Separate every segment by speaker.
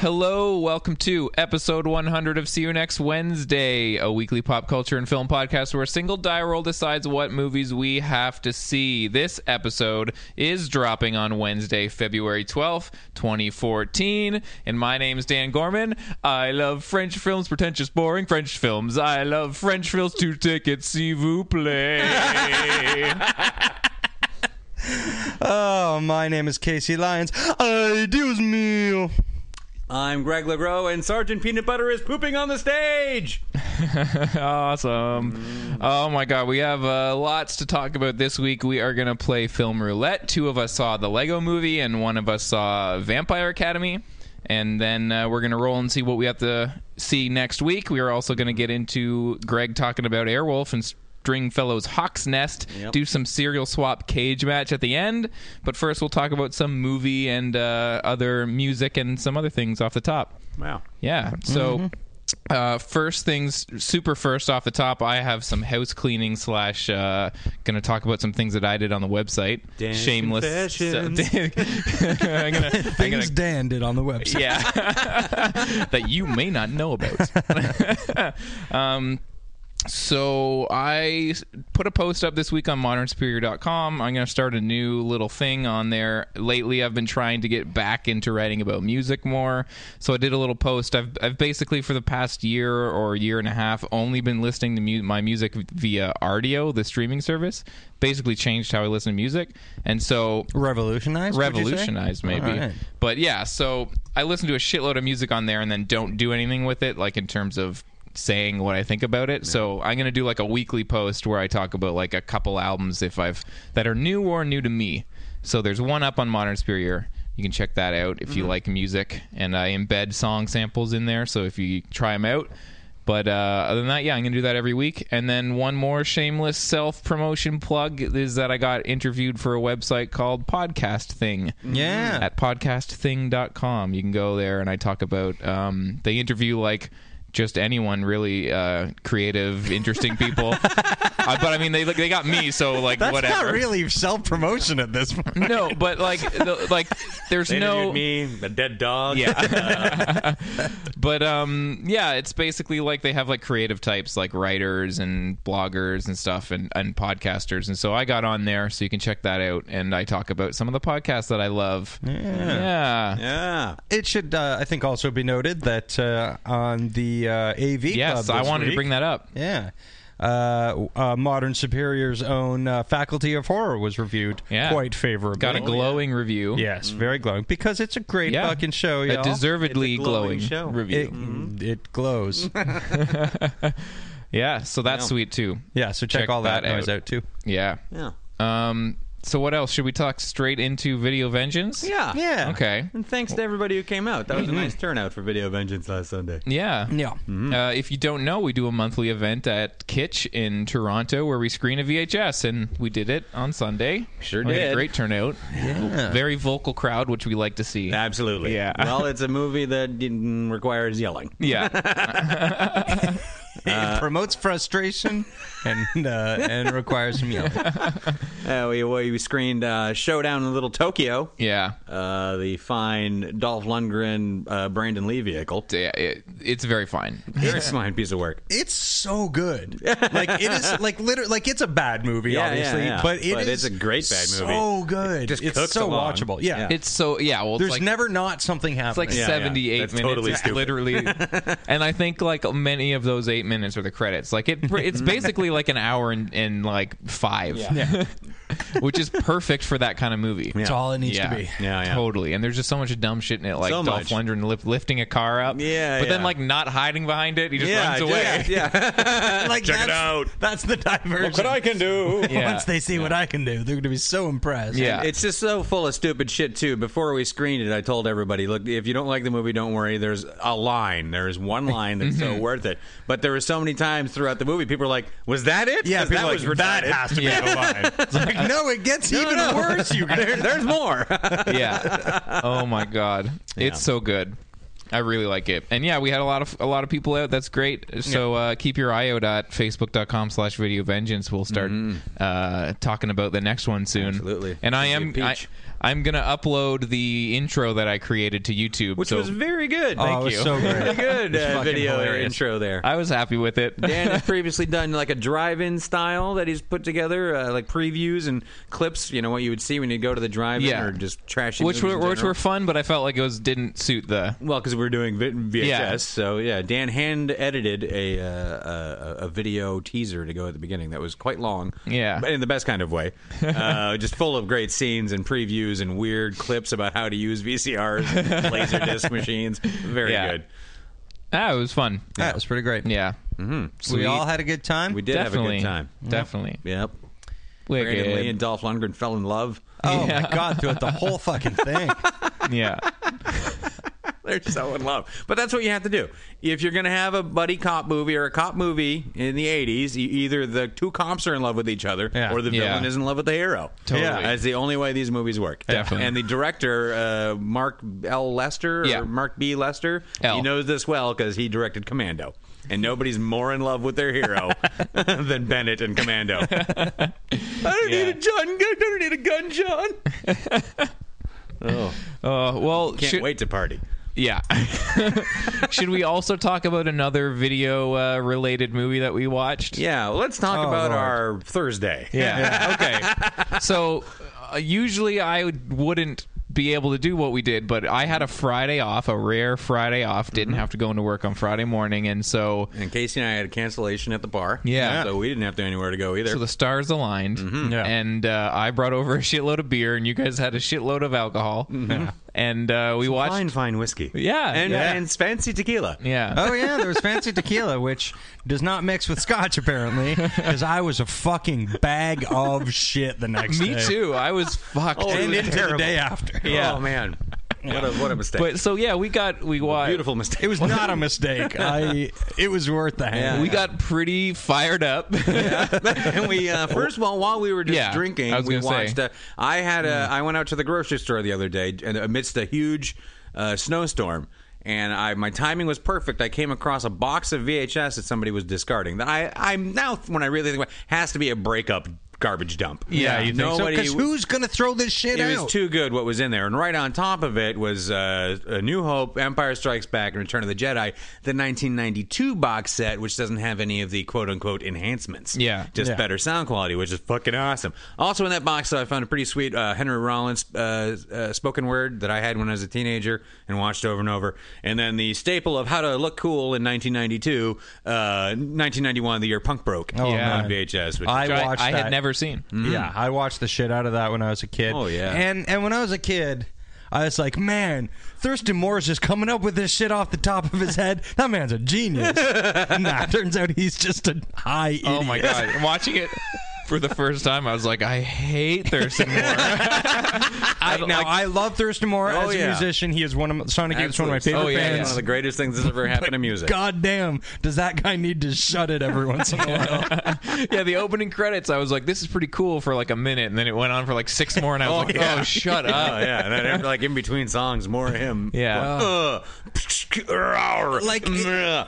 Speaker 1: Hello, welcome to episode 100 of See You Next Wednesday, a weekly pop culture and film podcast where a single die roll decides what movies we have to see. This episode is dropping on Wednesday, February 12th, 2014. And my name's Dan Gorman. I love French films, pretentious, boring French films. I love French films, two tickets, s'il vous plaît.
Speaker 2: Oh, my name is Casey Lyons. I do me.
Speaker 3: I'm Greg LeGros, and Sergeant Peanut Butter is pooping on the stage.
Speaker 1: awesome. Oh my God, we have uh, lots to talk about this week. We are going to play Film Roulette. Two of us saw the Lego movie, and one of us saw Vampire Academy. And then uh, we're going to roll and see what we have to see next week. We are also going to get into Greg talking about Airwolf and Stringfellow's Hawk's Nest, do some serial swap cage match at the end. But first, we'll talk about some movie and uh, other music and some other things off the top.
Speaker 3: Wow.
Speaker 1: Yeah. So, uh, first things, super first off the top, I have some house cleaning slash. Uh, gonna talk about some things that I did on the website.
Speaker 3: Dance
Speaker 1: Shameless.
Speaker 3: confessions.
Speaker 1: I'm gonna- I'm gonna-
Speaker 2: Things Dan did on the website.
Speaker 1: yeah, that you may not know about. um, so I s- put a post up this week on modernsuperior.com. I'm going to start a new little thing on there. Lately, I've been trying to get back into writing about music more. So I did a little post. I've, I've basically for the past year or year and a half only been listening to mu- my music via Ardio, the streaming service. Basically changed how I listen to music, and so
Speaker 2: Revolutionized? would you say?
Speaker 1: revolutionized maybe
Speaker 2: All right.
Speaker 1: but yeah so i listen to a shitload of music on there and then don't do anything with it like in terms of saying what i think about it so i'm gonna do like a weekly post where i talk about like a couple albums if i've that are new or new to me so there's one up on modern superior you can check that out if you like music and i embed song samples in there so if you try them out but uh, other than that, yeah, I'm gonna do that every week. And then one more shameless self promotion plug is that I got interviewed for a website called Podcast Thing.
Speaker 2: Yeah.
Speaker 1: At podcastthing.com, you can go there, and I talk about. Um, they interview like just anyone, really uh, creative, interesting people. Uh, but I mean, they they got me, so like
Speaker 2: That's
Speaker 1: whatever.
Speaker 2: not really self promotion at this point.
Speaker 1: No, but like the, like there's
Speaker 3: They
Speaker 1: no
Speaker 3: interviewed me, a dead dog.
Speaker 1: but um yeah it's basically like they have like creative types like writers and bloggers and stuff and, and podcasters and so i got on there so you can check that out and i talk about some of the podcasts that i love yeah yeah,
Speaker 3: yeah.
Speaker 2: It should, uh, I think, also be noted that uh, on the uh, AV
Speaker 1: yes
Speaker 2: Club
Speaker 1: i
Speaker 2: this
Speaker 1: wanted
Speaker 2: week-
Speaker 1: to bring that up
Speaker 2: Yeah. Uh, uh, Modern Superior's own uh, Faculty of Horror was reviewed
Speaker 1: Yeah.
Speaker 2: quite favorably.
Speaker 3: Oh,
Speaker 1: got a glowing review
Speaker 3: Mm.
Speaker 2: Yes, very glowing. Because it's a great
Speaker 1: yeah
Speaker 2: fucking show,
Speaker 1: a
Speaker 2: y'all.
Speaker 1: deservedly
Speaker 3: It's a glowing
Speaker 1: glowing,
Speaker 3: show.
Speaker 1: review
Speaker 2: it, Mm-hmm. it glows.
Speaker 1: yeah so that's sweet too
Speaker 2: yeah, so check,
Speaker 1: Check
Speaker 2: all that,
Speaker 1: that
Speaker 2: noise
Speaker 1: out.
Speaker 2: out, too.
Speaker 1: yeah
Speaker 3: Yeah.
Speaker 1: um so what else should we talk straight into video vengeance
Speaker 3: Yeah.
Speaker 2: Yeah.
Speaker 1: okay
Speaker 3: And thanks to everybody who came out. That was a nice turnout for Video Vengeance last Sunday.
Speaker 1: Mm-hmm. yeah
Speaker 2: Yeah.
Speaker 3: Mm-hmm.
Speaker 1: Uh, if you don't know, we do a monthly event at Kitsch in Toronto where we screen a VHS, and we did it on Sunday.
Speaker 3: Sure
Speaker 1: We had a
Speaker 3: did.
Speaker 1: great turnout. Very vocal crowd, which we like to see.
Speaker 3: Absolutely.
Speaker 1: Yeah.
Speaker 3: Well, it's a movie that didn't requires yelling.
Speaker 1: yeah.
Speaker 3: Uh,
Speaker 2: it promotes frustration and uh, and requires some yelling.
Speaker 3: Uh, we, we screened uh, Showdown in Little Tokyo,
Speaker 1: Yeah.
Speaker 3: uh, the fine Dolph Lundgren, uh, Brandon Lee vehicle.
Speaker 1: Yeah, it, it's very fine.
Speaker 3: Very fine piece of work.
Speaker 2: It's so good. Like it is like literally like it's a bad movie,
Speaker 3: Yeah, yeah,
Speaker 2: obviously,
Speaker 3: yeah.
Speaker 2: but it
Speaker 3: But
Speaker 2: is
Speaker 3: it's a great bad movie.
Speaker 2: So good.
Speaker 3: It just
Speaker 2: it's
Speaker 3: cooks
Speaker 2: so
Speaker 3: along.
Speaker 2: watchable. Yeah.
Speaker 3: Yeah.
Speaker 1: It's so yeah. Well, it's
Speaker 2: There's
Speaker 1: like,
Speaker 2: never not something
Speaker 1: It's like
Speaker 2: happening.
Speaker 1: 78
Speaker 3: yeah. That's
Speaker 1: minutes.
Speaker 3: totally
Speaker 1: It's
Speaker 3: stupid.
Speaker 1: literally, and I think like many of those eight minutes are the credits. Like it, it's basically like an hour and, and like five, which is perfect for that kind of movie.
Speaker 2: It's all it needs
Speaker 1: Yeah.
Speaker 2: to be.
Speaker 3: Yeah, yeah.
Speaker 1: totally. And there's just so much dumb shit in it, like
Speaker 3: So
Speaker 1: Dolph
Speaker 3: much.
Speaker 1: Lundgren lif- lifting a car up,
Speaker 3: Yeah,
Speaker 1: but then
Speaker 3: yeah.
Speaker 1: like not hiding behind it, he just
Speaker 3: yeah,
Speaker 1: runs
Speaker 3: yeah,
Speaker 1: away.
Speaker 3: Yeah.
Speaker 2: Like
Speaker 3: Check it
Speaker 2: that's-
Speaker 3: out.
Speaker 2: That's the diversion.
Speaker 3: can do.
Speaker 1: Yeah.
Speaker 2: Once they see what I can do, they're going to be so impressed.
Speaker 1: Yeah.
Speaker 3: It's just so full of stupid shit too. Before we screened it, I told everybody, look, if you don't like the movie, don't worry. There's a line. There is one line that's
Speaker 2: Mm-hmm.
Speaker 3: so worth it. But there were so many times throughout the movie, people were like, "Was that it?
Speaker 2: Yeah,
Speaker 3: 'Cause
Speaker 2: people
Speaker 3: that
Speaker 2: are
Speaker 3: was
Speaker 2: like, that
Speaker 3: retarded."
Speaker 2: has to be the line. It's like, no, it gets
Speaker 3: No,
Speaker 2: even
Speaker 3: no.
Speaker 2: worse. You guys.
Speaker 3: There- there's more.
Speaker 1: yeah. Oh my god, it's so good. I really like it, and yeah, we had a lot of a lot of people out. That's great. So uh, keep your eye out at facebook.com slash video vengeance. We'll start uh, talking about the next one soon.
Speaker 3: Mm-hmm. Absolutely.
Speaker 1: And I
Speaker 3: Should
Speaker 1: am
Speaker 3: be a
Speaker 1: I,
Speaker 3: peach.
Speaker 1: I'm gonna upload the intro that I created to YouTube,
Speaker 3: which
Speaker 1: so
Speaker 3: was very good.
Speaker 2: Oh, it was so great.
Speaker 3: very good uh,
Speaker 2: fucking
Speaker 3: video
Speaker 2: hilarious.
Speaker 3: intro there.
Speaker 1: I was happy with it.
Speaker 3: Dan has previously done like a drive-in style that he's put together, uh, like previews and clips. You know what you would see when you go to the drive-in,
Speaker 1: Yeah.
Speaker 3: or just trashy
Speaker 1: which
Speaker 3: movies
Speaker 1: were
Speaker 3: in
Speaker 1: which
Speaker 3: general.
Speaker 1: were fun, but I felt like it was didn't suit the
Speaker 3: Well, because we were doing vi- VHS,
Speaker 1: Yeah.
Speaker 3: so yeah, Dan hand edited a, uh, a a video teaser to go at the beginning that was quite long.
Speaker 1: Yeah.
Speaker 3: but in the best kind of way, uh, just full of great scenes and previews and weird clips about how to use VCRs, and laser disc machines. Very
Speaker 1: Yeah.
Speaker 3: good.
Speaker 1: ah, it was fun.
Speaker 2: That was pretty great.
Speaker 1: Yeah, mm-hmm.
Speaker 2: We all had a good time.
Speaker 3: We did
Speaker 1: definitely
Speaker 3: have a good time.
Speaker 1: Definitely,
Speaker 3: Yep.
Speaker 1: Wicked.
Speaker 3: Brandon Lee and Dolph Lundgren fell in love.
Speaker 2: Oh my god, throughout the whole fucking thing.
Speaker 1: yeah.
Speaker 3: They're so in love. But that's what you have to do. If you're going to have a buddy cop movie or a cop movie in the 80s, e- either the two cops are in love with each other
Speaker 2: Yeah.
Speaker 3: or the
Speaker 1: Yeah.
Speaker 3: villain is in love with the hero.
Speaker 1: Totally.
Speaker 3: Yeah. That's the only way these movies work.
Speaker 1: Definitely.
Speaker 3: And the director, uh, Mark L. Lester,
Speaker 1: Yeah.
Speaker 3: or Mark B. Lester,
Speaker 1: L.
Speaker 3: he knows this well because he directed Commando. And nobody's more in love with their hero than Bennett and Commando. I don't need a John. I don't need a gun, John.
Speaker 1: Uh, well,
Speaker 3: Can't
Speaker 1: should,
Speaker 3: wait to party.
Speaker 1: Yeah. should we also talk about another video uh, related movie that we watched?
Speaker 3: Yeah, well, let's talk
Speaker 2: Oh,
Speaker 3: about
Speaker 2: Lord.
Speaker 3: our Thursday.
Speaker 1: Yeah. okay. So uh, usually I would- wouldn't be able to do what we did, but I had a Friday off, a rare Friday off. Didn't
Speaker 2: Mm-hmm.
Speaker 1: have to go into work on Friday morning, and so
Speaker 3: And Casey and I had a cancellation at the bar.
Speaker 1: Yeah.
Speaker 3: So we didn't have to anywhere to go either.
Speaker 1: so the stars aligned,
Speaker 2: Mm-hmm. Yeah.
Speaker 1: and uh, I brought over a shitload of beer, and you guys had a shitload of alcohol,
Speaker 2: Mm-hmm.
Speaker 1: and uh, we watched.
Speaker 3: fine, fine whiskey.
Speaker 1: Yeah,
Speaker 3: And,
Speaker 1: yeah.
Speaker 3: and fancy tequila.
Speaker 1: Yeah.
Speaker 2: Oh yeah, there was fancy tequila, which does not mix with scotch apparently, because I was a fucking bag of shit the next day.
Speaker 1: Me too. I was fucked.
Speaker 3: Oh,
Speaker 2: And
Speaker 3: It was
Speaker 2: into the
Speaker 3: terrible.
Speaker 2: day after.
Speaker 3: Oh, man. What a, what a mistake.
Speaker 1: But so yeah, we got we watched
Speaker 3: Beautiful mistake.
Speaker 2: It was not a mistake. I it was worth the hang.
Speaker 1: We got pretty fired up.
Speaker 3: and we uh, first of all, while we were just
Speaker 1: Yeah,
Speaker 3: drinking,
Speaker 1: I was
Speaker 3: we
Speaker 1: gonna say. Mm.
Speaker 3: watched. Uh, I had a. I went out to the grocery store the other day, and amidst a huge uh, snowstorm. And I, my timing was perfect. I came across a box of VHS that somebody was discarding. That I, I'm now when I really think about, it, has to be a breakup garbage dump.
Speaker 1: Yeah, you think so?
Speaker 3: nobody.
Speaker 2: Because who's gonna throw this shit
Speaker 3: it
Speaker 2: out?
Speaker 3: was too good what was in there, and right on top of it was uh, A New Hope, Empire Strikes Back, and Return of the Jedi, the 1992 box set, which doesn't have any of the quote unquote enhancements.
Speaker 1: Yeah.
Speaker 3: just
Speaker 2: Yeah.
Speaker 3: better sound quality, which is fucking awesome. Also in that box set, I found a pretty sweet uh, Henry Rollins uh, uh, spoken word that I had when I was a teenager and watched over and over, and then the staple of how to look cool in 1992, uh, 1991, the year punk broke.
Speaker 1: Yeah.
Speaker 3: on VHS. Which
Speaker 2: Oh, I
Speaker 3: is-
Speaker 2: watched.
Speaker 1: I had
Speaker 2: that.
Speaker 1: never seen.
Speaker 2: Yeah, I watched the shit out of that when I was a kid.
Speaker 3: Mm-hmm. Oh, yeah.
Speaker 2: and and when I was a kid. I was like, man, Thurston Moore's just coming up with this shit off the top of his head. That man's a genius. nah, turns out he's just a high idiot.
Speaker 1: Oh my god! Watching it for the first time, I was like, I hate Thurston Moore.
Speaker 2: I, now I love Thurston Moore
Speaker 3: Oh,
Speaker 2: as a
Speaker 3: yeah.
Speaker 2: musician. He is one of my, Sonic Youth is one of my favorite
Speaker 1: Absolutely. Oh, yeah,
Speaker 2: bands.
Speaker 3: One of the greatest things that's ever happened to music.
Speaker 2: God damn, does that guy need to shut it every once in a while?
Speaker 1: yeah, the opening credits, I was like, this is pretty cool for like a minute, and then it went on for like six more, and I was like, oh, shut
Speaker 3: Oh
Speaker 1: up.
Speaker 3: yeah, and then like in between songs, more him.
Speaker 1: Yeah.
Speaker 3: Like, uh, Like
Speaker 2: Like, it-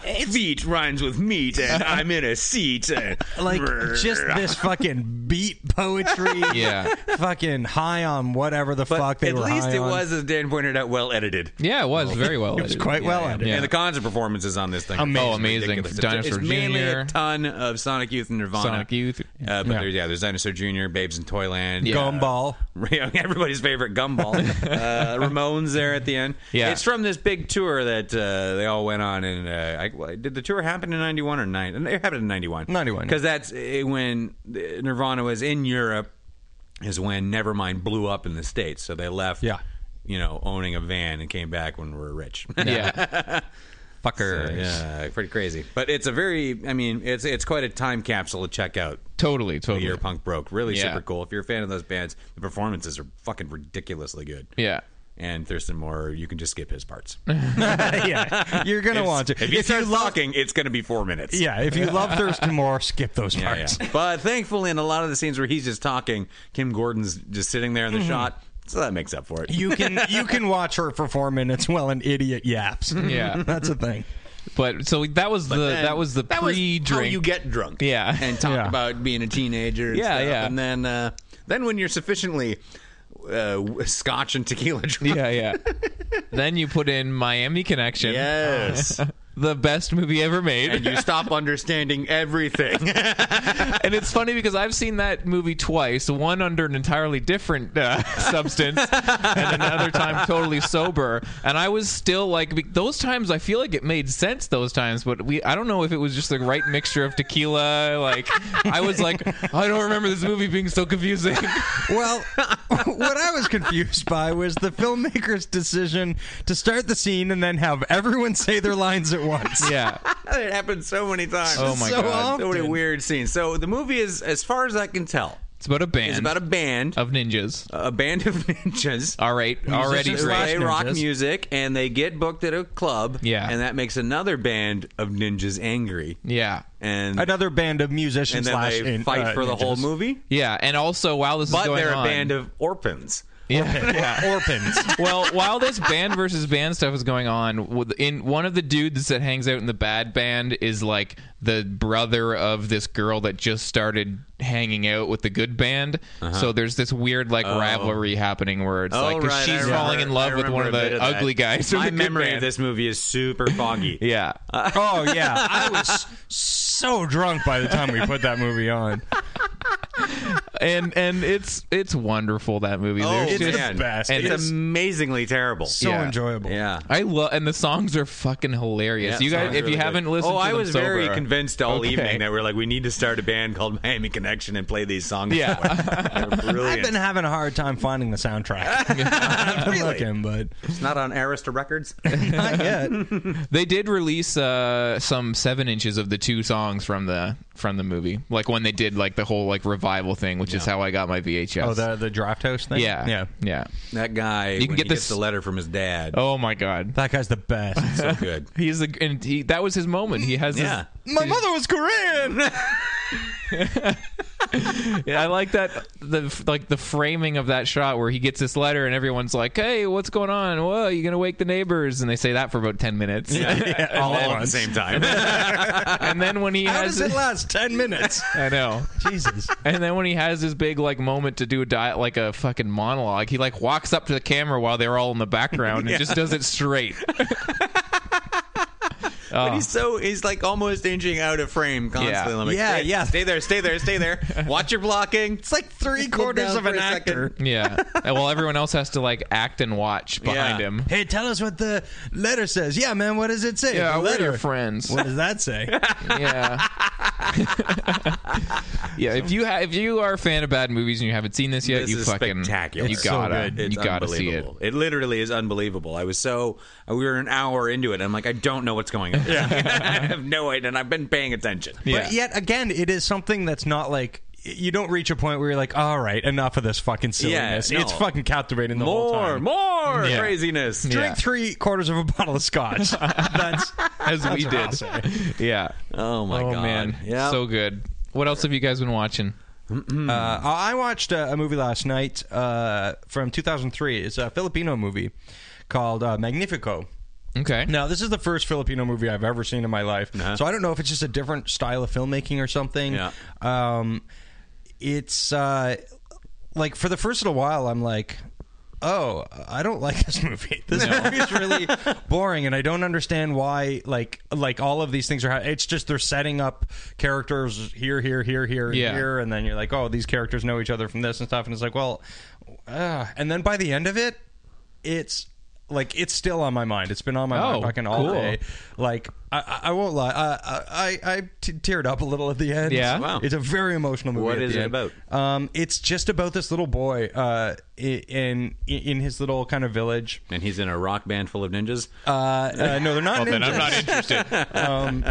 Speaker 2: it's-
Speaker 3: feet rhymes with meat, and I'm in a seat. and-
Speaker 2: like just this fucking beat poetry.
Speaker 1: Yeah.
Speaker 2: fucking high on whatever the
Speaker 3: But
Speaker 2: fuck they
Speaker 3: at
Speaker 2: were.
Speaker 3: least
Speaker 2: high
Speaker 3: it
Speaker 2: on.
Speaker 3: was, as Dan pointed out, well edited.
Speaker 1: Yeah, it was very well.
Speaker 2: It was quite well edited.
Speaker 1: Yeah.
Speaker 3: And the concert performances on this thing.
Speaker 1: Amazing.
Speaker 3: are
Speaker 1: Oh, amazing.
Speaker 3: ridiculous. It's,
Speaker 1: Dinosaur
Speaker 3: it's mainly
Speaker 1: Junior.
Speaker 3: a ton of Sonic Youth and Nirvana.
Speaker 1: Sonic Youth.
Speaker 3: Uh, but
Speaker 2: Yeah.
Speaker 3: There's, yeah, there's Dinosaur Jr., Babes in Toyland.
Speaker 1: Yeah.
Speaker 2: Gumball.
Speaker 3: Everybody's favorite Gumball. uh, Ramones there at the end.
Speaker 1: Yeah.
Speaker 3: It's from this big tour that uh, they all went on. And uh, I, well, did the tour happen in 91 or 9? It happened in 91.
Speaker 2: 91, yeah.
Speaker 3: Because that's uh, when uh, Nirvana was in Europe is when Nevermind blew up in the States. So they left,
Speaker 2: Yeah.
Speaker 3: you know, owning a van and came back when we were rich.
Speaker 1: Yeah. Fuckers.
Speaker 3: Yeah, pretty crazy. But it's a very, I mean, it's it's quite a time capsule to check out.
Speaker 1: Totally,
Speaker 3: The year
Speaker 1: totally.
Speaker 3: punk broke, really
Speaker 1: Yeah.
Speaker 3: super cool. If you're a fan of those bands, the performances are fucking ridiculously good.
Speaker 1: Yeah.
Speaker 3: And Thurston Moore, you can just skip his parts.
Speaker 2: yeah, you're gonna want to.
Speaker 3: If you start talking, it's going to be four minutes.
Speaker 2: yeah, if you love Thurston Moore, skip those
Speaker 3: Yeah,
Speaker 2: parts.
Speaker 3: yeah. but thankfully, in a lot of the scenes where he's just talking, Kim Gordon's just sitting there in
Speaker 1: Mm-hmm.
Speaker 3: the shot, so that makes up for it.
Speaker 2: You can you can watch her perform, and it's well an idiot yaps.
Speaker 1: Yeah.
Speaker 2: that's a thing.
Speaker 1: But so that was the
Speaker 4: And
Speaker 1: uh, that was the
Speaker 4: that
Speaker 1: pre-drink.
Speaker 4: How you get drunk?
Speaker 1: Yeah.
Speaker 4: and talk
Speaker 2: Yeah.
Speaker 4: about being a teenager. And
Speaker 1: Yeah,
Speaker 4: stuff.
Speaker 1: yeah.
Speaker 4: And then, uh,
Speaker 3: Then when you're sufficiently uh, w- scotch and tequila drunk,
Speaker 1: yeah, yeah. then you put in Miami Connection.
Speaker 4: yes,
Speaker 1: The best movie ever made.
Speaker 4: and you stop understanding everything.
Speaker 1: and it's funny because I've seen that movie twice, one under an entirely different uh, substance, and another time totally sober. And I was still like, be- those times I feel like it made sense. Those times, but we, I don't know if it was just the right mixture of tequila. Like I was like, I don't remember this movie being so confusing.
Speaker 2: Well, what I was confused by was the filmmaker's decision to start the scene and then have everyone say their lines at once.
Speaker 1: yeah.
Speaker 3: it happened so many times.
Speaker 1: Oh my
Speaker 2: So
Speaker 1: god.
Speaker 3: So many
Speaker 2: often.
Speaker 3: weird scenes. So the movie is, as far as I can tell,
Speaker 1: It's about a band.
Speaker 3: is about a Uh, band,
Speaker 1: of ninjas.
Speaker 3: a band of ninjas.
Speaker 1: All right, already
Speaker 2: Musicians
Speaker 1: great.
Speaker 2: slash
Speaker 3: They rock
Speaker 2: ninjas.
Speaker 3: music and they get booked at a club.
Speaker 1: Yeah.
Speaker 3: and that makes another band of ninjas angry.
Speaker 1: Yeah.
Speaker 3: and
Speaker 2: Another band of
Speaker 3: and
Speaker 2: musicians
Speaker 3: then
Speaker 2: slash
Speaker 3: they
Speaker 2: in-
Speaker 3: fight
Speaker 2: uh,
Speaker 3: for the whole
Speaker 2: ninjas.
Speaker 3: movie.
Speaker 1: Yeah, and also while this is
Speaker 3: But
Speaker 1: going
Speaker 3: they're
Speaker 1: on,
Speaker 3: a band of orphans.
Speaker 1: yeah.
Speaker 2: Orphans.
Speaker 1: well, while this band versus band stuff is going on, with- in one of the dudes that hangs out in the bad band is like the brother of this girl that just started hanging out with the good band. So there's this weird like rivalry happening where it's
Speaker 3: Uh-huh. Oh,
Speaker 1: like 'cause
Speaker 3: right, I
Speaker 1: she's
Speaker 3: remember-
Speaker 1: falling in
Speaker 3: I
Speaker 1: love with one of
Speaker 3: remember a
Speaker 1: the
Speaker 3: bit that.
Speaker 1: ugly guys. from
Speaker 3: My
Speaker 1: the good
Speaker 3: memory of
Speaker 1: band.
Speaker 3: this movie is super foggy.
Speaker 1: Yeah.
Speaker 2: oh yeah, I was so drunk by the time we put that movie on.
Speaker 1: and and it's it's wonderful that movie. There's
Speaker 2: it's
Speaker 1: just-
Speaker 2: the best.
Speaker 1: and
Speaker 3: Oh, It's,
Speaker 1: it's-
Speaker 3: amazingly terrible.
Speaker 2: So
Speaker 1: Yeah.
Speaker 2: enjoyable.
Speaker 3: yeah.
Speaker 1: I love and the songs are fucking hilarious.
Speaker 3: Yeah,
Speaker 1: you guys,
Speaker 3: sounds
Speaker 1: if
Speaker 3: really
Speaker 1: you
Speaker 3: good.
Speaker 1: haven't listened,
Speaker 3: oh,
Speaker 1: to
Speaker 3: I
Speaker 1: them
Speaker 3: was very
Speaker 1: sober-
Speaker 3: convinced all
Speaker 1: Okay.
Speaker 3: evening that we're like, we need to start a band called Miami Connection and play these songs.
Speaker 1: Yeah.
Speaker 3: for it. They're
Speaker 2: I've
Speaker 3: brilliant.
Speaker 2: been having a hard time finding the soundtrack. I've been looking, but
Speaker 3: it's not on Arista Records.
Speaker 2: not yet.
Speaker 1: They did release uh, some seven inches of the two songs from the from the movie, like when they did like the whole like revival thing, which is how I got my VHS.
Speaker 2: Oh, the the draft house thing.
Speaker 1: yeah,
Speaker 2: yeah.
Speaker 1: yeah.
Speaker 3: that guy,
Speaker 1: You can
Speaker 3: when
Speaker 1: get
Speaker 3: he
Speaker 1: this-
Speaker 3: gets the letter from his dad.
Speaker 1: Oh my god,
Speaker 2: That guy's the best.
Speaker 3: so good.
Speaker 1: he's the and he, that was his moment. He has
Speaker 3: Yeah.
Speaker 2: My mother was Korean.
Speaker 1: This, yeah, I like that the like the framing of that shot where he gets this letter and everyone's like, "Hey, what's going on? Whoa, you gonna wake the neighbors?" And they say that for about ten minutes,
Speaker 3: all at the same time.
Speaker 1: and then when he
Speaker 2: How
Speaker 1: has
Speaker 2: does it last ten minutes?
Speaker 1: I know.
Speaker 2: Jesus.
Speaker 1: And then when he has his big like moment to do a diet like a fucking monologue, he like walks up to the camera while they're all in the background and just does it straight.
Speaker 3: But he's so he's like almost inching out of frame constantly.
Speaker 1: Oh. Yeah.
Speaker 3: I'm like,
Speaker 2: Yeah,
Speaker 3: "Hey,
Speaker 2: yeah.
Speaker 3: Stay there, stay there, stay there. Watch your blocking. It's like
Speaker 2: Three quarters of an actor.
Speaker 1: yeah. And while everyone else has to like act and watch behind
Speaker 3: Yeah.
Speaker 1: him.
Speaker 2: Hey, tell us what the letter says. Yeah, man. What does it say?
Speaker 1: Yeah,
Speaker 2: the
Speaker 1: we're
Speaker 2: letter.
Speaker 1: your friends.
Speaker 2: What does that say?
Speaker 1: Yeah. yeah. If you ha- if you are a fan of bad movies and you haven't seen this yet,
Speaker 3: This
Speaker 1: you
Speaker 3: is
Speaker 1: fucking
Speaker 3: spectacular.
Speaker 1: you
Speaker 3: It's so
Speaker 1: gotta
Speaker 3: It's
Speaker 1: you gotta see it.
Speaker 3: unbelievable. It literally is unbelievable. I was so we were an hour into it. and I'm like, I don't know what's going on. I have no idea, and I've been paying attention.
Speaker 1: Yeah.
Speaker 2: But yet again, it is something that's not like you don't reach a point where you're like, all right, enough of this fucking silliness.
Speaker 3: no.
Speaker 2: It's fucking captivating the whole
Speaker 3: more,
Speaker 2: time.
Speaker 3: more
Speaker 1: Yeah.
Speaker 3: craziness.
Speaker 1: Yeah.
Speaker 2: Drink three quarters of a bottle of scotch. that's
Speaker 1: As we
Speaker 2: what I'll
Speaker 1: did.
Speaker 2: say.
Speaker 1: Yeah.
Speaker 3: Oh my
Speaker 1: oh
Speaker 3: god.
Speaker 1: man.
Speaker 3: Yeah.
Speaker 1: So good. What else have you guys been watching?
Speaker 2: Uh, I watched uh, a movie last night uh, from 2003. It's a Filipino movie called uh, Magnifico.
Speaker 1: Okay.
Speaker 2: Now, this is the first Filipino movie I've ever seen in my life, so I don't know if it's just a different style of filmmaking or something.
Speaker 3: Yeah.
Speaker 2: Um, it's uh, like for the first little while, I'm like. Oh, I don't like this movie. This movie is really boring, and I don't understand why. Like, like all of these things are. ha- It's just they're setting up characters here, here, here, here, and
Speaker 1: Yeah.
Speaker 2: here, and then you're like, oh, these characters know each other from this and stuff, and it's like, well, uh, and then by the end of it, it's like it's still on my mind. It's been on my
Speaker 1: Oh,
Speaker 2: mind fucking all
Speaker 1: cool.
Speaker 2: day. Like I, I- I won't lie, I, I, I t- teared up a little at the end.
Speaker 1: Yeah?
Speaker 3: Wow.
Speaker 2: it's a very emotional movie.
Speaker 3: What
Speaker 2: at
Speaker 3: is
Speaker 2: the
Speaker 3: it
Speaker 2: end.
Speaker 3: about?
Speaker 2: Um, it's just about this little boy uh, i- in in his little kind of village.
Speaker 3: And he's in a rock band full of ninjas.
Speaker 2: Uh, uh, no, they're not.
Speaker 1: Well, then I'm
Speaker 2: ninjas.
Speaker 1: not interested.
Speaker 2: um,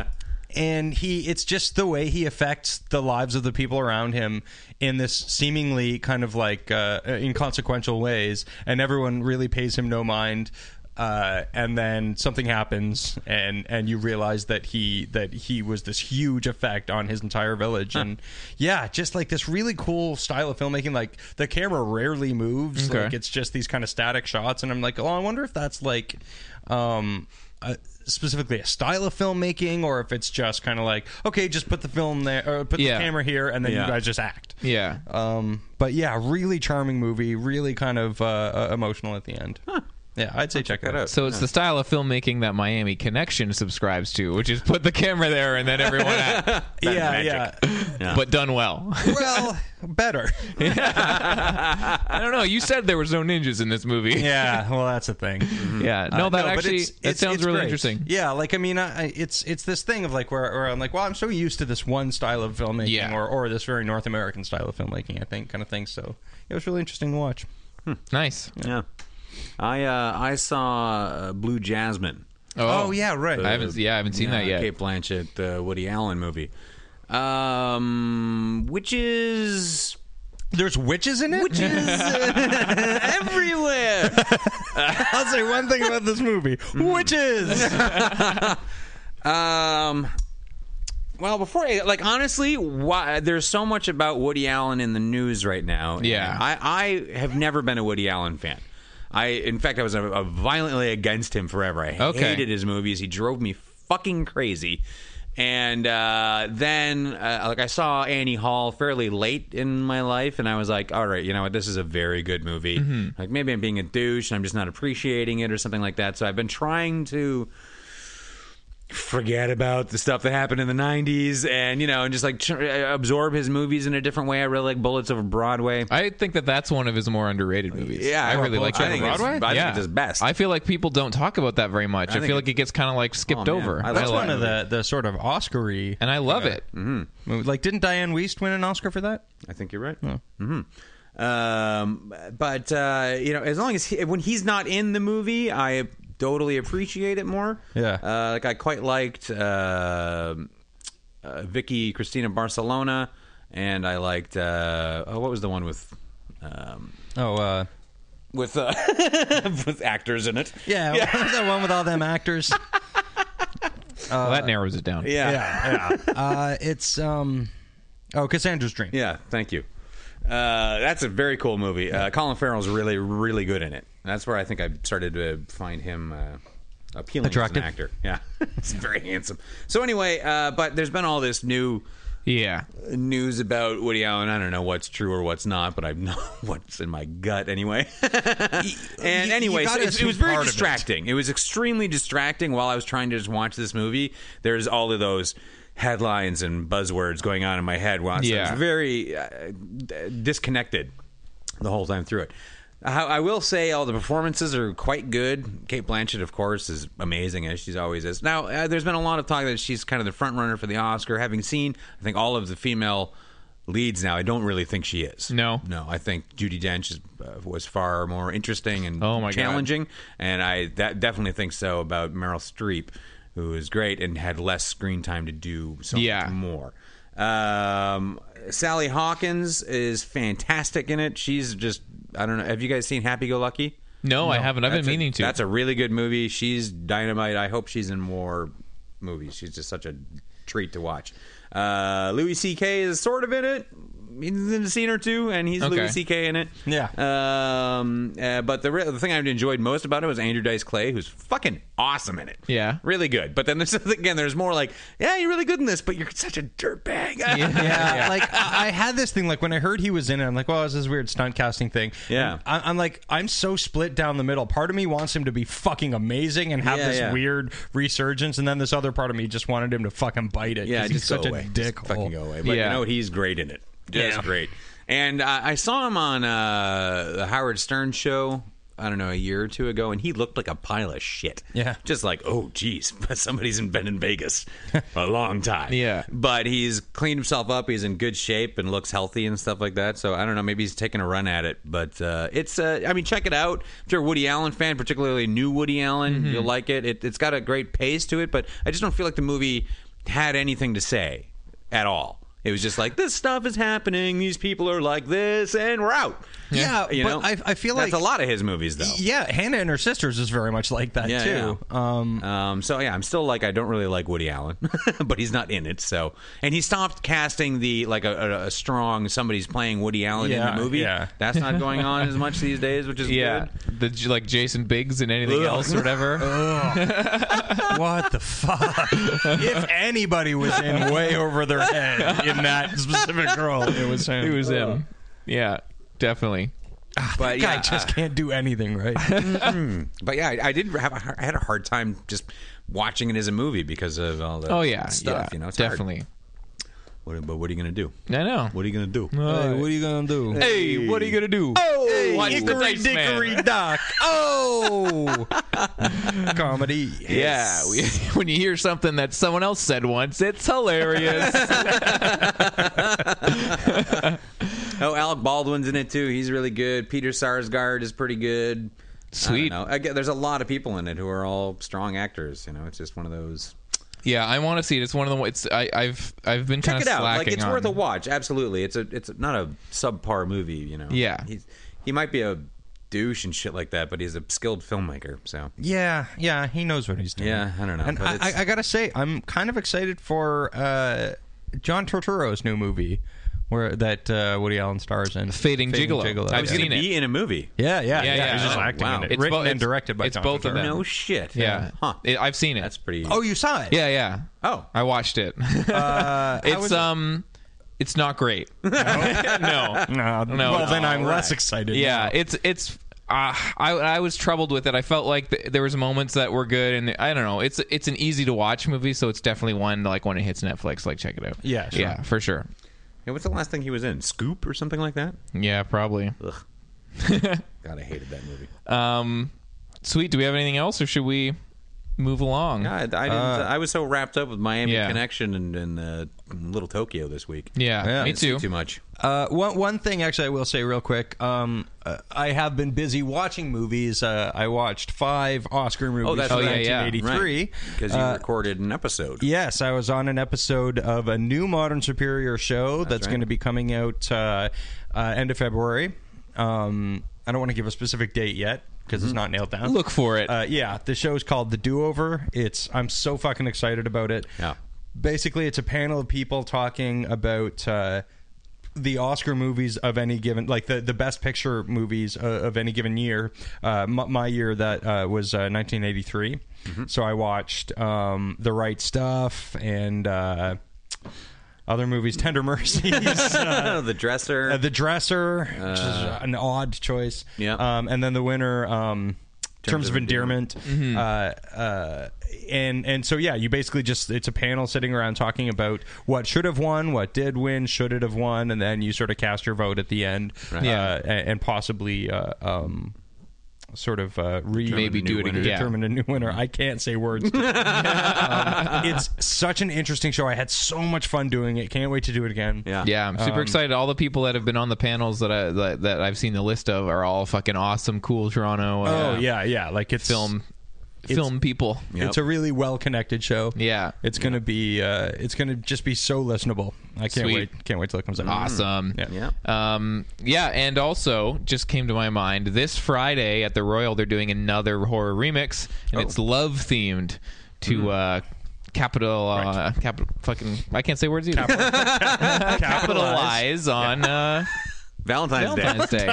Speaker 2: and he it's just the way he affects the lives of the people around him in this seemingly kind of like uh, inconsequential ways and everyone really pays him no mind uh, and then something happens and and you realize that he that he was this huge effect on his entire village and yeah just like this really cool style of filmmaking like the camera rarely moves
Speaker 1: Okay.
Speaker 2: like it's just these kind of static shots and i'm like oh i wonder if that's like um uh, specifically a style of filmmaking or if it's just kind of like okay just put the film there or put
Speaker 1: Yeah.
Speaker 2: the camera here and then you guys just act
Speaker 1: yeah.
Speaker 2: um but yeah really charming movie really kind of uh, uh, emotional at the end yeah i'd say check, that out
Speaker 1: So it's the style of filmmaking that Miami Connection subscribes to, which is put the camera there and then everyone act,
Speaker 2: yeah yeah
Speaker 1: but done well.
Speaker 2: well better
Speaker 1: I don't know. You said there was no ninjas in this movie.
Speaker 2: yeah well that's the thing
Speaker 1: Yeah.
Speaker 2: Uh,
Speaker 1: No, that
Speaker 2: but
Speaker 1: actually
Speaker 2: it's-
Speaker 1: that
Speaker 2: it's-
Speaker 1: sounds
Speaker 2: it's
Speaker 1: really
Speaker 2: great.
Speaker 1: interesting.
Speaker 2: Yeah, like I mean, I, I- it's it's this thing of like where, where I'm like, well, I'm so used to this one style of filmmaking,
Speaker 1: Yeah.
Speaker 2: or or this very North American style of filmmaking, I think, kind of thing. So it was really interesting to watch.
Speaker 1: Nice.
Speaker 3: yeah. I uh, I saw uh, Blue Jasmine.
Speaker 2: Oh, yeah, right.
Speaker 1: I haven't. Yeah, I haven't seen
Speaker 3: Yeah,
Speaker 1: that yet.
Speaker 3: Kate Blanchett, uh, Woody Allen movie. Um, which is
Speaker 2: There's witches in it.
Speaker 3: witches uh, everywhere.
Speaker 2: I'll say one thing about this movie: witches.
Speaker 3: Um, well, before I, like honestly, why there's so much about Woody Allen in the news right now.
Speaker 1: Yeah.
Speaker 3: And I I have never been a Woody Allen fan. I in fact I was a, a violently against him forever. I
Speaker 1: Okay.
Speaker 3: hated his movies. He drove me fucking crazy. And uh, then, uh, like, I saw Annie Hall fairly late in my life, and I was like, "All right, you know what? This is a very good movie. Like, maybe I'm being a douche, and I'm just not appreciating it, or something like that." So I've been trying to forget about the stuff that happened in the 90s and you know and just like tr- uh, absorb his movies in a different way i really like bullets over broadway
Speaker 1: I think that that's one of his more underrated movies.
Speaker 3: Yeah,
Speaker 1: I
Speaker 3: I
Speaker 1: really like
Speaker 3: love Bullets
Speaker 1: that.
Speaker 3: Over I think it's- Broadway? I think
Speaker 1: yeah.
Speaker 3: it's his best.
Speaker 1: I feel like people don't talk about that very much. I, feel like it gets kind of like skipped
Speaker 3: Oh, man.
Speaker 1: over.
Speaker 3: I
Speaker 2: That's
Speaker 3: love
Speaker 2: one
Speaker 3: that
Speaker 2: of the the sort of Oscary.
Speaker 1: and I love it.
Speaker 2: movie. Like, didn't Diane Weist win an Oscar for that?
Speaker 3: i think you're right hmm um but uh you know as long as he, when he's not in the movie i totally appreciate it more
Speaker 2: Yeah.
Speaker 3: uh like i quite liked uh, uh vicky christina barcelona and i liked uh oh what was the one with um
Speaker 2: Oh, uh,
Speaker 3: with uh with actors in it
Speaker 2: yeah, the one with all them actors.
Speaker 1: Well, that narrows it down.
Speaker 3: yeah
Speaker 2: yeah, yeah. Uh, it's um, oh, Cassandra's Dream.
Speaker 3: Yeah, thank you. Uh, that's a very cool movie. Uh, Colin Farrell's really, really good in it. That's where I think I started to find him uh, appealing
Speaker 2: Attractive.
Speaker 3: as an actor. Yeah, he's very handsome. So anyway, uh, but there's been all this new
Speaker 1: Yeah.
Speaker 3: news about Woody Allen. I don't know what's true or what's not, but I know what's in my gut anyway. and
Speaker 2: you
Speaker 3: anyway, so
Speaker 2: gotta
Speaker 3: it, it was
Speaker 2: assume
Speaker 3: very
Speaker 2: part of it.
Speaker 3: distracting. It. was extremely distracting while I was trying to just watch this movie. There's all of those headlines and buzzwords going on in my head while so
Speaker 1: Yeah.
Speaker 3: it's very uh, d- disconnected the whole time through it. How- I will say all the performances are quite good. Kate Blanchett, of course, is amazing as she's always is. Now, uh, there's been a lot of talk that she's kind of the front runner for the Oscar. Having seen, I think all of the female leads now, I don't really think she is.
Speaker 1: No.
Speaker 3: no, I think Judy Dench is, uh, was far more interesting and
Speaker 1: Oh, my God.
Speaker 3: challenging, and I that definitely think so about Meryl Streep, who is great and had less screen time to do so
Speaker 1: Yeah.
Speaker 3: much more. Um, Sally Hawkins is fantastic in it. She's just I don't know. Have you guys seen Happy Go Lucky?
Speaker 1: No, I haven't. I've been
Speaker 3: That's a-
Speaker 1: meaning to.
Speaker 3: That's a really good movie. She's dynamite. I hope she's in more movies. She's just such a treat to watch. Uh, Louis C.K. is sort of in it. he's in a scene or two, and he's
Speaker 1: Okay.
Speaker 3: Louis C.K. in it.
Speaker 2: Yeah.
Speaker 3: Um, uh, but the re- the thing I enjoyed most about it was Andrew Dice Clay, who's fucking awesome in it.
Speaker 1: Yeah.
Speaker 3: really good. But then there's again, there's more like, yeah, you're really good in this, but you're such a dirtbag.
Speaker 2: yeah, like I I had this thing like when I heard he was in it, I'm like, well, it's this weird stunt casting thing.
Speaker 3: Yeah.
Speaker 2: And I, I'm like, I'm so split down the middle. Part of me wants him to be fucking amazing and have
Speaker 3: Yeah,
Speaker 2: this
Speaker 3: yeah.
Speaker 2: weird resurgence, and then this other part of me just wanted him to fucking bite it.
Speaker 3: Yeah,
Speaker 2: 'cause
Speaker 3: just
Speaker 2: he's such
Speaker 3: go
Speaker 2: a
Speaker 3: away.
Speaker 2: dick.
Speaker 3: Just fucking go away. But
Speaker 1: Yeah.
Speaker 3: you know what? He's great in it. Just great. And uh, I saw him on uh, the Howard Stern show. I don't know, a year or two ago, and he looked like a pile of shit.
Speaker 2: Yeah.
Speaker 3: Just like, oh, geez, somebody's been in Vegas a long time.
Speaker 1: Yeah.
Speaker 3: But he's cleaned himself up. He's in good shape and looks healthy and stuff like that. So I don't know. Maybe he's taking a run at it. But uh, it's, uh, I mean, check it out. If you're a Woody Allen fan, particularly new Woody Allen,
Speaker 2: Mm-hmm.
Speaker 3: you'll like it. it. It's got a great pace to it. But I just don't feel like the movie had anything to say at all. It was just like, this stuff is happening. These people are like this, and we're out.
Speaker 2: Yeah,
Speaker 3: You
Speaker 2: but
Speaker 3: know?
Speaker 2: I- I feel
Speaker 3: That's
Speaker 2: like-
Speaker 3: a lot of his movies, though.
Speaker 2: Yeah, Hannah and her sisters is very much like that
Speaker 3: Yeah,
Speaker 2: too. Um,
Speaker 3: Um, so yeah, I'm still like I don't really like Woody Allen, but he's not in it. So and he stopped casting the like a, a, a strong somebody's playing Woody Allen in
Speaker 2: Yeah,
Speaker 3: the movie.
Speaker 2: yeah.
Speaker 3: That's not going on as much these days, which is
Speaker 1: Yeah,
Speaker 3: good.
Speaker 1: the j- like Jason Biggs and anything else or
Speaker 3: Uh-huh.
Speaker 1: whatever.
Speaker 2: what the fuck? if anybody was in way over their head in that specific role, it was him.
Speaker 1: it was him. Yeah, definitely.
Speaker 3: But
Speaker 2: Guy
Speaker 3: yeah,
Speaker 2: just
Speaker 3: uh,
Speaker 2: can't do anything right.
Speaker 3: but yeah, I, I did have a, I had a hard time just watching it as a movie because of all the
Speaker 1: Oh yeah,
Speaker 3: stuff.
Speaker 1: yeah,
Speaker 3: you know, it's hard.
Speaker 1: definitely.
Speaker 3: What, but what are you gonna do?
Speaker 1: I know.
Speaker 3: What are you gonna do?
Speaker 1: Uh.
Speaker 2: what are you gonna do?
Speaker 1: Hey, what are you gonna do? Oh, watch the Dice Man.
Speaker 2: dock. Oh, comedy.
Speaker 1: Yeah, we, when you hear something that someone else said once, it's hilarious.
Speaker 3: Oh, Alec Baldwin's in it too. He's really good. Peter Sarsgaard is pretty good.
Speaker 1: Sweet.
Speaker 3: I don't know. Again, there's a lot of people in it who are all strong actors. You know, it's just one of those.
Speaker 1: yeah, I want to see it. It's one of the. It's I, I've I've been kind of
Speaker 3: Check it out.
Speaker 1: slacking
Speaker 3: Like it's
Speaker 1: on.
Speaker 3: worth a watch. Absolutely. It's a. It's not a subpar movie. You know.
Speaker 1: Yeah.
Speaker 3: He's, he might be a douche and shit like that, but he's a skilled filmmaker. So.
Speaker 2: Yeah, yeah, he knows what he's doing.
Speaker 3: Yeah, I don't know,
Speaker 2: And
Speaker 3: but
Speaker 2: I, I,
Speaker 3: it's-
Speaker 2: I gotta say, I'm kind of excited for uh, John Turturro's new movie, where that uh, Woody Allen stars in,
Speaker 1: Fading Gigolo. I've
Speaker 2: yeah.
Speaker 1: seen it.
Speaker 3: Be in a movie.
Speaker 2: Yeah,
Speaker 1: Yeah,
Speaker 2: yeah, yeah.
Speaker 1: yeah.
Speaker 2: He's just
Speaker 1: Oh,
Speaker 2: acting
Speaker 3: wow.
Speaker 2: in it.
Speaker 1: It's
Speaker 2: Written
Speaker 1: bo-
Speaker 2: and
Speaker 1: it's-
Speaker 2: directed by
Speaker 1: it's
Speaker 2: John
Speaker 1: both of
Speaker 2: Turturro.
Speaker 1: them.
Speaker 3: No shit.
Speaker 1: Yeah,
Speaker 3: Huh.
Speaker 1: It- I've seen it.
Speaker 3: That's pretty.
Speaker 2: Oh, you saw it? Uh,
Speaker 1: Yeah, yeah.
Speaker 3: Oh. Uh,
Speaker 1: I watched it. it's um, it's not great. no.
Speaker 2: No,
Speaker 1: No,
Speaker 2: well, then
Speaker 1: no,
Speaker 2: I'm less excited.
Speaker 1: Yeah, it's it's. Uh, I I was troubled with it. I felt like th- there was moments that were good, and I don't know. It's it's an easy to watch movie, so it's definitely one like when it hits Netflix, like check it out.
Speaker 2: Yeah, sure.
Speaker 1: yeah, for sure.
Speaker 3: Yeah, what's the last thing he was in? Scoop or something like that.
Speaker 1: Yeah, probably.
Speaker 3: God, I hated that movie.
Speaker 1: Um, Sweet. Do we have anything else, or should we move along?
Speaker 3: I, I didn't. I was so wrapped up with Miami
Speaker 1: Uh, Yeah.
Speaker 3: Connection and, and uh, Little Tokyo this week.
Speaker 1: yeah,
Speaker 2: Yeah.
Speaker 1: me
Speaker 3: Didn't see
Speaker 1: too.
Speaker 3: Too much.
Speaker 2: Uh, one one thing actually, I will say real quick. Um, uh, I have been busy watching movies. Uh, I watched five Oscar movies.
Speaker 3: that's
Speaker 2: from
Speaker 3: right.
Speaker 1: Oh, yeah, yeah.
Speaker 2: 1983.
Speaker 3: because
Speaker 1: Uh,
Speaker 3: you recorded an episode.
Speaker 2: Yes, I was on an episode of a new Modern Superior show that's,
Speaker 3: right.
Speaker 2: going to be coming out uh, uh, end of February. Um, I don't want to give a specific date yet because it's not nailed down.
Speaker 1: Look for it.
Speaker 2: Uh, yeah, the show is called The Do Over. It's I'm so fucking excited about it.
Speaker 3: Yeah.
Speaker 2: Basically, it's a panel of people talking about. Uh, the Oscar movies of any given, like the, the best picture movies uh, of any given year. Uh, m- my year that uh, was uh, 1983. So I watched um, The Right Stuff and uh, other movies, Tender Mercies.
Speaker 3: Oh, the dresser.
Speaker 2: Uh, the dresser, which is an odd choice.
Speaker 3: Yeah.
Speaker 2: Um, and then the winner, um, terms, of, endearment. Uh, uh, and and so yeah, you basically just it's a panel sitting around talking about what should have won, what did win, should it have won, and then you sort of cast your vote at the end.
Speaker 1: Yeah.
Speaker 2: Uh, a- and, possibly. Uh, um, Sort of uh, re-
Speaker 1: Maybe do it again. Yeah.
Speaker 2: Determine a new winner. I can't say words. Um, it's such an interesting show. I had so much fun doing it. Can't wait to do it again.
Speaker 3: yeah.
Speaker 1: Yeah, I'm super
Speaker 2: Um,
Speaker 1: excited. All the people that have been on the panels that I that, that I've seen the list of are all fucking awesome, cool Toronto. Uh,
Speaker 2: Oh yeah, yeah. Like it's
Speaker 1: film film people.
Speaker 3: Yep.
Speaker 2: It's a really well-connected show.
Speaker 1: Yeah.
Speaker 2: it's gonna be. Uh, it's gonna just be so listenable. I can't
Speaker 1: Sweet.
Speaker 2: wait. Can't wait till it comes out.
Speaker 1: Awesome.
Speaker 2: Mm, Yeah.
Speaker 3: Yeah.
Speaker 1: Um, yeah, and also just came to my mind this Friday at the
Speaker 3: Oh. Mm-hmm.
Speaker 1: Royal, they're doing another horror remix, and it's love themed to uh, capital uh, capital fucking I can't say words either. capitalize on uh,
Speaker 3: Valentine's,
Speaker 1: Valentine's Day.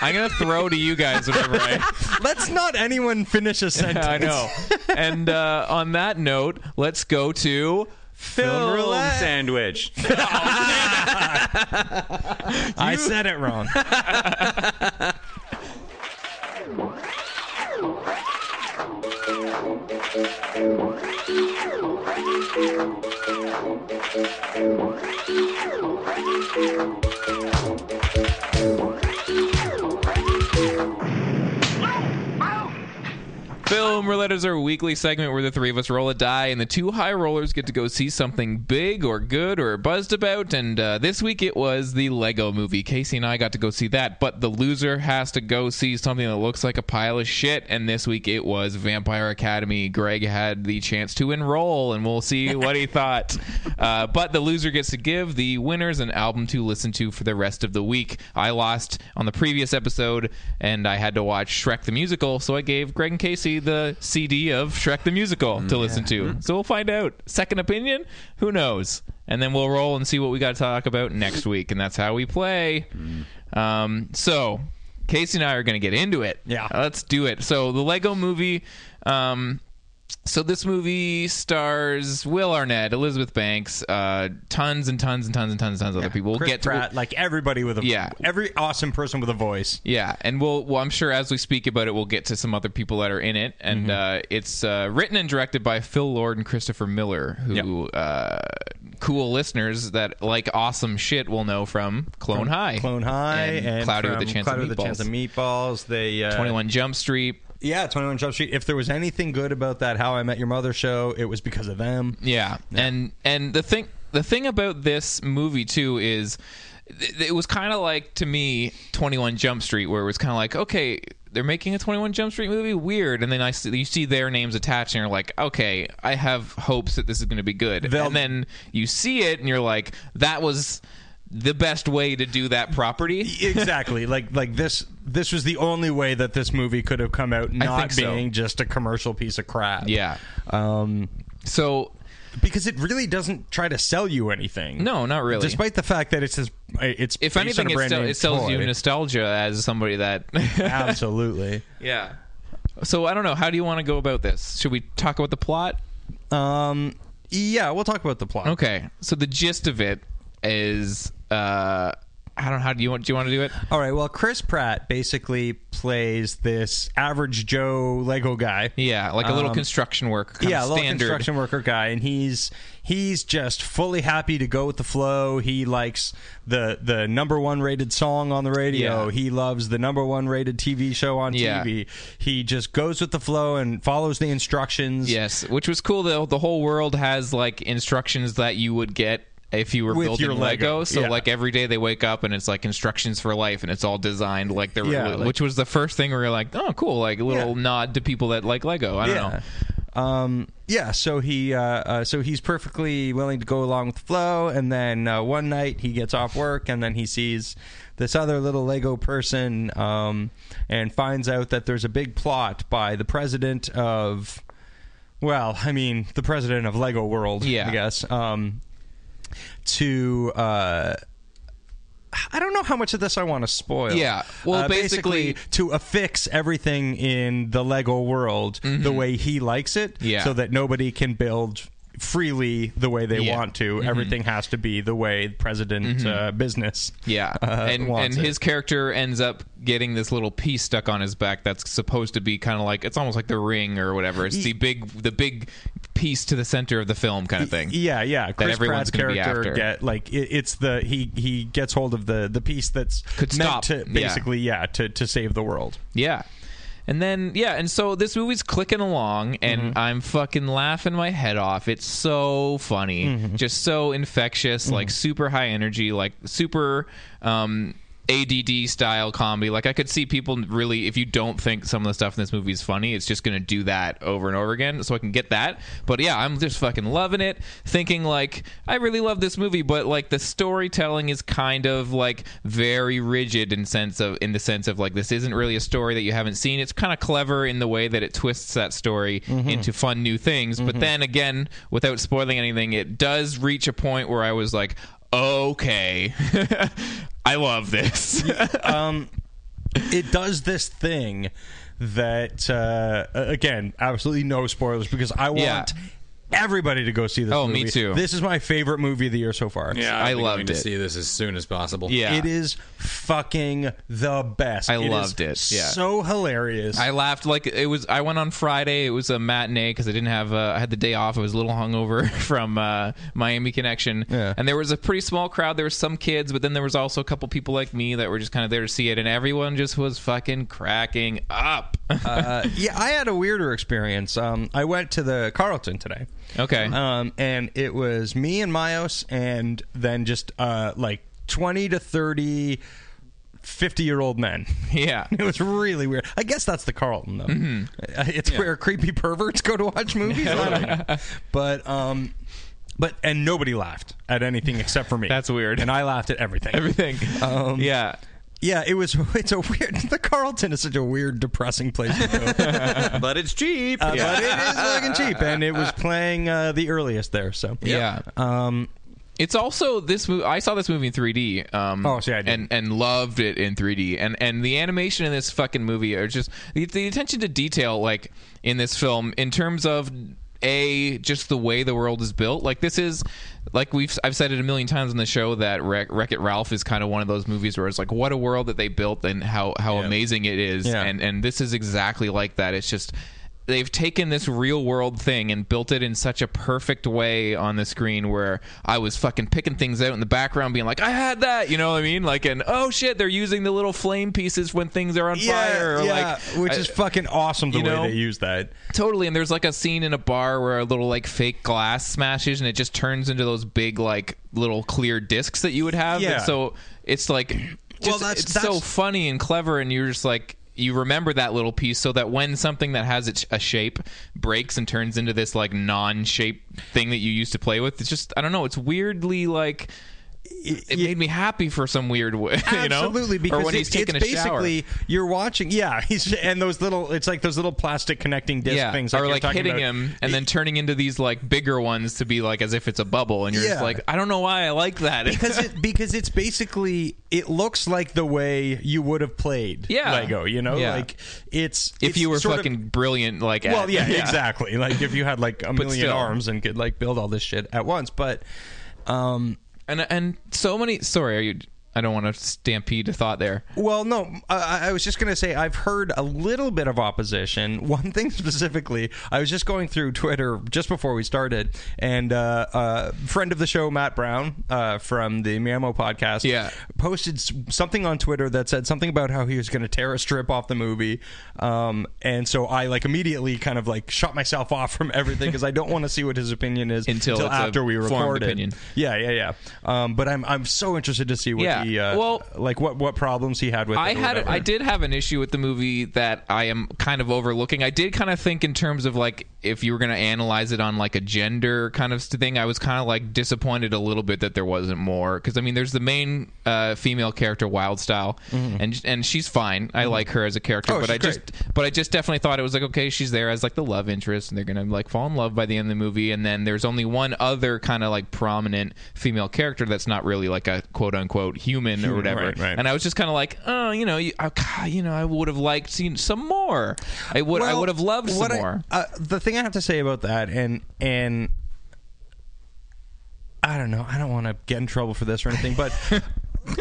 Speaker 1: I'm gonna throw to you guys whatever I
Speaker 2: Let's not anyone finish a sentence.
Speaker 1: I know. And uh, on that note, let's go to
Speaker 3: Film
Speaker 1: film
Speaker 3: roulette
Speaker 1: roulette.
Speaker 3: sandwich.
Speaker 2: I said it wrong.
Speaker 1: Film Roulettes are a weekly segment where the three of us roll a die, and the two high rollers get to go see something big or good or buzzed about. And uh, this week it was the Lego movie. Casey and I got to go see that, but the loser has to go see something that looks like a pile of shit. And this week it was Vampire Academy. Greg had the chance to enroll, and we'll see what he thought. Uh, but the loser gets to give the winners an album to listen to for the rest of the week. I lost on the previous episode, and I had to watch Shrek the Musical, so I gave Greg and Casey the CD of Shrek the Musical to listen to. So we'll find out. Second opinion? Who knows? And then we'll roll and see what we got to talk about next week, and that's how we play. Um, so. Casey and I are going to get into it.
Speaker 2: Yeah.
Speaker 1: Let's do it. So, the Lego movie, um, so this movie stars Will Arnett, Elizabeth Banks, uh, tons and tons and tons and tons and tons of other people. We'll
Speaker 2: Chris
Speaker 1: get to
Speaker 2: Pratt, like everybody with a
Speaker 1: Yeah.
Speaker 2: every awesome person with a voice.
Speaker 1: yeah, and we'll, well, I'm sure as we speak about it, we'll get to some other people that are in it. And
Speaker 2: Mm-hmm.
Speaker 1: uh, it's uh, written and directed by Phil Lord and Christopher Miller, who uh, cool listeners that like awesome shit will know from Clone High,
Speaker 2: Clone High
Speaker 1: and,
Speaker 2: and,
Speaker 1: Cloudy with a
Speaker 2: from
Speaker 1: Chance
Speaker 2: Cloudy
Speaker 1: of
Speaker 2: with a Chance of Meatballs. They uh,
Speaker 1: Twenty One Jump Street.
Speaker 2: Yeah, Twenty One Jump Street. If there was anything good about that How I Met Your Mother show, it was because of them.
Speaker 1: Yeah. And and the thing the thing about this movie too is th- it was kind of like to me 21 Jump Street where it was kind of like okay they're making a 21 Jump Street movie weird and then I see, you see their names attached and you're like okay I have hopes that this is going to be good
Speaker 2: They'll-
Speaker 1: and then you see it and you're like that was the best way to do that property
Speaker 2: exactly. Like like this this was the only way that this movie could have come out
Speaker 1: think
Speaker 2: not
Speaker 1: so.
Speaker 2: being just a commercial piece of crap.
Speaker 1: yeah
Speaker 2: Um
Speaker 1: so
Speaker 2: because it really doesn't try to sell you anything.
Speaker 1: no not really
Speaker 2: Despite the fact that it says it's
Speaker 1: if
Speaker 2: based on
Speaker 1: anything
Speaker 2: a
Speaker 1: it,
Speaker 2: brand
Speaker 1: sell-
Speaker 2: name
Speaker 1: it sells you
Speaker 2: toy.
Speaker 1: nostalgia as somebody that
Speaker 2: absolutely.
Speaker 1: Yeah. So I don't know. How do you want to go about this? Should we talk about the plot?
Speaker 2: Um, yeah, we'll talk about the plot.
Speaker 1: Okay. So the gist of it is, uh, I don't know. How do you want? Do you want to do it?
Speaker 2: All right. Well, Chris Pratt basically plays this average Joe Lego guy.
Speaker 1: Yeah, like a little construction worker. Kind
Speaker 2: yeah,
Speaker 1: of
Speaker 2: a little
Speaker 1: standard.
Speaker 2: construction worker guy, and he's he's just fully happy to go with the flow. He likes the the number one rated song on the radio.
Speaker 1: Yeah.
Speaker 2: He loves the number one rated TV show on
Speaker 1: Yeah.
Speaker 2: TV. He just goes with the flow and follows the instructions.
Speaker 1: Yes, which was cool though. The whole world has like instructions that you would get if you were
Speaker 2: With
Speaker 1: building
Speaker 2: your
Speaker 1: Lego.
Speaker 2: Lego,
Speaker 1: So
Speaker 2: yeah.
Speaker 1: like every day they wake up and it's like instructions for life, and it's all designed like they're
Speaker 2: Yeah, like-
Speaker 1: which was the first thing where you're like, oh, cool, like a little nod to people that like Lego. I don't know.
Speaker 2: Um, yeah, so he uh, uh, so he's perfectly willing to go along with the flow, and then uh, one night he gets off work, and then he sees this other little Lego person, um, and finds out that there's a big plot by the president of, well, I mean the president of Lego World,
Speaker 1: Yeah.
Speaker 2: I guess, um, to. Uh, I don't know how much of this I want to spoil.
Speaker 1: Yeah, well,
Speaker 2: Uh,
Speaker 1: basically-
Speaker 2: to affix everything in the Lego world the way he likes it,
Speaker 1: Mm-hmm. Yeah.
Speaker 2: so that nobody can build freely the way they
Speaker 1: Yeah. Mm-hmm.
Speaker 2: want to. Everything has to be the way President uh, Business.
Speaker 1: Yeah,
Speaker 2: uh,
Speaker 1: and and
Speaker 2: wants it.
Speaker 1: his character ends up getting this little piece stuck on his back that's supposed to be kind of like it's almost like the ring or whatever. It's the big the big piece to the center of the film kind of thing.
Speaker 2: Yeah, yeah. Chris
Speaker 1: everyone's
Speaker 2: Pratt's
Speaker 1: gonna be
Speaker 2: character
Speaker 1: after.
Speaker 2: get like it, it's the he he gets hold of the the piece that's
Speaker 1: Could
Speaker 2: meant
Speaker 1: stop,
Speaker 2: to
Speaker 1: yeah.
Speaker 2: basically yeah, to to save the world.
Speaker 1: Yeah. And then yeah, and so this movie's clicking along and I'm fucking laughing my head off. It's so funny. Just so infectious, like super high energy, like super um ADD style comedy. Like I could see people really, if you don't think some of the stuff in this movie is funny, it's just gonna do that over and over again. So I can get that. But yeah, I'm just fucking loving it. Thinking like I really love this movie, but like the storytelling is kind of like very rigid in sense of in the sense of like this isn't really a story that you haven't seen. It's kind of clever in the way that it twists that story into fun new things. But then again, without spoiling anything, it does reach a point where I was like. Okay, I love this.
Speaker 3: uh,
Speaker 2: it does this thing that uh, again, absolutely no spoilers because I want
Speaker 1: Yeah.
Speaker 2: everybody to go see this.
Speaker 1: Oh, me
Speaker 2: movie.
Speaker 1: too.
Speaker 2: This is my favorite movie of the year so far.
Speaker 3: Yeah,
Speaker 1: I
Speaker 3: think I'm
Speaker 1: loved
Speaker 3: going
Speaker 1: it.
Speaker 3: To see this as soon as possible.
Speaker 1: yeah,
Speaker 2: It is fucking the best.
Speaker 1: I
Speaker 2: is
Speaker 1: loved it, yeah.
Speaker 2: So hilarious.
Speaker 1: I laughed like it was. I went on Friday. It was a matinee because I didn't have. Uh, I had the day off. I was a little hungover from uh, Miami Connection,
Speaker 2: Yeah.
Speaker 1: and there was a pretty small crowd. There were some kids, but then there was also a couple people like me that were just kind of there to see it, and everyone just was fucking cracking up.
Speaker 2: Uh, yeah, I had a weirder experience. Um, I went to the Carlton today.
Speaker 1: Okay.
Speaker 2: Um, and it was me and Myos, and then just uh, like 20 to 30, 50 year old men.
Speaker 1: Yeah. Mm-hmm.
Speaker 2: It was really weird. I guess that's the Carlton, though. Uh, It's where creepy perverts go to watch movies. I don't know. But. Um, but and nobody laughed at anything except for me.
Speaker 1: That's weird.
Speaker 2: And I laughed at everything.
Speaker 1: Everything.
Speaker 2: um,
Speaker 1: yeah.
Speaker 2: Yeah, it was. It's a weird. The Carlton is such a weird, depressing place to go.
Speaker 3: but it's cheap.
Speaker 2: Uh, but it is fucking cheap, and it was playing uh, the earliest there. So
Speaker 1: Yeah.
Speaker 2: um,
Speaker 1: It's also this movie. I saw this movie in 3D. Um,
Speaker 2: Oh, see, I didn't.
Speaker 1: and and loved it in 3D. And and the animation in this fucking movie are just the, the attention to detail, like in this film, in terms of a just the way the world is built. Like this is like we've I've said it a million times on the show that Wreck It Ralph is kind of one of those movies where it's like what a world that they built and how how amazing it is.
Speaker 2: Yeah.
Speaker 1: And and this is exactly like that. It's just they've taken this real world thing and built it in such a perfect way on the screen where I was fucking picking things out in the background being like I had that you know what I mean like and oh shit they're using the little flame pieces when things are on fire or like
Speaker 2: which
Speaker 1: I-
Speaker 2: is fucking awesome the
Speaker 1: you
Speaker 2: way
Speaker 1: know?
Speaker 2: they use that.
Speaker 1: Totally, and there's like a scene in a bar where a little like fake glass smashes, and it just turns into those big like little clear discs that you would have.
Speaker 2: Yeah.
Speaker 1: And so it's like, just,
Speaker 2: Well, that's-
Speaker 1: it's so
Speaker 2: that's-
Speaker 1: funny and clever, and you're just like. You remember that little piece, so that when something that has its- a shape breaks and turns into this like non-shape thing that you used to play with, it's just I don't know. It's weirdly like it, it made me happy for some weird way, you know?
Speaker 2: Absolutely, because
Speaker 1: or when
Speaker 2: it-
Speaker 1: he's taking
Speaker 2: it's
Speaker 1: a shower.
Speaker 2: basically you're watching. Yeah, he's and those little. It's like those little plastic connecting disc
Speaker 1: yeah,
Speaker 2: things.
Speaker 1: or
Speaker 2: you're
Speaker 1: like
Speaker 2: talking
Speaker 1: hitting
Speaker 2: about.
Speaker 1: him and then turning into these like bigger ones to be like as if it's a bubble, and you're
Speaker 2: Yeah.
Speaker 1: just like, I don't know why I like that.
Speaker 2: because it because it's basically it looks like the way you would have played
Speaker 1: Yeah.
Speaker 2: Lego. You know,
Speaker 1: Yeah.
Speaker 2: like it's
Speaker 1: if
Speaker 2: it's
Speaker 1: you were
Speaker 2: sort of-
Speaker 1: fucking brilliant, like at-
Speaker 2: Well, yeah, exactly. Like if you had like a million
Speaker 1: still.
Speaker 2: arms and could like build all this shit at once, but um
Speaker 1: and and so many. Sorry, are you? I don't want to stampede a thought there.
Speaker 2: well, no, I, I was just going to say I've heard a little bit of opposition. One thing specifically, I was just going through Twitter just before we started, and uh, uh, friend of the show Matt Brown uh, from the Miamo podcast,
Speaker 1: Yeah.
Speaker 2: posted s- something on Twitter that said something about how he was going to tear a strip off the movie, um, and so I like immediately kind of like shut myself off from everything because I don't want to see what his opinion is
Speaker 1: Until it's a
Speaker 2: after we
Speaker 1: formed
Speaker 2: recorded.
Speaker 1: opinion.
Speaker 2: Yeah, yeah, yeah. Um, but I'm I'm so interested to see what
Speaker 1: Yeah,
Speaker 2: he uh,
Speaker 1: well-
Speaker 2: like what what problems he had with.
Speaker 1: I
Speaker 2: it or
Speaker 1: had
Speaker 2: whatever.
Speaker 1: I did have an issue with the movie that I am kind of overlooking. I did kind of think in terms of like if you were going to analyze it on like a gender kind of thing. I was kind of like disappointed a little bit that there wasn't more because I mean there's the main uh, female character Wildstyle and and she's fine. I like her as a character,
Speaker 2: Mm-hmm. Oh,
Speaker 1: but
Speaker 2: she's
Speaker 1: I just but I just definitely thought it was like okay, she's there as like the love interest and they're going to like fall in love by the end of the movie and then there's only one other kind of like prominent female character that's not really like a quote unquote human, or whatever.
Speaker 2: right, right.
Speaker 1: And I was just kind of like, oh, you know, you, I, God, you know, I would have liked seen some more. I would, I
Speaker 2: Well,
Speaker 1: would have loved some
Speaker 2: what I-
Speaker 1: more.
Speaker 2: uh, the thing I have to say about that, and and I don't know, I don't want to get in trouble for this or anything, but.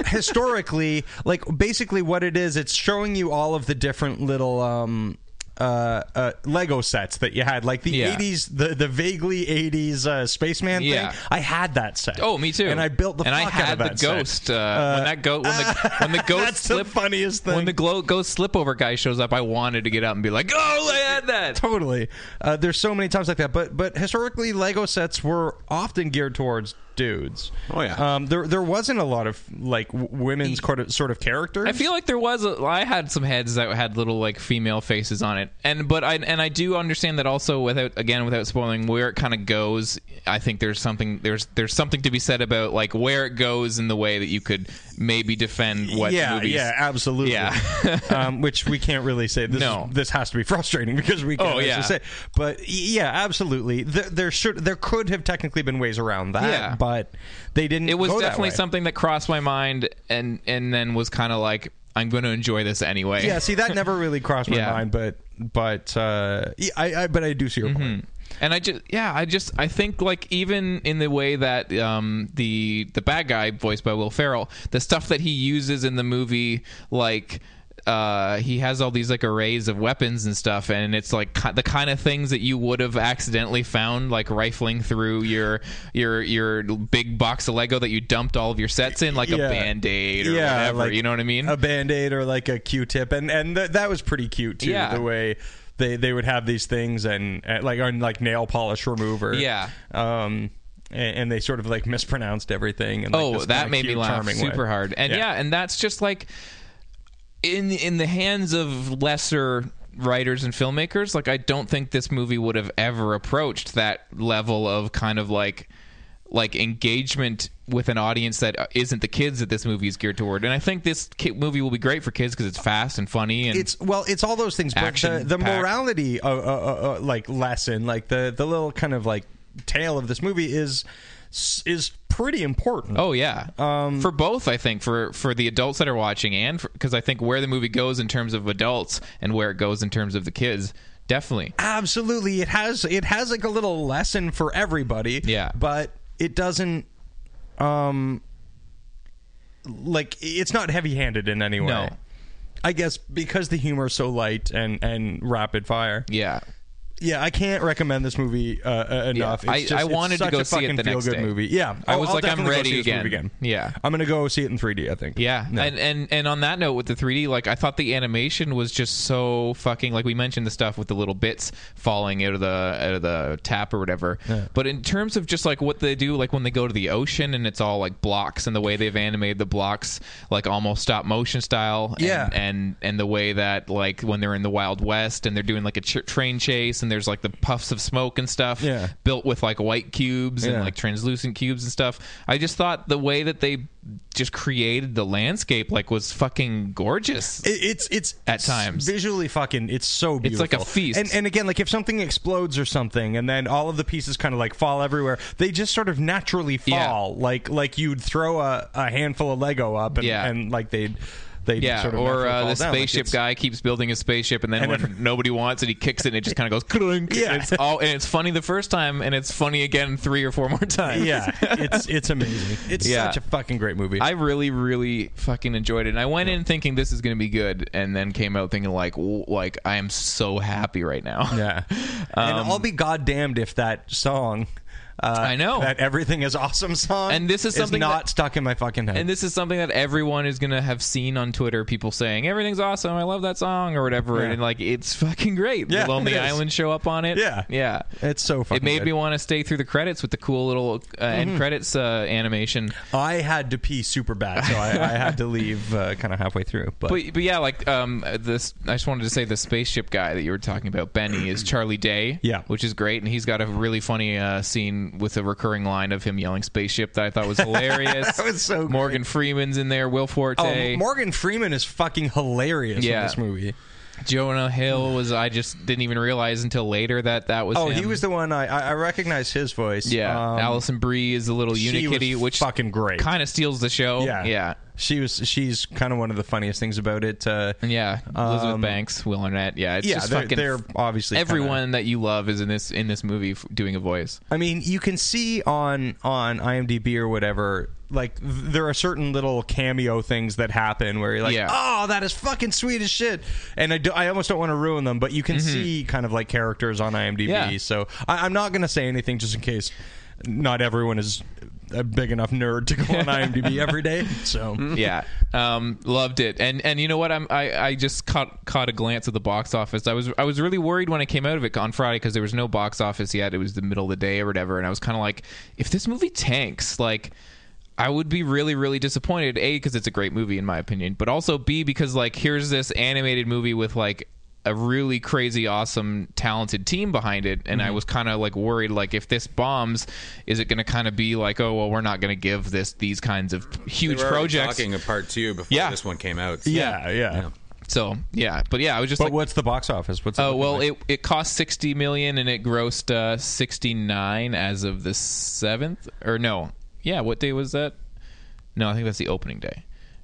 Speaker 2: historically like basically what it is it's showing you all of the different little um uh, uh lego sets that you had like the
Speaker 1: Yeah.
Speaker 2: 80s the the vaguely 80s uh spaceman
Speaker 1: Yeah.
Speaker 2: thing i had that set
Speaker 1: oh, me too.
Speaker 2: and i built the
Speaker 1: and
Speaker 2: fuck
Speaker 1: I had
Speaker 2: out of that
Speaker 1: the
Speaker 2: set. Uh,
Speaker 1: ghost. Uh, when that go when the when the ghost
Speaker 2: That's the
Speaker 1: slip,
Speaker 2: funniest thing.
Speaker 1: When the glow, ghost slip over guy shows up, I wanted to get up and be like, oh, I had that.
Speaker 2: totally. Uh, there's so many times like that, but but historically, Lego sets were often geared towards dudes.
Speaker 3: Oh, yeah.
Speaker 2: Um, there there wasn't a lot of like w- women's sort of, sort of characters.
Speaker 1: I feel like there was. A, I had some heads that had little like female faces on it, and but I and I do understand that also without again without spoiling where it kind of goes. I think there's something there's there's something to be said about like where it goes in the way that you could maybe defend what
Speaker 2: yeah,
Speaker 1: movies.
Speaker 2: yeah, absolutely.
Speaker 1: Yeah.
Speaker 2: um, which we can't really say. This
Speaker 1: No.
Speaker 2: is- this has to be frustrating because we can't
Speaker 1: Oh,
Speaker 2: actually
Speaker 1: yeah.
Speaker 2: say. But y- yeah, absolutely. There, there should there could have technically been ways around that.
Speaker 1: Yeah.
Speaker 2: but they didn't.
Speaker 1: It was
Speaker 2: go that
Speaker 1: definitely
Speaker 2: way.
Speaker 1: something that crossed my mind, and and then was kind of like I'm going to enjoy this anyway.
Speaker 2: Yeah, see, that never really crossed my
Speaker 1: Yeah.
Speaker 2: mind, but but uh, yeah, I, I but I do see
Speaker 1: Mm-hmm.
Speaker 2: your point.
Speaker 1: And I just, yeah, I just, I think like even in the way that um, the the bad guy voiced by Will Ferrell, the stuff that he uses in the movie, like uh, he has all these like arrays of weapons and stuff, and it's like ki- the kind of things that you would have accidentally found, like rifling through your your your big box of Lego that you dumped all of your sets in, like
Speaker 2: Yeah.
Speaker 1: a band aid or
Speaker 2: Yeah,
Speaker 1: whatever.
Speaker 2: like
Speaker 1: you know what I mean?
Speaker 2: A band aid or like a Q tip, and and th- that was pretty cute too.
Speaker 1: Yeah.
Speaker 2: The way. They, they would have these things and uh, like on like nail polish remover
Speaker 1: Yeah.
Speaker 2: um and, and they sort of like mispronounced everything and like,
Speaker 1: oh
Speaker 2: this
Speaker 1: that
Speaker 2: kinda
Speaker 1: made me
Speaker 2: cute,
Speaker 1: laugh
Speaker 2: charming way.
Speaker 1: super hard and yeah. and that's just like in in the hands of lesser writers and filmmakers like i don't think this movie would have ever approached that level of kind of like like engagement with an audience that isn't the kids that this movie is geared toward and i think this ki- movie will be great for kids because it's fast and funny and
Speaker 2: it's well it's all those things but the,
Speaker 1: Action
Speaker 2: the
Speaker 1: packed.
Speaker 2: morality uh, uh, uh, like lesson like the the little kind of like tale of this movie is is pretty important
Speaker 1: Oh yeah,
Speaker 2: um,
Speaker 1: for both I think for for the adults that are watching and because I think where the movie goes in terms of adults and where it goes in terms of the kids, definitely.
Speaker 2: absolutely it has it has like a little lesson for everybody
Speaker 1: Yeah.
Speaker 2: but it doesn't um like it's not heavy-handed in any way
Speaker 1: No.
Speaker 2: i guess because the humor is so light and and rapid fire
Speaker 1: Yeah,
Speaker 2: yeah, I can't recommend this movie uh, uh, enough.
Speaker 1: I-
Speaker 2: It's just,
Speaker 1: I wanted
Speaker 2: it's
Speaker 1: to
Speaker 2: such
Speaker 1: go
Speaker 2: a
Speaker 1: see it
Speaker 2: fucking
Speaker 1: the next
Speaker 2: feel-good
Speaker 1: day.
Speaker 2: movie. Yeah,
Speaker 1: I was
Speaker 2: I'll
Speaker 1: like, I'm
Speaker 2: definitely go
Speaker 1: ready
Speaker 2: see this movie
Speaker 1: again.
Speaker 2: again.
Speaker 1: Yeah.
Speaker 2: I'm gonna go see it in 3D. I think.
Speaker 1: Yeah,
Speaker 2: No.
Speaker 1: and, and and on that note, with the 3D, like I thought the animation was just so fucking like we mentioned the stuff with the little bits falling out of the out of the tap or whatever. But in terms of just like what they do, like when they go to the ocean and it's all like blocks and the way they've animated the blocks, like almost stop motion style. and-
Speaker 2: Yeah.
Speaker 1: and and the way that like when they're in the Wild West and they're doing like a ch- train chase and there's like the puffs of smoke and stuff.
Speaker 2: Yeah.
Speaker 1: built with like white cubes
Speaker 2: Yeah.
Speaker 1: and like translucent cubes and stuff. I just thought the way that they just created the landscape like was fucking gorgeous.
Speaker 2: It- it's it's
Speaker 1: At times.
Speaker 2: visually fucking it's so beautiful.
Speaker 1: like a feast.
Speaker 2: And and again, like if something explodes or something, and then all of the pieces kind of like fall everywhere, they just sort of naturally
Speaker 1: Yeah.
Speaker 2: fall. Like like you'd throw a, a handful of Lego up, and,
Speaker 1: Yeah.
Speaker 2: and like they'd they
Speaker 1: yeah,
Speaker 2: sort of
Speaker 1: or
Speaker 2: naturally
Speaker 1: uh,
Speaker 2: fall
Speaker 1: the
Speaker 2: down. Like,
Speaker 1: spaceship
Speaker 2: it's-
Speaker 1: guy keeps building a spaceship, and then
Speaker 2: And
Speaker 1: when
Speaker 2: every-
Speaker 1: nobody wants it, he kicks it, and it just kind of goes. clunk,
Speaker 2: Yeah.
Speaker 1: and it's all and it's funny the first time, and it's funny again three or four more times.
Speaker 2: Yeah, it's it's amazing. It's
Speaker 1: Yeah.
Speaker 2: such a fucking great movie.
Speaker 1: I really, really fucking enjoyed it. And I went in thinking this is going to be good, and then came out thinking like, w- like I am so happy right now. Um,
Speaker 2: Yeah. and I'll be goddamned if that song. Uh,
Speaker 1: I know.
Speaker 2: that everything is awesome song,
Speaker 1: And this is something
Speaker 2: not
Speaker 1: that-
Speaker 2: stuck in my fucking head.
Speaker 1: And this is something that everyone is gonna have seen on Twitter. People saying everything's awesome, I love that song or whatever,
Speaker 2: Yeah.
Speaker 1: and like it's fucking great.
Speaker 2: Yeah,
Speaker 1: the Lonely
Speaker 2: it is.
Speaker 1: Island show up on it.
Speaker 2: Yeah.
Speaker 1: yeah.
Speaker 2: it's so fucking.
Speaker 1: it made
Speaker 2: good. Mm-hmm.
Speaker 1: me want to stay through the credits with the cool little uh, end credits uh, animation.
Speaker 2: I had to pee super bad, so I, I had to leave uh, kind of halfway through. But,
Speaker 1: But, but yeah, like um, this. I just wanted to say the spaceship guy that you were talking about, Benny, is Charlie Day.
Speaker 2: Yeah.
Speaker 1: which is great, and he's got a really funny uh, scene with a recurring line of him yelling "spaceship" that I thought was hilarious.
Speaker 2: That was so
Speaker 1: Morgan Freeman's in there, Will Forte,
Speaker 2: oh, Morgan Freeman is fucking hilarious
Speaker 1: Yeah.
Speaker 2: in this movie.
Speaker 1: Jonah Hill was. I just didn't even realize until later that that was.
Speaker 2: Oh, he
Speaker 1: him.
Speaker 2: was the one I I, I recognize his voice.
Speaker 1: Yeah,
Speaker 2: Um,
Speaker 1: Allison Brie is the little
Speaker 2: she
Speaker 1: Unikitty,
Speaker 2: was
Speaker 1: which
Speaker 2: fucking great.
Speaker 1: kind of steals the show.
Speaker 2: yeah,
Speaker 1: yeah.
Speaker 2: She was. She's kind of one of the funniest things about it. Uh,
Speaker 1: Yeah, Elizabeth Banks, Will Arnett. Yeah, it's
Speaker 2: Um, yeah,
Speaker 1: just
Speaker 2: they're-
Speaker 1: fucking.
Speaker 2: they're obviously kinda-
Speaker 1: everyone that you love is in this in this movie f- doing a voice.
Speaker 2: I mean, you can see on on IMDb or whatever, like th- there are certain little cameo things that happen where you're like,
Speaker 1: Yeah.
Speaker 2: "Oh, that is fucking sweet as shit," and I, do, I almost don't want to ruin them, but you can see kind of like characters on IMDb.
Speaker 1: Mm-hmm. Yeah.
Speaker 2: So I, I'm not gonna say anything just in case not everyone is a big enough nerd to go on IMDb every day. So
Speaker 1: yeah um loved it and and you know what i'm i i just caught caught a glance at the box office i was i was really worried when i came out of it on friday because there was no box office yet it was the middle of the day or whatever and i was kind of like if this movie tanks like I would be really, really disappointed. A, because it's a great movie in my opinion, but also B, because like here's this animated movie with like a really crazy awesome talented team behind it and i was kind of like worried like if this bombs is it going to kind of be like oh well we're not going to give this these kinds of huge
Speaker 3: We were already
Speaker 1: projects
Speaker 3: Talking a part two before
Speaker 1: Yeah.
Speaker 3: this one came out.
Speaker 2: yeah, yeah.
Speaker 1: so yeah but yeah i was just
Speaker 2: But
Speaker 1: like
Speaker 2: what's the box office? What's it
Speaker 1: oh
Speaker 2: looking
Speaker 1: well
Speaker 2: like?
Speaker 1: it, it cost 60 million and it grossed uh 69 as of the 7th or no yeah what day was that no i think that's the opening day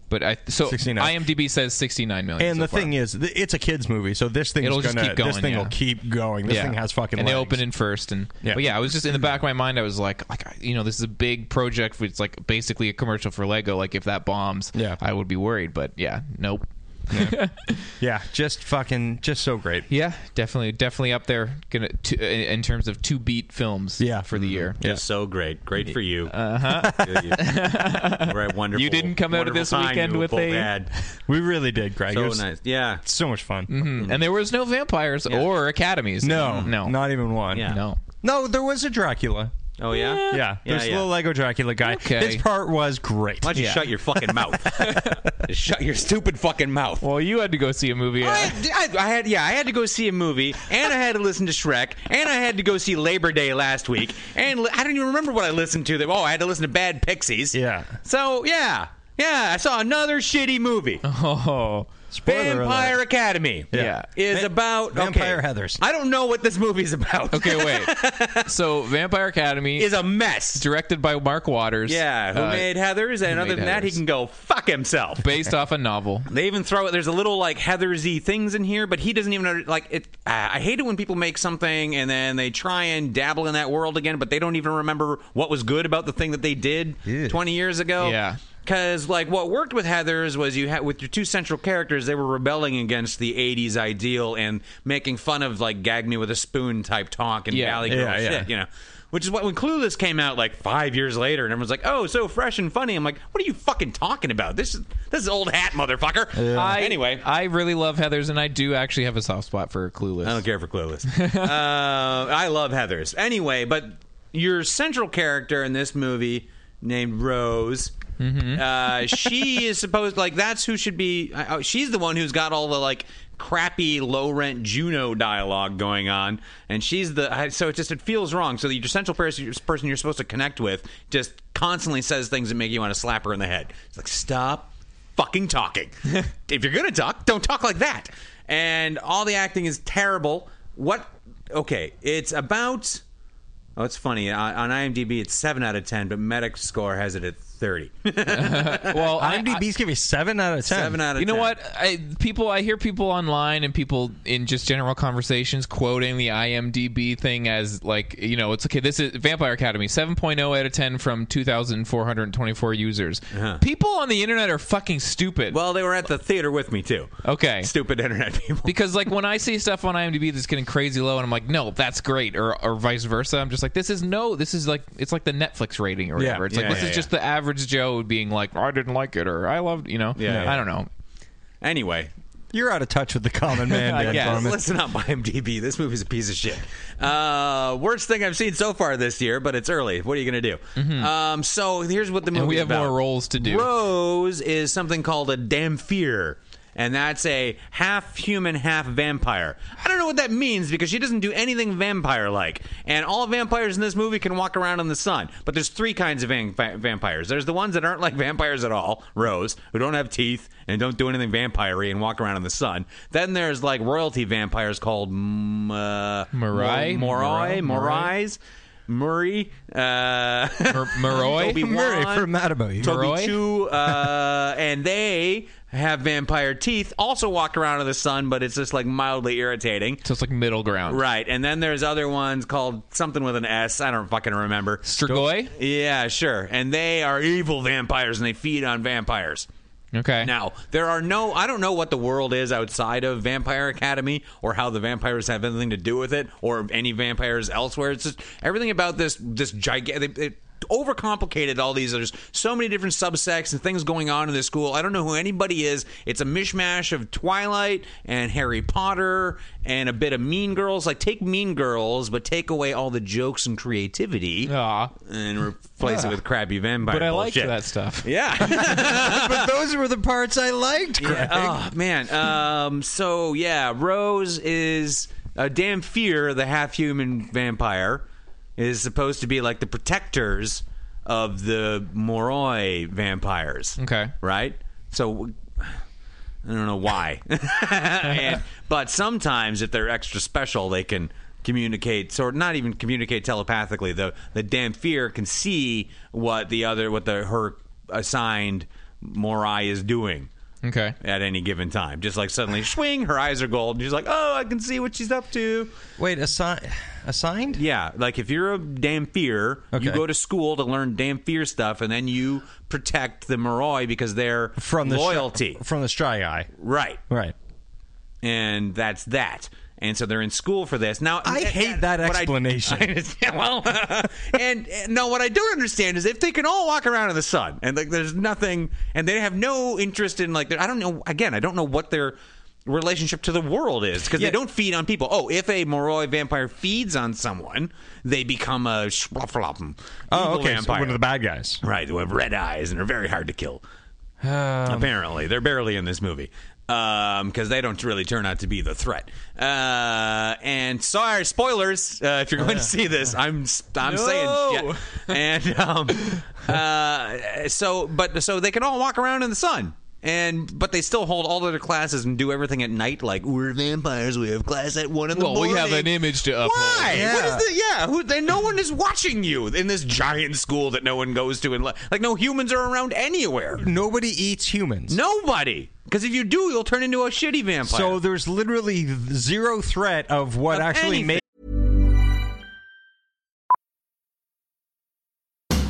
Speaker 1: but i so
Speaker 2: 69.
Speaker 1: imdb says 69 million
Speaker 2: And
Speaker 1: so
Speaker 2: the
Speaker 1: far.
Speaker 2: thing is, th- it's a kids movie, so this thing's
Speaker 1: It'll
Speaker 2: gonna
Speaker 1: just keep going,
Speaker 2: this thing
Speaker 1: yeah.
Speaker 2: will keep going. This thing has fucking
Speaker 1: and
Speaker 2: legs.
Speaker 1: they open in first and
Speaker 2: Yeah.
Speaker 1: yeah. but yeah I was just in the back of my mind I was like like I- you know this is a big project it's like basically a commercial for Lego like if that bombs
Speaker 2: Yeah.
Speaker 1: I would be worried but yeah nope
Speaker 2: Yeah, just fucking, just so great.
Speaker 1: yeah definitely definitely up there gonna to, in terms of two beat films
Speaker 2: Yeah.
Speaker 1: for the year
Speaker 3: Just so great. Great for you. Uh-huh. right, wonderful.
Speaker 1: You didn't come out of
Speaker 3: wonderful
Speaker 1: this
Speaker 3: time
Speaker 1: weekend
Speaker 3: you
Speaker 1: with
Speaker 3: pulled
Speaker 1: a-
Speaker 3: that.
Speaker 2: We really did, Greg. it
Speaker 3: So
Speaker 2: was
Speaker 3: nice. Yeah.
Speaker 2: so much fun.
Speaker 1: Mm. and there was no vampires or academies
Speaker 2: No,
Speaker 1: no
Speaker 2: not even one.
Speaker 3: Yeah.
Speaker 1: no
Speaker 2: No, there was a Dracula.
Speaker 3: Oh yeah.
Speaker 2: Yeah,
Speaker 3: Yeah,
Speaker 2: there's a
Speaker 3: yeah.
Speaker 2: little Lego Dracula guy.
Speaker 1: Okay.
Speaker 2: His part was great.
Speaker 3: Why don't you shut your fucking mouth? Just shut your stupid fucking mouth.
Speaker 1: well you had to go see a movie
Speaker 3: I, I, I had yeah, I had to go see a movie, and I had to listen to Shrek, and I had to go see Labor Day last week, and li- I don't even remember what I listened to. Oh, I had to listen to Bad Pixies.
Speaker 2: Yeah.
Speaker 3: So yeah, yeah, I saw another shitty movie.
Speaker 1: oh
Speaker 2: Spoiler
Speaker 3: Vampire
Speaker 2: alert.
Speaker 3: Academy.
Speaker 1: Yeah.
Speaker 3: Is
Speaker 2: Va-
Speaker 3: about
Speaker 2: Vampire
Speaker 3: okay,
Speaker 2: Heathers.
Speaker 3: I don't know what this movie's about.
Speaker 1: okay wait so Vampire Academy
Speaker 3: is a mess.
Speaker 1: directed by Mark Waters
Speaker 3: Yeah, who
Speaker 1: uh,
Speaker 3: made Heather's? And other
Speaker 1: made
Speaker 3: than that, he
Speaker 1: Heathers?
Speaker 3: can go fuck himself.
Speaker 1: based off a novel
Speaker 3: They even throw it. There's a little like Heathersy things in here, but he doesn't even under- like it. Uh, I hate it when people make something and then they try and dabble in that world again, but they don't even remember what was good about the thing that they did 20 years ago.
Speaker 1: Yeah.
Speaker 3: Because like what worked with Heather's was you had with your two central characters, they were rebelling against the '80s ideal and making fun of like gag me with a spoon type talk and
Speaker 1: Yeah.
Speaker 3: Valley Girl
Speaker 2: Yeah, yeah.
Speaker 3: shit, you know. Which is what when Clueless came out like five years later, and everyone's like, "Oh, so fresh and funny." I'm like, "What are you fucking talking about? This is this is old hat, motherfucker."
Speaker 1: I,
Speaker 3: anyway, I,
Speaker 1: I really love Heather's, and I do actually have a soft spot for Clueless.
Speaker 3: don't care for Clueless. uh, I love Heather's anyway, but your central character in this movie named Rose. Uh, she is supposed like that's who should be. Uh, she's the one who's got all the like crappy low rent Juno dialogue going on, and she's the I- so it just it feels wrong. So your central person, person you're supposed to connect with just constantly says things that make you want to slap her in the head. It's like stop fucking talking. if you're gonna talk, don't talk like that. And all the acting is terrible. What? Okay, it's about. Oh, it's funny. On on IMDb, it's seven out of ten, but Metascore has it at thirty.
Speaker 1: Well, I-
Speaker 2: IMDb's giving me seven out of ten.
Speaker 3: seven out of
Speaker 1: you know
Speaker 3: 10.
Speaker 1: what? I, people, I hear people online and people in just general conversations quoting the IMDb thing as like, you know, it's okay. This is Vampire Academy 7.0 out of 10 from 2,424 users. People on the internet are fucking stupid.
Speaker 3: Uh-huh. Well, they were at the theater with me too.
Speaker 1: Okay.
Speaker 3: Stupid internet people.
Speaker 1: because like when I see stuff on IMDb that's getting crazy low, and I'm like, no, that's great, or or vice versa. I'm just like, this is no, this is like it's like the Netflix rating or
Speaker 2: Yeah.
Speaker 1: whatever. It's
Speaker 2: Yeah,
Speaker 1: like this
Speaker 2: yeah,
Speaker 1: is just the average Joe being like, I didn't like it, or I loved, you know.
Speaker 3: Yeah, yeah.
Speaker 1: I don't know.
Speaker 3: anyway,
Speaker 2: You're out of touch with the common man, Dan
Speaker 1: guess.
Speaker 2: Carmen.
Speaker 3: Listen up, IMDb. This movie's a piece of shit. Uh, worst thing I've seen so far this year, but it's early. What are you going to do? Um, so here's what the movie.
Speaker 1: Mm-hmm. we have more roles to do.
Speaker 3: Rose is something called a damphir. And that's a half human, half vampire. I don't know what that means because she doesn't do anything vampire like. And all vampires in this movie can walk around in the sun. But there's three kinds of van- va- vampires there's the ones that aren't like vampires at all, Rose, who don't have teeth and don't do anything vampire and walk around in the sun. Then there's like royalty vampires called mm, uh,
Speaker 1: Morai? Morai?
Speaker 3: Morai, Morais, Murray, uh,
Speaker 1: Mur- Murray?
Speaker 3: Obi-Wan,
Speaker 2: Murray from Mad About You.
Speaker 3: Toby
Speaker 1: Roy?
Speaker 3: Chu, uh, and they have vampire teeth, also walk around in the sun, but it's just like mildly irritating.
Speaker 1: So it's like middle ground,
Speaker 3: Right, and then there's other ones called something with an S. I don't fucking remember.
Speaker 1: Strigoi?
Speaker 3: Yeah, sure. And they are evil vampires, and they feed on vampires.
Speaker 1: Okay.
Speaker 3: Now, there are no, I don't know what the world is outside of Vampire Academy or how the vampires have anything to do with it or any vampires elsewhere. It's just everything about this, this gigantic. It, overcomplicated all these there's so many different subsects and things going on in this school i don't know who anybody is it's a mishmash of twilight and harry potter and a bit of mean girls like take mean girls but take away all the jokes and creativity
Speaker 1: Aw.
Speaker 3: and replace it with crappy vampire
Speaker 1: Oh. but I liked
Speaker 3: bullshit.
Speaker 1: that stuff.
Speaker 3: yeah
Speaker 2: but those were the parts I liked. Greg.
Speaker 3: Oh man. Um. So yeah, Rose is uh, damn fear. The half human vampire is supposed to be like the protectors of the Moroi vampires.
Speaker 1: Okay.
Speaker 3: Right. So I don't know why. and, but sometimes if they're extra special, they can communicate sort not even communicate telepathically. The the Damphir can see what the other what the her assigned Morai is doing
Speaker 1: Okay.
Speaker 3: at any given time. Just like suddenly swing, her eyes are gold and she's like, "Oh, I can see what she's up to."
Speaker 2: Wait, assi- assigned?
Speaker 3: Yeah, like if you're a Damphir,
Speaker 2: Okay.
Speaker 3: you go to school to learn Damphir stuff and then you protect the Moroi because they're
Speaker 2: From the
Speaker 3: loyalty.
Speaker 2: from the Stry Guy.
Speaker 3: right.
Speaker 2: Right.
Speaker 3: and that's that. And so they're in school for this. Now
Speaker 2: I
Speaker 3: and-
Speaker 2: hate
Speaker 3: and-
Speaker 2: that
Speaker 3: what I-
Speaker 2: explanation.
Speaker 3: yeah, well, and, and no, what I don't understand is if they can all walk around in the sun and like there's nothing, and they have no interest in like their- I don't know. Again, I don't know what their relationship to the world is because
Speaker 2: Yeah.
Speaker 3: they don't feed on people. Oh, if a Moroi vampire feeds on someone, they become a schwaflopum.
Speaker 2: Oh,
Speaker 3: evil
Speaker 2: okay. so
Speaker 3: Vampire.
Speaker 2: one of the bad guys.
Speaker 3: Right, who have red eyes and are very hard to kill. Apparently, they're barely in this movie because they don't really turn out to be the threat. Uh, and sorry, spoilers. Uh, if you're going to see this, I'm I'm saying shit. And um, uh, so, but so they can all walk around in the sun. And but they still hold all their classes and do everything at night, like we're vampires. We have class at one in the
Speaker 1: Well, we
Speaker 3: morning.
Speaker 1: have an image to uphold.
Speaker 3: Why? What
Speaker 2: Yeah.
Speaker 3: is the yeah, who, they, no one is watching you in this giant school that no one goes to, and le- like no humans are around anywhere.
Speaker 2: Nobody eats humans.
Speaker 3: Nobody, because if you do, you'll turn into a shitty vampire.
Speaker 2: So there's literally zero threat of what
Speaker 3: Of
Speaker 2: actually
Speaker 3: anything.
Speaker 2: makes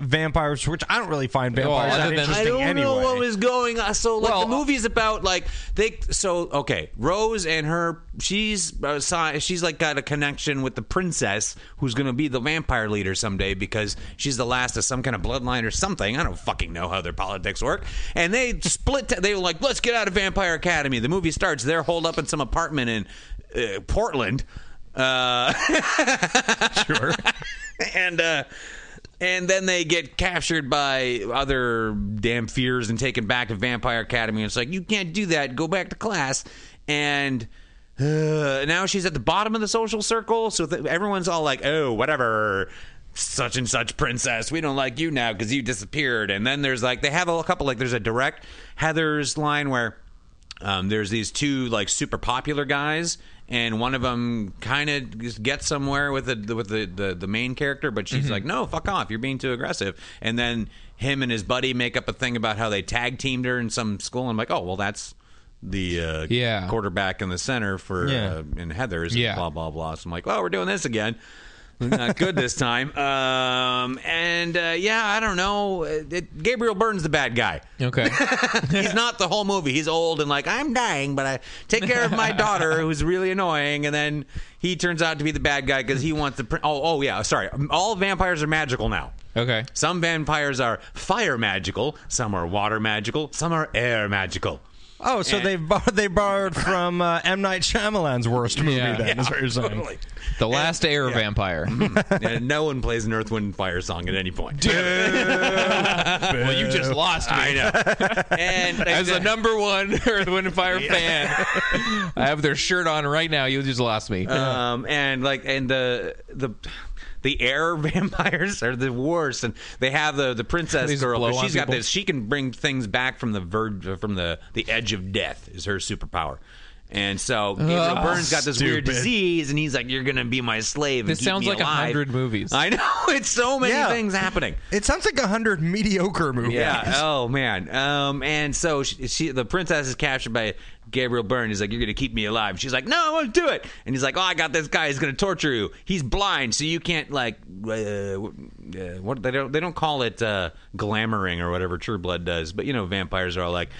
Speaker 2: vampires, which I don't really find
Speaker 1: Well,
Speaker 2: vampires
Speaker 1: other
Speaker 2: that
Speaker 1: than-
Speaker 2: interesting
Speaker 3: I don't
Speaker 2: anyway.
Speaker 3: know what was going on. So like
Speaker 1: Well,
Speaker 3: the movie's about like they so okay Rose and her she's uh, si- she's like got a connection with the princess who's gonna be the vampire leader someday because she's the last of some kind of bloodline or something. I don't fucking know how their politics work. And they split. they were like let's get out of Vampire Academy. The movie starts. They're holed up in some apartment in uh, Portland. Uh, sure. and uh, and then they get captured by other damn fears and taken back to Vampire Academy. And it's like you can't do that. Go back to class. And uh, now she's at the bottom of the social circle, so th- everyone's all like, "Oh, whatever." Such and such princess, we don't like you now because you disappeared. And then there's like they have a couple like there's a direct Heather's line where um, there's these two like super popular guys, and one of them kind of gets somewhere with the with the, the the main character, but
Speaker 1: Mm-hmm.
Speaker 3: she's like, "No, fuck off! You're being too aggressive." And then him and his buddy make up a thing about how they tag teamed her in some school. I'm like, "Oh, well, that's the uh,
Speaker 1: Yeah.
Speaker 3: quarterback in the center for
Speaker 2: Yeah.
Speaker 3: uh, in Heather's,
Speaker 1: Yeah.
Speaker 3: blah blah blah." So I'm like, "Well, we're doing this again." Not good this time. Um, and uh, yeah, I don't know. It, Gabriel Byrne's the bad guy.
Speaker 1: Okay.
Speaker 3: He's not the whole movie. He's old and like I'm dying, but I take care of my daughter who's really annoying. And then he turns out to be the bad guy because he wants the. Pr- oh, oh yeah. Sorry. All vampires are magical now.
Speaker 1: Okay.
Speaker 3: Some vampires are fire magical. Some are water magical. Some are air magical.
Speaker 2: Oh, so they bar- they borrowed from uh, M Night Shyamalan's worst movie.
Speaker 1: Yeah.
Speaker 2: then is what you're saying.
Speaker 1: The last air vampire.
Speaker 3: and no one plays an Earth, Wind, and Fire song at any point.
Speaker 1: well, you just lost me.
Speaker 3: I know. And
Speaker 1: As the number one Earth, Wind, and Fire fan, I have their shirt on right now. You just lost me.
Speaker 3: um, and like and the the the air vampires are the worst, and they have the the princess
Speaker 1: These
Speaker 3: girl.
Speaker 1: blow
Speaker 3: 'cause
Speaker 1: on
Speaker 3: She's got
Speaker 1: people.
Speaker 3: this. She can bring things back from the verge from the the edge of death. Is her superpower. And so Gabriel Burns got this weird disease, and he's like, "You're gonna be my slave." and
Speaker 1: This
Speaker 3: keep
Speaker 1: sounds
Speaker 3: me
Speaker 1: like a
Speaker 3: alive."
Speaker 1: hundred movies.
Speaker 3: I know it's so many
Speaker 2: Yeah.
Speaker 3: things happening.
Speaker 2: It sounds like a hundred mediocre movies.
Speaker 3: Yeah. Oh man. Um. And so she, she, the princess, is captured by Gabriel Byrne. He's like, "You're gonna keep me alive." She's like, "No, I won't do it." And he's like, "Oh, I got this guy. He's gonna torture you. He's blind, so you can't like, uh, uh, what they don't they don't call it uh, glamoring or whatever True Blood does, but you know, vampires are all like,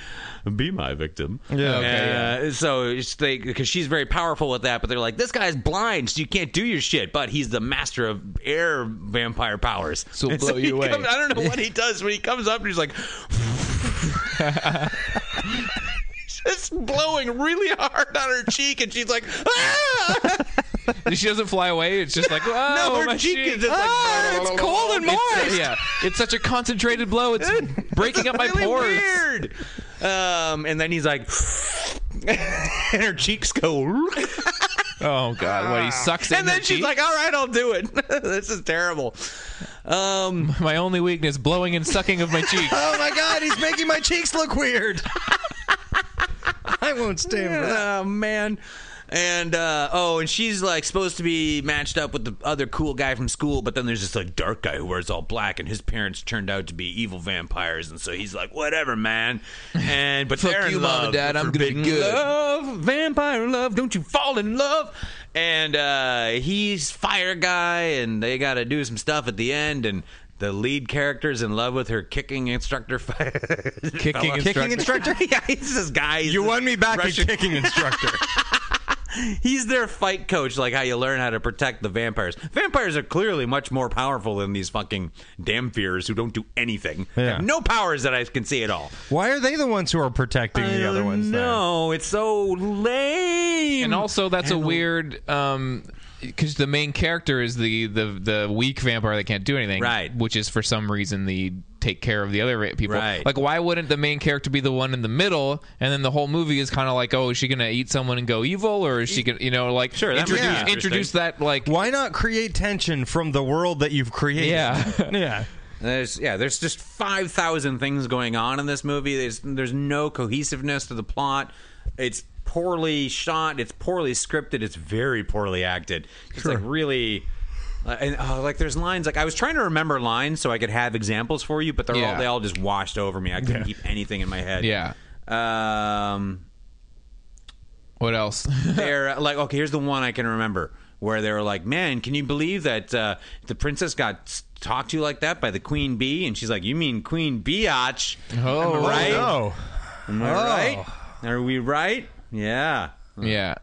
Speaker 3: "Be my victim." Yeah.
Speaker 1: okay,
Speaker 3: uh, So it's they because she's very powerful with that, but they're like, "This guy's blind, so you can't do your shit." But he's the master of air vampire powers.
Speaker 1: So
Speaker 3: And
Speaker 1: blow
Speaker 3: he
Speaker 1: you away.
Speaker 3: comes- I don't know what he does when he comes up and he's like, He's just blowing really hard on her cheek, and she's like, ah!
Speaker 1: she doesn't fly away. It's just like, oh,
Speaker 3: her
Speaker 1: my Ah,
Speaker 3: cheek is just like,
Speaker 1: it's cold and moist. yeah, it's such a concentrated blow. It's breaking up my
Speaker 3: really
Speaker 1: pores.
Speaker 3: weird. Um, and then he's like, and her cheeks go,
Speaker 1: Oh God, what he sucks. in
Speaker 3: and
Speaker 1: her
Speaker 3: then she's
Speaker 1: cheek?
Speaker 3: like, all right, I'll do it. this is terrible. Um,
Speaker 1: my only weakness, blowing and sucking of my cheek.
Speaker 2: Oh my God, he's making my cheeks look weird. I won't stand for that.
Speaker 3: oh man. And uh, oh, and she's like supposed to be matched up with the other cool guy from school, but then there's this like dark guy who wears all black, and his parents turned out to be evil vampires, and so he's like, whatever, man. And but
Speaker 1: Fuck
Speaker 3: they're in
Speaker 1: you, Mom and
Speaker 3: love,
Speaker 1: Dad, I'm gonna be
Speaker 3: forbidden
Speaker 1: good.
Speaker 3: Love, vampire love, don't you fall in love? And uh, he's fire guy, and they got to do some stuff at the end, and. The lead character's in love with her kicking instructor.
Speaker 1: Kicking
Speaker 2: Kicking instructor.
Speaker 3: yeah, he's this guy. he's
Speaker 2: You
Speaker 3: this
Speaker 2: won me back,
Speaker 3: Russian-
Speaker 2: a kicking instructor.
Speaker 3: He's their fight coach, like how you learn how to protect the vampires. Vampires are clearly much more powerful than these fucking damn fears who don't do anything.
Speaker 2: Yeah.
Speaker 3: No powers that I can see at all.
Speaker 2: Why are they the ones who are protecting the other ones? uh, then?
Speaker 3: No, it's so lame.
Speaker 1: and also that's a weird um because the main character is the, the the weak vampire that can't do anything
Speaker 3: Right.
Speaker 1: which is for some reason the take care of the other ra- people
Speaker 3: Right.
Speaker 1: like why wouldn't the main character be the one in the middle and then the whole movie is kind of like oh is she gonna eat someone and go evil or is she gonna you know like
Speaker 3: Sure, that might be
Speaker 1: introduce,
Speaker 3: interesting.
Speaker 1: introduce that like
Speaker 2: Why not create tension from the world that you've created?
Speaker 1: Yeah.
Speaker 2: yeah.
Speaker 3: There's yeah, there's just five thousand things going on in this movie. There's there's no cohesiveness to the plot. It's poorly shot. It's poorly scripted. It's very poorly acted. It's like really. Uh, and uh, like there's lines like I was trying to remember lines so I could have examples for you, but they're
Speaker 1: Yeah.
Speaker 3: all they all just washed over me. I couldn't keep anything in my head.
Speaker 1: Yeah.
Speaker 3: Um.
Speaker 1: what else
Speaker 3: They're like, okay, here's the one I can remember where they were like, man, can you believe that uh, the princess got s- talked to like that by the queen bee? And she's like, you mean Queen Biatch?
Speaker 1: Oh.
Speaker 3: Am I right?
Speaker 2: Oh.
Speaker 3: Am I right? Are we right? Yeah.
Speaker 1: yeah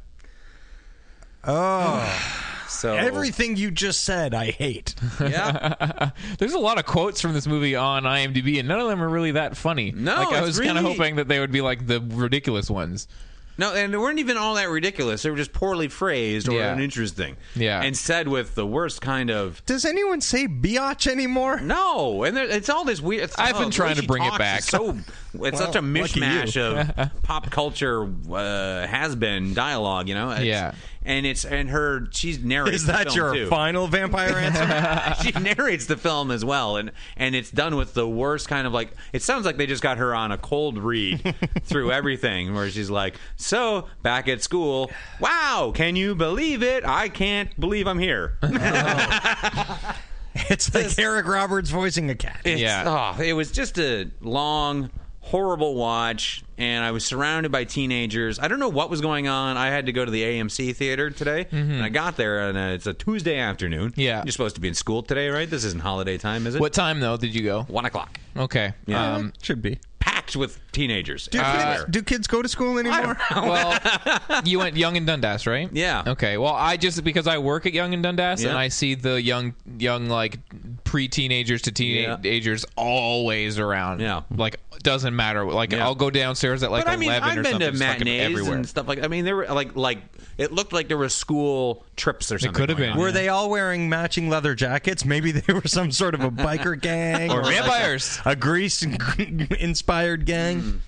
Speaker 3: So
Speaker 2: Everything you just said, I hate.
Speaker 3: Yeah.
Speaker 1: there's a lot of quotes from this movie on imdb and none of them are really that funny
Speaker 3: No,
Speaker 1: like i
Speaker 3: it's
Speaker 1: was kind of
Speaker 3: really-
Speaker 1: hoping that they would be like the ridiculous ones
Speaker 3: No, and they weren't even all that ridiculous. They were just poorly phrased or
Speaker 1: Yeah.
Speaker 3: uninteresting.
Speaker 1: Yeah.
Speaker 3: And said with the worst kind of.
Speaker 2: Does anyone say biatch anymore?
Speaker 3: No, and there, it's all this weird.
Speaker 1: I've
Speaker 3: oh,
Speaker 1: been
Speaker 3: the
Speaker 1: trying to
Speaker 3: way she
Speaker 1: bring it
Speaker 3: talks
Speaker 1: back.
Speaker 3: is So it's such a
Speaker 2: lucky
Speaker 3: mishmash of pop culture uh, has been dialogue, you know. It's-
Speaker 1: Yeah.
Speaker 3: and it's and her she's narrating.
Speaker 2: Is that your
Speaker 3: too.
Speaker 2: final vampire answer?
Speaker 3: she narrates the film as well, and and it's done with the worst kind of like. It sounds like they just got her on a cold read through everything, where she's like, "So back at school, wow, can you believe it? I can't believe I'm here."
Speaker 2: it's like Eric Roberts voicing a cat.
Speaker 3: It's-
Speaker 1: Yeah.
Speaker 3: oh, it was just a long, horrible watch and I was surrounded by teenagers. I don't know what was going on. I had to go to the AMC theater today and I got there and uh, it's a Tuesday afternoon.
Speaker 1: Yeah.
Speaker 3: You're supposed to be in school today, right? This isn't holiday time, is it?
Speaker 1: What time though did you go?
Speaker 3: One o'clock.
Speaker 1: Okay.
Speaker 3: Yeah.
Speaker 1: Um,
Speaker 2: Should be.
Speaker 3: Packed with teenagers.
Speaker 2: Do,
Speaker 3: everywhere.
Speaker 2: kids, do kids go to school anymore?
Speaker 1: well, you went Young and Dundas, right?
Speaker 3: Yeah.
Speaker 1: Okay. Well, I just because I work at Young and Dundas
Speaker 3: Yeah.
Speaker 1: and I see the young, young like pre-teenagers to teenagers always around.
Speaker 3: Yeah.
Speaker 1: Like doesn't matter. Like
Speaker 3: Yeah.
Speaker 1: I'll go downstairs at like
Speaker 3: but I mean,
Speaker 1: eleven
Speaker 3: I've
Speaker 1: or
Speaker 3: been
Speaker 1: something.
Speaker 3: to
Speaker 1: It's fucking
Speaker 3: matinees
Speaker 1: everywhere.
Speaker 3: and stuff like. I mean, there were like like it looked like there were school trips or something.
Speaker 1: could have
Speaker 3: going
Speaker 1: been.
Speaker 3: on.
Speaker 2: Were they all wearing matching leather jackets? Maybe they were some sort of a biker gang
Speaker 1: Or
Speaker 2: like a-
Speaker 1: vampires.
Speaker 2: a, Greece inspired gang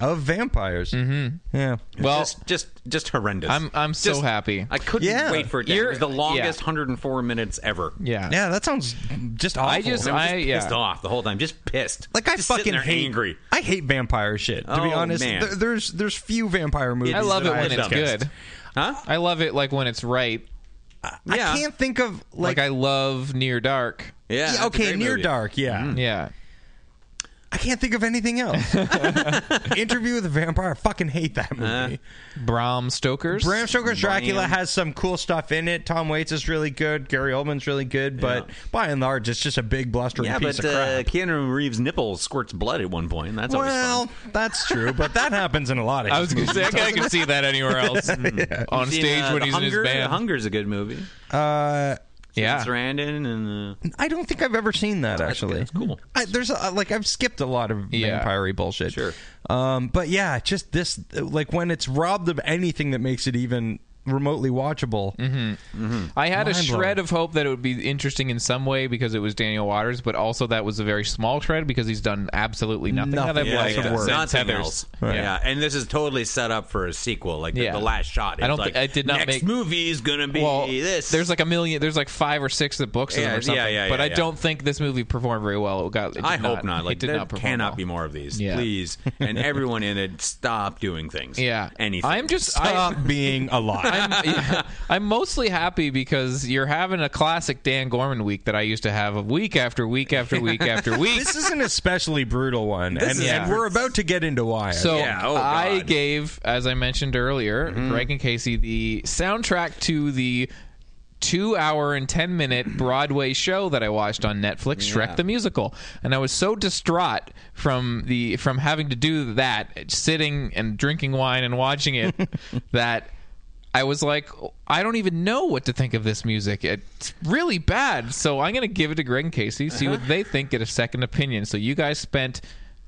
Speaker 2: of vampires. Mm-hmm. Yeah.
Speaker 1: well,
Speaker 3: just just just horrendous.
Speaker 1: I'm I'm so
Speaker 3: Just-
Speaker 1: happy.
Speaker 3: I couldn't
Speaker 2: Yeah.
Speaker 3: wait for it. To end.
Speaker 1: You're-
Speaker 3: It was the longest
Speaker 1: yeah.
Speaker 3: 104 minutes ever.
Speaker 1: yeah.
Speaker 2: Yeah, that sounds just awful.
Speaker 1: I just
Speaker 3: And I
Speaker 1: I
Speaker 3: was just
Speaker 1: yeah.
Speaker 3: pissed off the whole time, just pissed.
Speaker 2: like I
Speaker 3: Just sitting
Speaker 2: fucking
Speaker 3: there
Speaker 2: hate
Speaker 3: angry.
Speaker 2: I hate vampire shit. To be
Speaker 3: Oh,
Speaker 2: honest,
Speaker 3: man.
Speaker 2: There- there's there's few vampire movies.
Speaker 1: I love it
Speaker 2: that
Speaker 1: when
Speaker 2: have
Speaker 1: it's
Speaker 2: done.
Speaker 1: good.
Speaker 3: Huh?
Speaker 1: I love it like when it's right.
Speaker 3: Yeah.
Speaker 2: I can't think of
Speaker 1: Like,
Speaker 2: like,
Speaker 1: I love Near Dark.
Speaker 3: Yeah.
Speaker 2: Yeah,
Speaker 3: that's a
Speaker 2: okay,
Speaker 3: great
Speaker 2: near
Speaker 3: movie. Mm-hmm.
Speaker 2: dark. Yeah,
Speaker 1: Yeah.
Speaker 2: I can't think of anything else. Interview with a Vampire. I fucking hate
Speaker 3: Uh,
Speaker 2: that movie.
Speaker 1: Bram Stoker's.
Speaker 2: Bram Stoker's Dracula has some cool stuff in it. Tom Waits is really good. Gary Oldman's really good, but by and large, it's just a big blustering
Speaker 3: Yeah,
Speaker 2: piece
Speaker 3: but
Speaker 2: of
Speaker 3: uh,
Speaker 2: crap.
Speaker 3: Keanu Reeves' nipple squirts blood at one point. That's always
Speaker 2: well,
Speaker 3: fun.
Speaker 2: that's true, but that happens in a lot of.
Speaker 1: I
Speaker 2: his
Speaker 1: was gonna say I,
Speaker 2: movies.
Speaker 1: could- I could see that anywhere else hmm, on
Speaker 3: Seen,
Speaker 1: stage
Speaker 3: uh,
Speaker 1: when
Speaker 3: The
Speaker 1: he's
Speaker 3: Hunger,
Speaker 1: in his
Speaker 3: The
Speaker 1: band.
Speaker 3: Hunger's a good movie.
Speaker 2: Uh,
Speaker 1: yeah,
Speaker 3: Sarandon and uh,
Speaker 2: I don't think I've ever seen that actually.
Speaker 3: that's cool.
Speaker 2: I, there's a, like I've skipped a lot of
Speaker 1: Yeah.
Speaker 2: vampire bullshit.
Speaker 3: Sure.
Speaker 2: Um, but yeah, just this like when it's robbed of anything that makes it even remotely watchable.
Speaker 1: Mm-hmm. I had a
Speaker 2: Mind-blowing.
Speaker 1: shred of hope that it would be interesting in some way because it was Daniel Waters, but also that was a very small shred because he's done absolutely nothing,
Speaker 2: Nothing.
Speaker 1: that I've
Speaker 2: Yeah,
Speaker 1: liked
Speaker 2: yeah.
Speaker 1: since
Speaker 3: Nothing
Speaker 1: Heathers.
Speaker 3: else.
Speaker 2: Right.
Speaker 3: Yeah, and this is totally set up for a sequel. Like the,
Speaker 1: Yeah.
Speaker 3: the last shot. It's
Speaker 1: I don't
Speaker 3: Like,
Speaker 1: thi- I did not
Speaker 3: next
Speaker 1: make-
Speaker 3: movie is gonna be
Speaker 1: Well,
Speaker 3: this.
Speaker 1: there's like a million. There's like five or six of books of
Speaker 3: Yeah,
Speaker 1: them or something.
Speaker 3: yeah, yeah,
Speaker 1: but
Speaker 3: yeah,
Speaker 1: I
Speaker 3: yeah.
Speaker 1: don't think this movie performed very well. It got. it did
Speaker 3: I hope not. Like
Speaker 1: it did
Speaker 3: there
Speaker 1: not perform
Speaker 3: cannot
Speaker 1: well.
Speaker 3: be more of these,
Speaker 1: Yeah.
Speaker 3: please. And everyone in it, stop doing things.
Speaker 1: Yeah,
Speaker 3: anything.
Speaker 1: I'm just.
Speaker 2: Stop
Speaker 1: I,
Speaker 2: being alive.
Speaker 1: I'm, yeah, I'm mostly happy because you're having a classic Dan Gorman week that I used to have of week after week after week after week.
Speaker 2: this is an especially brutal one, and,
Speaker 1: is-
Speaker 2: and we're about to get into why.
Speaker 1: So
Speaker 3: Yeah, oh,
Speaker 1: I
Speaker 3: God. Mm-hmm.
Speaker 1: gave, as I mentioned earlier, Greg and Casey the soundtrack to the two hour and 10 minute Broadway show that I watched on Netflix, Shrek the Musical. And I was so distraught from the from having to do that, sitting and drinking wine and watching it, that I was like, I don't even know what to think of this music. It's really bad. So I'm going to give it to Greg and Casey, see
Speaker 3: Uh-huh.
Speaker 1: what they think, get a second opinion. So you guys spent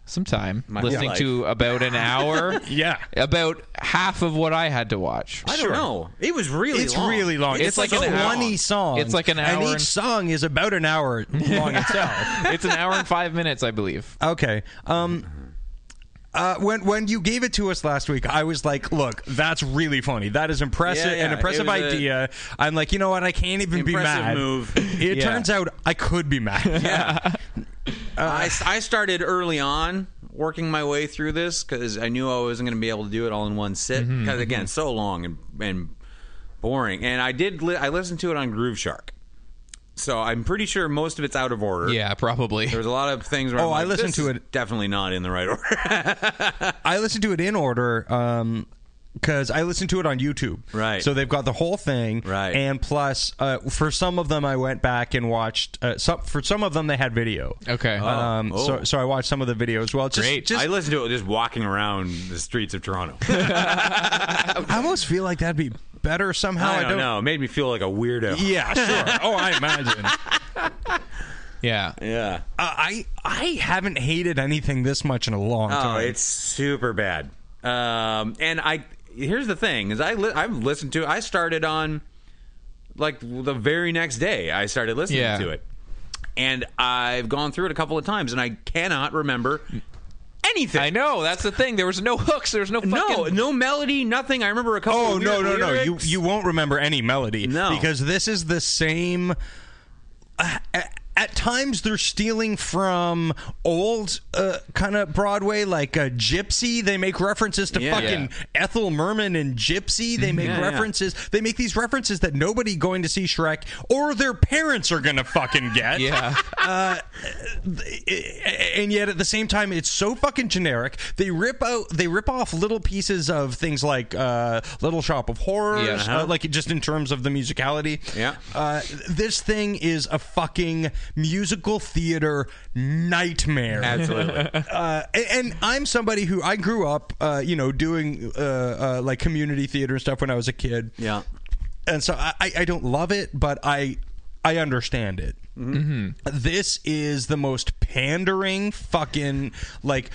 Speaker 1: some time listening
Speaker 3: life.
Speaker 1: to about an hour.
Speaker 2: Yeah.
Speaker 1: About half of what I had to watch.
Speaker 3: I don't know. It was really.
Speaker 2: it's
Speaker 3: long.
Speaker 2: really long.
Speaker 1: It's
Speaker 2: It's,
Speaker 1: like
Speaker 2: like,
Speaker 1: an hour.
Speaker 2: twenty songs.
Speaker 1: It's like an hour
Speaker 2: and
Speaker 1: and-
Speaker 2: each song is about an hour long itself.
Speaker 1: It's an hour and five minutes, I believe.
Speaker 2: Okay. Um uh, when when you gave it to us last week, I was like, "Look, that's really funny. That is impressive,
Speaker 3: Yeah, yeah.
Speaker 2: an impressive
Speaker 3: It was a-
Speaker 2: idea." i I'm like, you know what? I can't even be
Speaker 3: Impressive
Speaker 2: mad.
Speaker 3: move.
Speaker 2: It
Speaker 1: Yeah.
Speaker 2: turns out I could be mad.
Speaker 3: Yeah. I, I started early on working my way through this because I knew I wasn't going to be able to do it all in one sit.
Speaker 2: Mm-hmm,
Speaker 3: Because again, so long and and boring. And I did. Li- I listened to it on Groove Shark, so I'm pretty sure most of it's out of order.
Speaker 1: Yeah, probably.
Speaker 3: There's a lot of things where
Speaker 2: Oh,
Speaker 3: I'm
Speaker 2: I
Speaker 3: like,
Speaker 2: listened
Speaker 3: this
Speaker 2: to
Speaker 3: is
Speaker 2: it-
Speaker 3: Definitely not in the right order.
Speaker 2: I listened to it in order um 'cause because I listened to it on YouTube.
Speaker 3: Right.
Speaker 2: So they've got the whole thing.
Speaker 3: Right.
Speaker 2: And plus, uh, for some of them, I went back and watched. Uh, some, for some of them, they had video.
Speaker 1: Okay.
Speaker 2: Um, So so I watched some of the video as well. Just,
Speaker 1: Great.
Speaker 2: Just,
Speaker 3: Oh,
Speaker 2: Oh,
Speaker 3: I listened to it just walking around the streets of Toronto.
Speaker 2: I almost feel like that'd be better somehow.
Speaker 3: I don't know. It made me feel like a weirdo.
Speaker 2: Yeah, sure. Oh, I imagine. uh,
Speaker 1: yeah.
Speaker 3: Yeah.
Speaker 2: I I haven't hated anything this much in a long
Speaker 3: Oh,
Speaker 2: time.
Speaker 3: it's super bad. Um, and I here's the thing is I li- I've listened to I started on like the very next day I started listening
Speaker 1: Yeah.
Speaker 3: to it, and I've gone through it a couple of times and I cannot remember anything.
Speaker 1: I know. That's the thing. There was no hooks. There was no fucking.
Speaker 3: No, no melody, nothing. I remember a couple.
Speaker 2: oh
Speaker 3: of
Speaker 2: no no
Speaker 3: weird
Speaker 2: no! You
Speaker 3: lyrics.
Speaker 2: you won't remember any melody
Speaker 3: No.
Speaker 2: because this is the same. Uh, at at times they're stealing from old uh, kind of Broadway, like uh, Gypsy. They make references to
Speaker 3: Yeah. Mm,
Speaker 2: fucking Ethel Merman and Gypsy. They make
Speaker 3: Yeah, yeah.
Speaker 2: references. They make these references that nobody going to see Shrek or their parents are gonna fucking get.
Speaker 1: Yeah.
Speaker 2: and yet at the same time it's so fucking generic they rip out they rip off little pieces of things like uh, little shop of horrors
Speaker 1: Yeah,
Speaker 2: uh, like just in terms of the musicality
Speaker 3: uh-huh. Yeah.
Speaker 2: uh, this thing is a fucking musical theater nightmare
Speaker 3: Absolutely.
Speaker 2: uh, and, and I'm somebody who I grew up, uh, you know, doing uh, uh, like community theater and stuff when I was a kid.
Speaker 3: Yeah.
Speaker 2: and so I, I- I don't love it, but I I understand it.
Speaker 3: Mm-hmm.
Speaker 2: This is the most pandering fucking like.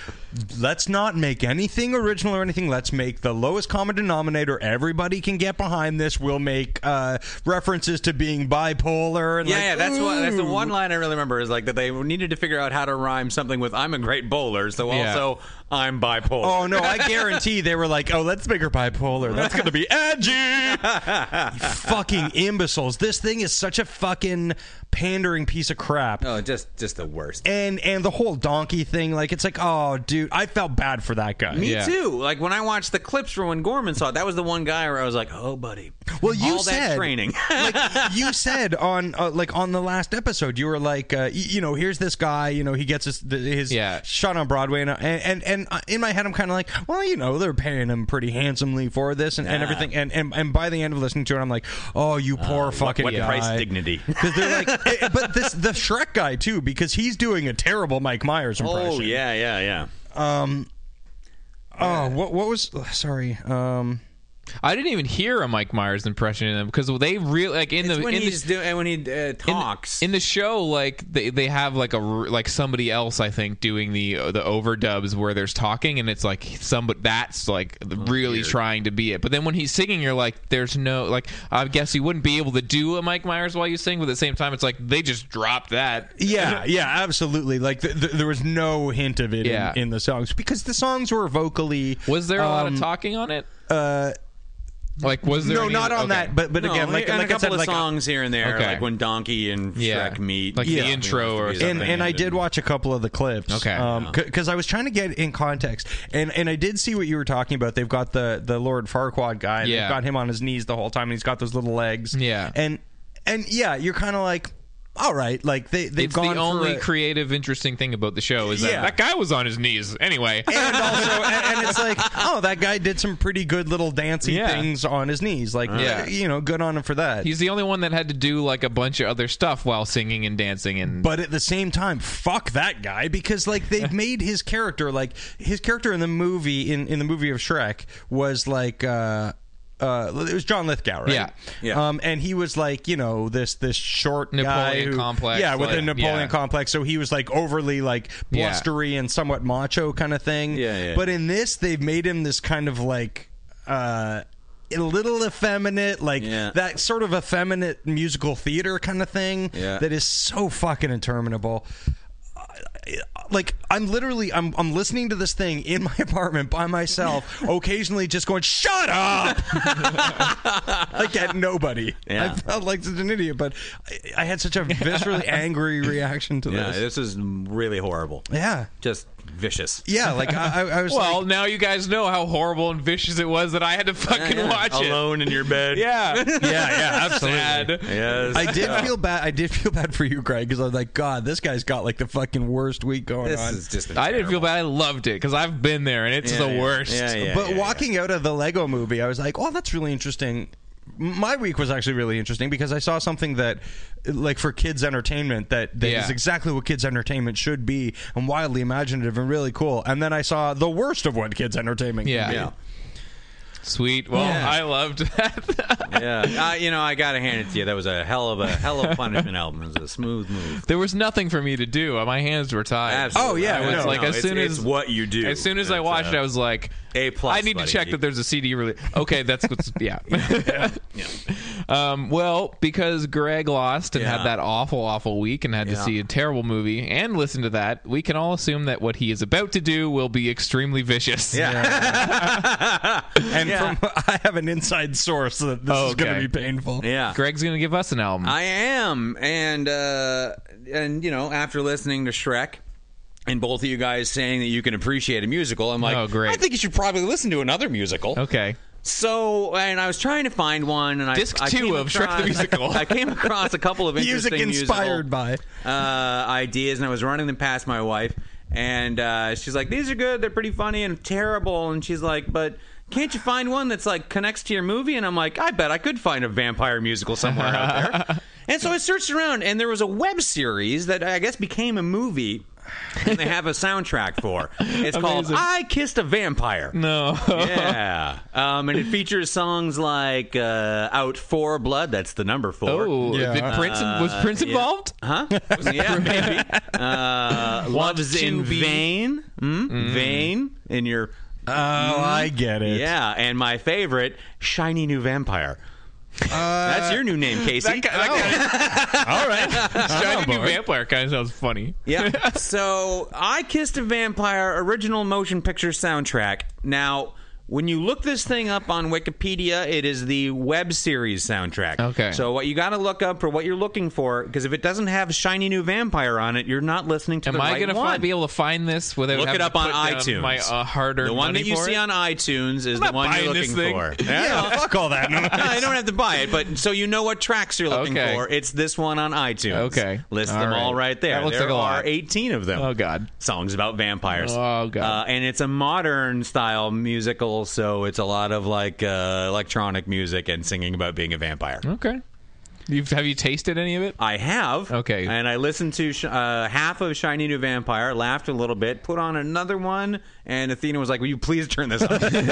Speaker 2: Let's not make anything original or anything. Let's make the lowest common denominator. Everybody can get behind this. We'll make uh, references to being bipolar. And
Speaker 3: Yeah,
Speaker 2: like,
Speaker 3: yeah, that's what that's the
Speaker 2: ooh.
Speaker 3: one line I really remember is like that they needed to figure out how to rhyme something with I'm a great bowler, so
Speaker 1: Yeah.
Speaker 3: also I'm bipolar.
Speaker 2: Oh no! I guarantee they were like, "Oh, let's make her bipolar. That's gonna be edgy." You fucking imbeciles! This thing is such a fucking pandering piece of crap.
Speaker 3: Oh, just just the worst.
Speaker 2: And and the whole donkey thing, like it's like, oh, dude, I felt bad for that guy.
Speaker 3: Me
Speaker 1: Yeah.
Speaker 3: too. Like when I watched the clips from when Gorman saw it, that was the one guy where I was like, "Oh, buddy."
Speaker 2: Well, you
Speaker 3: all
Speaker 2: said
Speaker 3: that training.
Speaker 2: like you said on uh, like on the last episode, you were like, uh, y- you know, here's this guy, you know, he gets his th- his
Speaker 1: Yeah.
Speaker 2: shot on Broadway, and and and, and uh, in my head, I'm kind of like, well, you know, they're paying him pretty handsomely for this and, and everything, and, and and by the end of listening to it, I'm like, oh, you poor fucking
Speaker 3: Uh, what
Speaker 2: guy.
Speaker 3: price dignity?
Speaker 2: Because they're like, eh, but this the Shrek guy too, because he's doing a terrible Mike Myers impression.
Speaker 3: oh yeah, yeah, yeah.
Speaker 2: Oh, what what was? Sorry. Um.
Speaker 1: I didn't even hear a Mike Myers impression in them because they really like in
Speaker 3: It's
Speaker 1: the
Speaker 3: when
Speaker 1: in the
Speaker 3: he's do- and when he uh,
Speaker 1: in the-
Speaker 3: talks.
Speaker 1: in, the show like they, they have like a r- like somebody else i think doing the uh, the overdubs where there's talking and it's like some but that's like really trying to be it but then when he's singing you're like there's no like i guess you wouldn't be able to do a mike myers while you sing but at the same time it's like they just dropped that
Speaker 2: Yeah, yeah, absolutely. Like th- th- there was no hint of it
Speaker 1: Yeah.
Speaker 2: in, in the songs because the songs were vocally.
Speaker 1: was there a lot of talking on it uh like was there
Speaker 2: Um, no,
Speaker 1: any-
Speaker 2: not on
Speaker 1: okay.
Speaker 2: that. But but
Speaker 3: No,
Speaker 2: again, like
Speaker 3: and
Speaker 2: like
Speaker 3: a couple
Speaker 2: I said,
Speaker 3: of
Speaker 2: like
Speaker 3: songs here and there,
Speaker 1: Okay.
Speaker 3: like when Donkey and
Speaker 1: Yeah.
Speaker 3: Shrek meet,
Speaker 1: Like the Yeah. intro or
Speaker 3: Yeah.
Speaker 2: and and I did watch a couple of the clips.
Speaker 1: Okay.
Speaker 2: because I was trying to get in context, and and I did see what you were talking about. They've got the the Lord Farquaad guy. And
Speaker 1: Yeah.
Speaker 2: they've got him on his knees the whole time, and he's got those little legs.
Speaker 1: Yeah.
Speaker 2: and and yeah, you're kind of like, all right, like they they've
Speaker 1: it's
Speaker 2: gone
Speaker 1: the only
Speaker 2: for a-
Speaker 1: creative interesting thing about the show is
Speaker 2: Yeah.
Speaker 1: that that guy was on his knees anyway
Speaker 2: and also and, and it's like oh that guy did some pretty good little dancey
Speaker 1: Yeah.
Speaker 2: things on his knees like
Speaker 1: Yeah.
Speaker 2: you know good on him for that
Speaker 1: He's the only one that had to do like a bunch of other stuff while singing and dancing and
Speaker 2: but at the same time fuck that guy because like they've made his character like his character in the movie in, in the movie of shrek was like uh uh, it was John Lithgow, right?
Speaker 1: Yeah.
Speaker 3: Yeah.
Speaker 2: Um, and he was like, you know, this this short guy
Speaker 1: Napoleon
Speaker 2: who-
Speaker 1: complex,
Speaker 2: yeah, with a
Speaker 1: like,
Speaker 2: Napoleon
Speaker 1: yeah.
Speaker 2: complex. So he was like overly like
Speaker 1: Yeah.
Speaker 2: blustery and somewhat macho kind of thing.
Speaker 3: Yeah, yeah.
Speaker 2: But in this, they've made him this kind of like uh, a little effeminate, like
Speaker 3: Yeah.
Speaker 2: that sort of effeminate musical theater kind of thing
Speaker 3: Yeah.
Speaker 2: that is so fucking interminable. I- I- Like I'm literally I'm I'm listening to this thing in my apartment by myself, occasionally just going shut up, like at nobody.
Speaker 3: Yeah.
Speaker 2: I felt like such an idiot, but I, I had such a viscerally angry reaction to
Speaker 3: Yeah,
Speaker 2: this.
Speaker 3: this is really horrible.
Speaker 2: yeah,
Speaker 3: Just vicious.
Speaker 2: yeah. Like I, I, I was
Speaker 1: well,
Speaker 2: like,
Speaker 1: now you guys know how horrible and vicious it was that I had to fucking watch it.
Speaker 3: alone in your bed.
Speaker 1: Yeah.
Speaker 2: yeah, yeah, absolutely.
Speaker 1: Sad.
Speaker 3: Yes.
Speaker 2: I did feel bad. I did feel bad for you, Greg, because I was like, God, this guy's got like the fucking worst week going
Speaker 3: This
Speaker 2: on.
Speaker 3: is just.
Speaker 1: I didn't feel bad. I loved it because I've been there and it's
Speaker 3: Yeah,
Speaker 1: the
Speaker 3: yeah.
Speaker 1: worst.
Speaker 3: Yeah, yeah.
Speaker 2: but walking out of the Lego movie, I was like, oh, that's really interesting. M- My week was actually really interesting because I saw something that, like, for kids' entertainment, that, that is
Speaker 1: Yeah.
Speaker 2: exactly what kids' entertainment should be and wildly imaginative and really cool. And then I saw the worst of what kids' entertainment can
Speaker 1: Yeah.
Speaker 2: be.
Speaker 3: Yeah.
Speaker 1: Sweet. Well, I loved that.
Speaker 3: Yeah, uh, you know, I gotta hand it to you. That was a hell of a hell of a punishment album. It was a smooth move.
Speaker 1: there was nothing for me to do. My hands were tied.
Speaker 3: Absolutely.
Speaker 2: Oh, yeah,
Speaker 1: I was
Speaker 2: no,
Speaker 1: like,
Speaker 3: no,
Speaker 1: as
Speaker 3: it's-
Speaker 1: soon
Speaker 3: it's
Speaker 1: as
Speaker 3: what you do.
Speaker 1: As soon as I
Speaker 3: It's,
Speaker 1: watched,
Speaker 3: uh,
Speaker 1: it, I was like,
Speaker 3: A plus,
Speaker 1: I need
Speaker 3: buddy.
Speaker 1: to check that there's a CD release. Okay, that's what's yeah. Um, well, because Greg lost and
Speaker 3: Yeah.
Speaker 1: had that awful, awful week and had to
Speaker 3: Yeah.
Speaker 1: see a terrible movie and listen to that, we can all assume that what he is about to do will be extremely vicious.
Speaker 2: And from I have an inside source that this is going
Speaker 1: Okay.
Speaker 2: to be painful.
Speaker 3: yeah.
Speaker 1: Greg's going to give us an album.
Speaker 3: I am, and uh, and you know, after listening to Shrek. And both of you guys saying that you can appreciate a musical, I'm like,
Speaker 1: Oh, great.
Speaker 3: I think you should probably listen to another musical.
Speaker 1: okay.
Speaker 3: So, and I was trying to find one, and I
Speaker 1: Disc
Speaker 3: I
Speaker 1: two
Speaker 3: came
Speaker 1: of Shrek the
Speaker 3: across,
Speaker 1: Musical.
Speaker 3: I came across a couple of
Speaker 2: Music
Speaker 3: interesting
Speaker 2: inspired
Speaker 3: musical,
Speaker 2: by.
Speaker 3: uh, ideas, and I was running them past my wife, and uh, she's like, "These are good. They're pretty funny and terrible," and she's like, "But." Can't you find one that's like connects to your movie? And I'm like, I bet I could find a vampire musical somewhere out there. And so I searched around, and there was a web series that I guess became a movie, and they have a soundtrack for. It's called
Speaker 1: Amazing.
Speaker 3: "I Kissed a Vampire."
Speaker 1: No.
Speaker 3: yeah. Um, and it features songs like uh, Out for Blood, that's the number four.
Speaker 1: Oh,
Speaker 2: Yeah.
Speaker 1: did Prince was Prince involved?
Speaker 3: Uh, Huh?
Speaker 1: Oh,
Speaker 3: yeah, maybe. Uh, Love's
Speaker 1: to
Speaker 3: in
Speaker 1: be- Mm-hmm.
Speaker 3: Vain. Mm? Vain in your.
Speaker 2: Oh, I get it.
Speaker 3: Yeah, and my favorite, Shiny New Vampire.
Speaker 1: Uh,
Speaker 3: that's your new name, Casey.
Speaker 2: All right.
Speaker 1: Shiny New Vampire kind of sounds funny.
Speaker 3: yeah. So, I Kissed a Vampire original motion picture soundtrack. Now, when you look this thing up on Wikipedia, it is the web series soundtrack.
Speaker 1: Okay.
Speaker 3: So, what you got to look up for what you're looking for, because if it doesn't have Shiny New Vampire on it, you're not listening to
Speaker 1: Am
Speaker 3: the
Speaker 1: I
Speaker 3: right
Speaker 1: gonna
Speaker 3: one.
Speaker 1: fi- be able to find this without
Speaker 3: look
Speaker 1: having
Speaker 3: it
Speaker 1: to
Speaker 3: up on
Speaker 1: put down
Speaker 3: iTunes.
Speaker 1: My uh, hard-earned
Speaker 3: the one
Speaker 1: money
Speaker 3: that you
Speaker 1: for
Speaker 3: see
Speaker 1: it?
Speaker 3: on iTunes is the
Speaker 1: not
Speaker 3: one
Speaker 1: buying
Speaker 3: you're looking
Speaker 1: this thing.
Speaker 3: for.
Speaker 2: Yeah, fuck all that. noise.
Speaker 3: No, you don't have to buy it, but so you know what tracks you're looking
Speaker 1: Okay.
Speaker 3: for. It's this one on iTunes.
Speaker 1: Okay.
Speaker 3: list
Speaker 1: All
Speaker 3: them all
Speaker 1: right.
Speaker 3: right there.
Speaker 1: That looks
Speaker 3: there
Speaker 1: like a
Speaker 3: are
Speaker 1: lot.
Speaker 3: 18 of them.
Speaker 1: Oh, God.
Speaker 3: songs about vampires.
Speaker 1: Oh, God.
Speaker 3: Uh, and it's a modern style musical, so it's a lot of like uh, electronic music and singing about being a vampire.
Speaker 1: Okay. You've, have you tasted any of it?
Speaker 3: I have.
Speaker 1: Okay.
Speaker 3: And I listened to sh- uh, half of Shiny New Vampire, laughed a little bit, put on another one, and Athena was like, Will you please turn this off?
Speaker 1: so then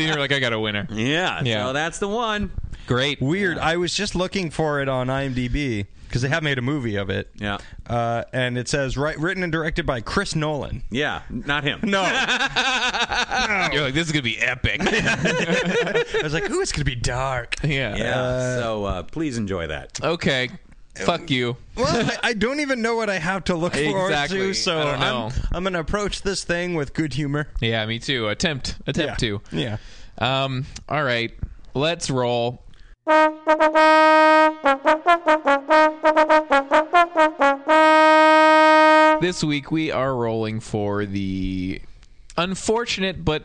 Speaker 1: you're like, I got a winner.
Speaker 3: yeah.
Speaker 1: Yeah.
Speaker 3: So that's the one.
Speaker 1: Great.
Speaker 2: Weird. I was just looking for it on IMDb because they have made a movie of it.
Speaker 3: Yeah.
Speaker 2: Uh, and it says right, written and directed by Chris Nolan.
Speaker 3: Yeah. Not him.
Speaker 2: No,
Speaker 1: You're like, this is gonna be epic.
Speaker 2: I was like, ooh, it's gonna be dark.
Speaker 1: yeah.
Speaker 3: Yeah. so uh, please enjoy that.
Speaker 1: Okay. Fuck you.
Speaker 2: Well, I, I don't even know what I have to look for
Speaker 1: Exactly.
Speaker 2: to, so
Speaker 1: I don't know.
Speaker 2: am I'm gonna approach this thing with good humor.
Speaker 1: Yeah, me too. Attempt. Attempt
Speaker 2: yeah.
Speaker 1: to.
Speaker 2: Yeah.
Speaker 1: Um. All right. Let's roll. This week we are rolling for the unfortunate but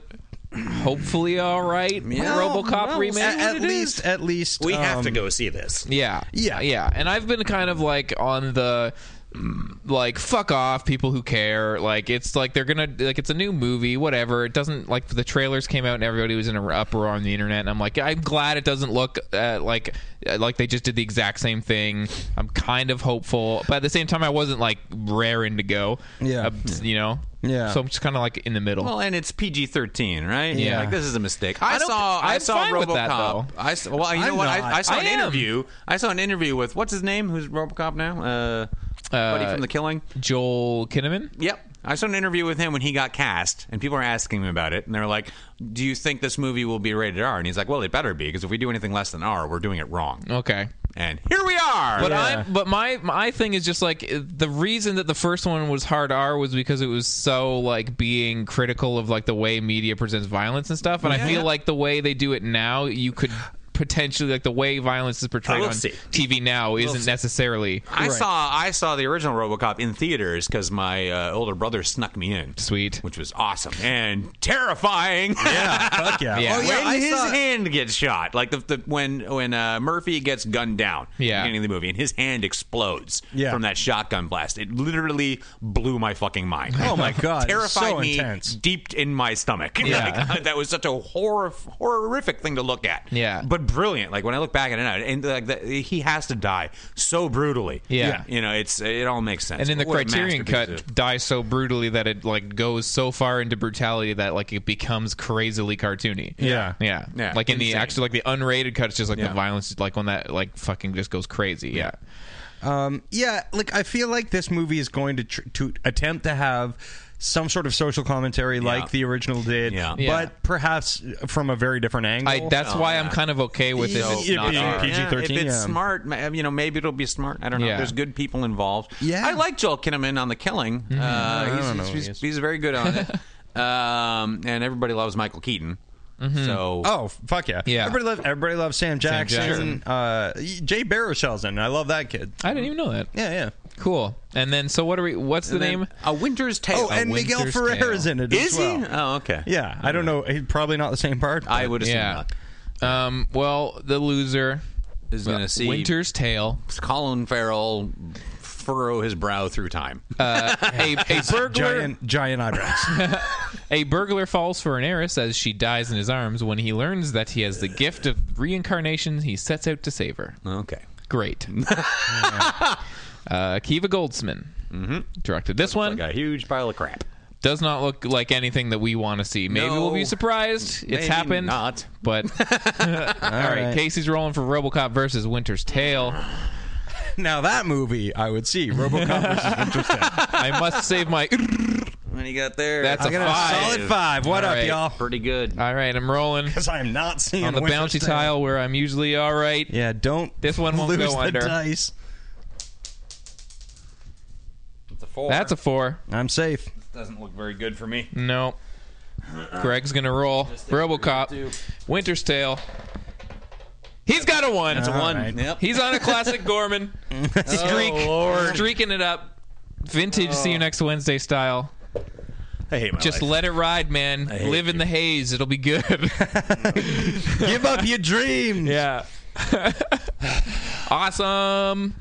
Speaker 1: hopefully all right RoboCop remake.
Speaker 2: At, at least, at least
Speaker 3: We have to
Speaker 2: um,
Speaker 3: go see this.
Speaker 1: Yeah. Uh,
Speaker 2: Yeah.
Speaker 1: Yeah. And I've been kind of like on the mm, like fuck off people who care like it's like they're gonna like it's a new movie whatever it doesn't like the trailers came out and everybody was in an uproar on the internet and i'm like i'm glad it doesn't look uh, like uh, like they just did the exact same thing i'm kind of hopeful but at the same time i wasn't like raring to go
Speaker 2: Yeah.
Speaker 1: Uh, you know
Speaker 2: Yeah.
Speaker 1: so i'm just kind of like in the middle
Speaker 3: Well, and it's PG thirteen, right?
Speaker 1: Yeah.
Speaker 3: Like this is a mistake. I,
Speaker 1: I don't-
Speaker 3: saw. I
Speaker 1: I'm
Speaker 3: saw
Speaker 1: fine with that,
Speaker 3: RoboCop.
Speaker 1: though.
Speaker 3: I s- well, you know
Speaker 2: I'm
Speaker 3: what? I,
Speaker 2: not.
Speaker 3: I saw
Speaker 1: I
Speaker 3: an
Speaker 1: am.
Speaker 3: interview. I saw an interview with what's his name? Who's RoboCop now? Uh, buddy from The Killing.
Speaker 1: joel kinneman
Speaker 3: Yep. I saw an interview with him when he got cast, and people were asking him about it, and they were like, "Do you think this movie will be rated R?" And he's like, "Well, it better be, because if we do anything less than R, we're doing it wrong."
Speaker 1: okay
Speaker 3: And here we are.
Speaker 1: But I'm but my my thing is just like the reason that the first one was hard R was because it was so like being critical of like the way media presents violence and stuff, and I feel like the way they do it now, you could potentially like the way violence is portrayed
Speaker 3: we'll
Speaker 1: on
Speaker 3: Oh, see.
Speaker 1: TV now isn't necessarily
Speaker 3: I saw I saw the original RoboCop in theaters because my uh, older brother snuck me in,
Speaker 1: sweet.
Speaker 3: which was awesome and terrifying.
Speaker 2: Yeah, fuck yeah.
Speaker 1: Yeah.
Speaker 2: Oh,
Speaker 3: when
Speaker 2: yeah. I
Speaker 3: his
Speaker 2: saw-
Speaker 3: hand gets shot, like the, the when when uh, Murphy gets gunned down at
Speaker 1: Yeah.
Speaker 3: the beginning of the movie, and his hand explodes
Speaker 2: Yeah.
Speaker 3: from that shotgun blast. It literally blew my fucking mind.
Speaker 2: Oh my god, it's
Speaker 3: Terrified
Speaker 2: so
Speaker 3: me
Speaker 2: intense.
Speaker 3: deep in my stomach.
Speaker 1: Yeah.
Speaker 3: Like, that was such a horror, horrific thing to look at.
Speaker 1: Yeah.
Speaker 3: but brilliant. Like when I look back at it, now, and like the, he has to die so brutally.
Speaker 1: Yeah.
Speaker 3: you know, it's it all makes sense.
Speaker 1: And then the
Speaker 3: What a
Speaker 1: Criterion
Speaker 3: masterpiece
Speaker 1: cut dies so brutally that it like goes so far into brutality that like it becomes crazily cartoony.
Speaker 2: Yeah.
Speaker 1: yeah,
Speaker 3: Yeah,
Speaker 1: Like in the
Speaker 3: insane.
Speaker 1: actually like the unrated cut, it's just like
Speaker 3: Yeah.
Speaker 1: the violence, is, like when that like fucking just goes crazy. Yeah,
Speaker 2: Yeah, like I feel like this movie is going to tr- to attempt to have some sort of social commentary like the original did,
Speaker 3: Yeah.
Speaker 2: but
Speaker 1: Yeah.
Speaker 2: perhaps from a very different angle.
Speaker 1: I, that's why I'm kind of okay with it.
Speaker 2: Even
Speaker 1: It's
Speaker 2: if
Speaker 1: not
Speaker 2: it-
Speaker 1: R.
Speaker 2: PG-13,
Speaker 3: Yeah, if it's
Speaker 2: yeah.
Speaker 3: smart, ma- you know, maybe it'll be smart. I don't know.
Speaker 1: Yeah.
Speaker 3: There's good people involved.
Speaker 2: Yeah.
Speaker 3: I like Joel Kinnaman on The Killing.
Speaker 1: Mm-hmm.
Speaker 3: Uh, he's,
Speaker 2: don't know
Speaker 3: he's-
Speaker 2: who he
Speaker 3: he's, he's very good on it. um, and everybody loves Michael Keaton.
Speaker 1: Mm-hmm.
Speaker 3: So
Speaker 2: Oh f- fuck yeah!
Speaker 1: Yeah.
Speaker 2: everybody loves everybody loves Sam Jackson.
Speaker 1: Jackson.
Speaker 2: Uh, Jay Baruchel's in. it. I love that kid.
Speaker 1: I didn't even know that.
Speaker 2: Yeah, yeah.
Speaker 1: Cool. And then, so what are we? What's the
Speaker 3: And then
Speaker 1: name?
Speaker 3: A Winter's Tale.
Speaker 2: Oh, and Miguel
Speaker 1: Winter's
Speaker 2: Ferrer
Speaker 1: Tale.
Speaker 2: is in it.
Speaker 3: is
Speaker 2: as
Speaker 3: he?
Speaker 2: well.
Speaker 1: Uh,
Speaker 3: Oh, okay.
Speaker 2: Yeah, I don't know. He's probably not the same part.
Speaker 3: I
Speaker 2: but-
Speaker 3: would assume
Speaker 1: Yeah.
Speaker 3: not.
Speaker 1: Um. Well, the loser
Speaker 3: Is going to see
Speaker 1: Winter's Tale.
Speaker 3: Colin Farrell furrow his brow through time.
Speaker 1: A, a burglar.
Speaker 2: giant giant eyebrows.
Speaker 1: A burglar falls for an heiress as she dies in his arms. When he learns that he has the gift of reincarnation, he sets out to save her.
Speaker 3: okay.
Speaker 1: Great. uh, Kiva Goldsman
Speaker 3: Mm-hmm.
Speaker 1: directed this one.
Speaker 3: Like a huge pile of crap.
Speaker 1: Does not look like anything that we want to see. Maybe
Speaker 3: No.
Speaker 1: we'll be surprised.
Speaker 3: Maybe
Speaker 1: it's happened.
Speaker 3: not.
Speaker 1: But all right. Casey's rolling for RoboCop versus Winter's Tale.
Speaker 2: now that movie I would see. RoboCop versus Winter's Tale.
Speaker 1: I must save my.
Speaker 3: When he got there,
Speaker 1: That's a five.
Speaker 2: Solid five. What
Speaker 1: All
Speaker 2: up,
Speaker 1: right.
Speaker 2: y'all?
Speaker 3: Pretty good.
Speaker 1: All right, I'm rolling
Speaker 2: Because I'm not seeing
Speaker 1: on the
Speaker 2: Winter's
Speaker 1: bouncy
Speaker 2: Tale.
Speaker 1: tile where I'm usually all right.
Speaker 2: Yeah, don't.
Speaker 1: This one won't
Speaker 2: lose
Speaker 1: go
Speaker 2: the
Speaker 1: under.
Speaker 2: dice.
Speaker 3: It's a four.
Speaker 1: That's a four.
Speaker 2: I'm safe.
Speaker 3: doesn't look very good for me.
Speaker 1: No. Greg's gonna roll. RoboCop. Winter's Tale. He's got a one. That's a
Speaker 3: One. Yep.
Speaker 1: He's on a classic Gorman streak, streaking it up. Vintage. See you next Wednesday style.
Speaker 3: I hate my
Speaker 1: Just
Speaker 3: life.
Speaker 1: let it ride, man. Live in the haze. It'll be good.
Speaker 2: Give up your dreams.
Speaker 1: yeah. awesome.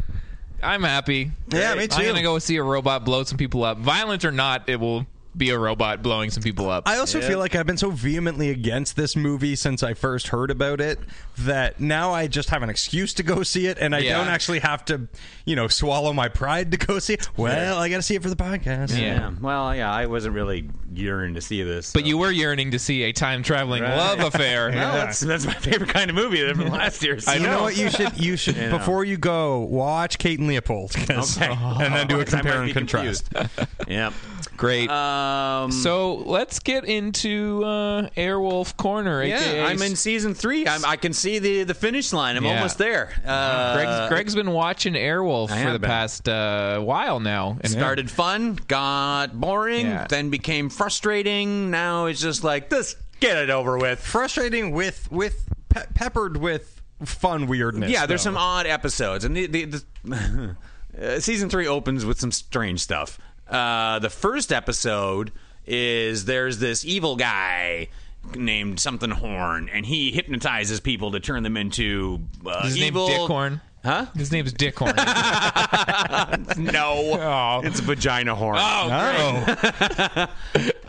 Speaker 1: I'm happy.
Speaker 2: Yeah, me too.
Speaker 1: I'm gonna go see a robot blow some people up. Violent or not, it will be a robot blowing some people up.
Speaker 2: I also feel like I've been so vehemently against this movie since I first heard about it that now I just have an excuse to go see it, and I
Speaker 1: Yeah.
Speaker 2: don't actually have to, you know, swallow my pride to go see it. Well, I got to see it for the podcast.
Speaker 3: Yeah. Well, yeah, I wasn't really yearning to see this.
Speaker 1: But you were yearning to see a time traveling love affair.
Speaker 3: Well, that's that's my favorite kind of movie from last year. so-
Speaker 2: You know. what you should you should before you go watch Kate and Leopold 'cause-
Speaker 3: Okay.
Speaker 2: and then do a
Speaker 3: Otherwise I
Speaker 2: compare
Speaker 3: might
Speaker 2: and
Speaker 3: be
Speaker 2: contrast.
Speaker 3: yep.
Speaker 1: Great.
Speaker 3: Um,
Speaker 1: so let's get into uh, Airwolf Corner. AKA
Speaker 3: yeah, I'm in season three. I'm, I can see the the finish line. I'm
Speaker 1: Yeah.
Speaker 3: almost there. Uh,
Speaker 1: Greg's, Greg's been watching Airwolf
Speaker 3: I
Speaker 1: for
Speaker 3: have
Speaker 1: the
Speaker 3: been.
Speaker 1: past uh, while now. And
Speaker 3: Started fun, got boring,
Speaker 1: Yeah.
Speaker 3: then became frustrating. Now it's just like this. Get it over with.
Speaker 2: Frustrating with with pe- peppered with fun weirdness.
Speaker 3: Yeah, there's
Speaker 2: though.
Speaker 3: some odd episodes, and the, the, the uh, season three opens with some strange stuff. Uh, the first episode is there's this evil guy named something Horn, and he hypnotizes people to turn them into uh,
Speaker 1: His name's
Speaker 3: evil.
Speaker 1: Dick Horn. Huh? His name's Dick Horn. oh,
Speaker 3: No, it's vagina horn.
Speaker 2: Oh,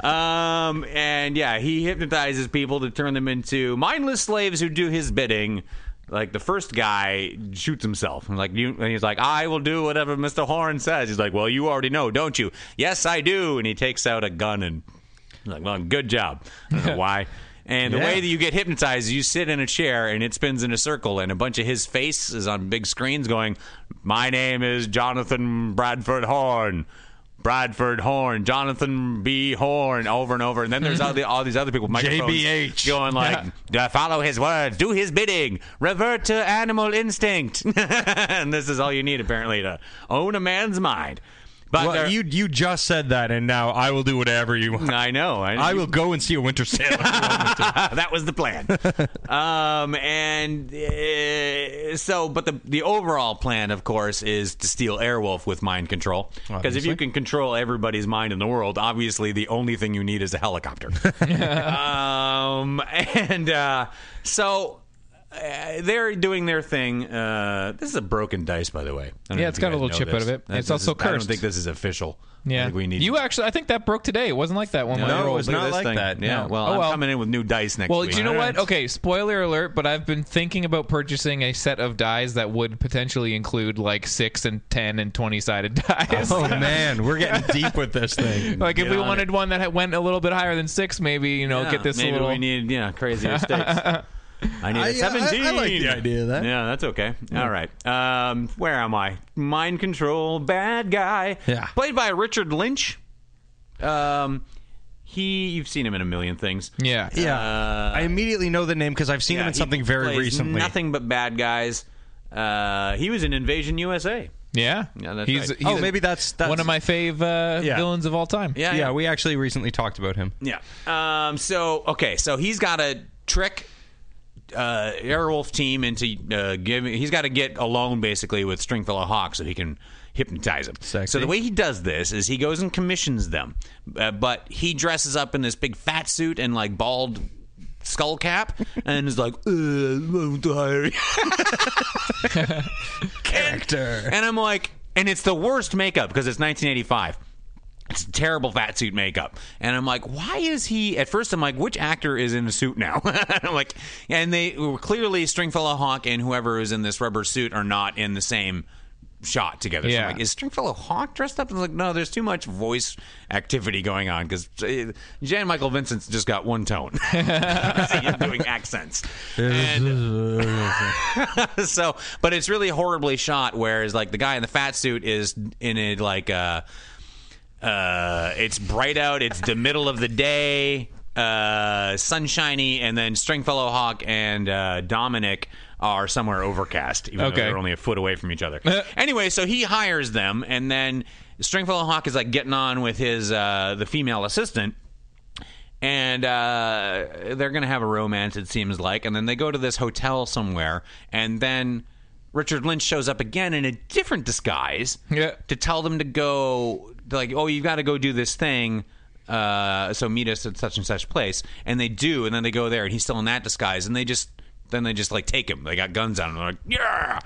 Speaker 3: Um, and yeah, he hypnotizes people to turn them into mindless slaves who do his bidding. Like the first guy shoots himself, and like you, and he's like, "I will do whatever Mister Horn says." He's like, "Well, you already know, don't you?" Yes, I do. And he takes out a gun and he's like, "Well, good job." I don't know why. And the way that you get hypnotized, is you sit in a chair and it spins in a circle, and a bunch of his face is on big screens going, "My name is Jonathan Bradford Horn." Bradford Horn, Jonathan B. Horn, over and over, and then there's all, the, all these other people, with microphones
Speaker 2: JBH.
Speaker 3: going like, "Uh, "Follow his words, do his bidding, revert to animal instinct," and this is all you need apparently to own a man's mind. But
Speaker 2: well,
Speaker 3: there-
Speaker 2: you you just said that, and now I will do whatever you want.
Speaker 3: I know,
Speaker 2: I will go and see a Winter Sailor.
Speaker 3: that was the plan. um, and uh, so, but the the overall plan, of course, is to steal Airwolf with mind control. Because if you can control everybody's mind in the world, obviously the only thing you need is a helicopter. um, and uh, so. Uh, they're doing their thing. Uh, this is a broken dice, by the way. I don't
Speaker 1: Yeah,
Speaker 3: know
Speaker 1: it's
Speaker 3: if you
Speaker 1: got a
Speaker 3: guys
Speaker 1: little
Speaker 3: know
Speaker 1: chip out of it.
Speaker 3: this.
Speaker 1: It's
Speaker 3: this
Speaker 1: also
Speaker 3: is- I don't
Speaker 1: cursed.
Speaker 3: think this is official. I
Speaker 1: yeah.
Speaker 3: think we need
Speaker 1: you actually, I think that broke today. It wasn't like that one when I
Speaker 3: No,
Speaker 1: rolled.
Speaker 3: it's not like that. Yeah.
Speaker 1: No.
Speaker 3: Well,
Speaker 1: Oh, well.
Speaker 3: I'm coming in with new dice next
Speaker 1: Well,
Speaker 3: week.
Speaker 1: do you know what? Okay, spoiler alert, but I've been thinking about purchasing a set of dies that would potentially include like 6 and 10 and 20 sided dies.
Speaker 2: oh man, we're getting deep with this thing.
Speaker 1: like if
Speaker 3: Get
Speaker 1: we
Speaker 3: on
Speaker 1: wanted one that had- went a little bit higher than 6, maybe, you know,
Speaker 3: Yeah,
Speaker 1: get this a
Speaker 3: Maybe
Speaker 1: little
Speaker 3: we need yeah crazier stakes. I need a
Speaker 2: I- yeah, I- uh, I like
Speaker 3: seventeen.
Speaker 2: the idea of that.
Speaker 3: Yeah, that's okay. All right. Um, where am I? Mind control, bad guy.
Speaker 2: Yeah.
Speaker 3: Played by Richard Lynch. Um, he, you've seen him in a million things.
Speaker 1: Yeah.
Speaker 2: Yeah, I immediately know the name because I've seen
Speaker 3: Uh, Yeah,
Speaker 2: him in
Speaker 3: he
Speaker 2: something very
Speaker 3: plays
Speaker 2: recently.
Speaker 3: Nothing but bad guys. Uh, he was in Invasion USA.
Speaker 1: Yeah.
Speaker 3: Yeah, that's
Speaker 1: he's,
Speaker 3: right.
Speaker 1: he's
Speaker 2: Oh, maybe that's- that's-
Speaker 1: one of my fave uh,
Speaker 2: Yeah.
Speaker 1: villains of all time.
Speaker 2: Yeah, we actually recently talked about him.
Speaker 3: Yeah. Um, so okay, so he's got to trick uh, Airwolf team into uh, giving. He's got to get alone basically with Stringfellow Hawk so he can hypnotize him.
Speaker 2: Sexy.
Speaker 3: So the way he does this is he goes and commissions them, uh, but he dresses up in this big fat suit and like bald skull cap and is like, uh, I'm tired.
Speaker 2: Character.
Speaker 3: And I'm like, and it's the worst makeup because it's 1985. It's terrible fat suit makeup. And I'm like, why is he? At first, I'm like, which actor is in a suit now? I'm like, and they were clearly Stringfellow Hawk and whoever is in this rubber suit are not in the same shot together. So
Speaker 1: Yeah.
Speaker 3: I'm like, is Stringfellow Hawk dressed up? And I'm like, no, there's too much voice activity going on because Jan Michael Vincent's just got one tone. So he's doing accents. And- so but it's really horribly shot whereas like the guy in the fat suit is in it like uh uh it's bright out it's the middle of the day uh sunshiny and then stringfellow hawk and uh dominic are somewhere overcast even
Speaker 1: Okay.
Speaker 3: though they're only a foot away from each other anyway so he hires them and then stringfellow hawk is like getting on with his uh the female assistant and uh, they're going to have a romance, it seems like. And then they go to this hotel somewhere, and then Richard Lynch shows up again in a different disguise
Speaker 1: Yeah.
Speaker 3: to tell them to go, like, oh, you've got to go do this thing. Uh, so meet us at such and such place, and they do, and then they go there, and he's still in that disguise, and they just then they just like take him. They got guns on him. They're like, yeah,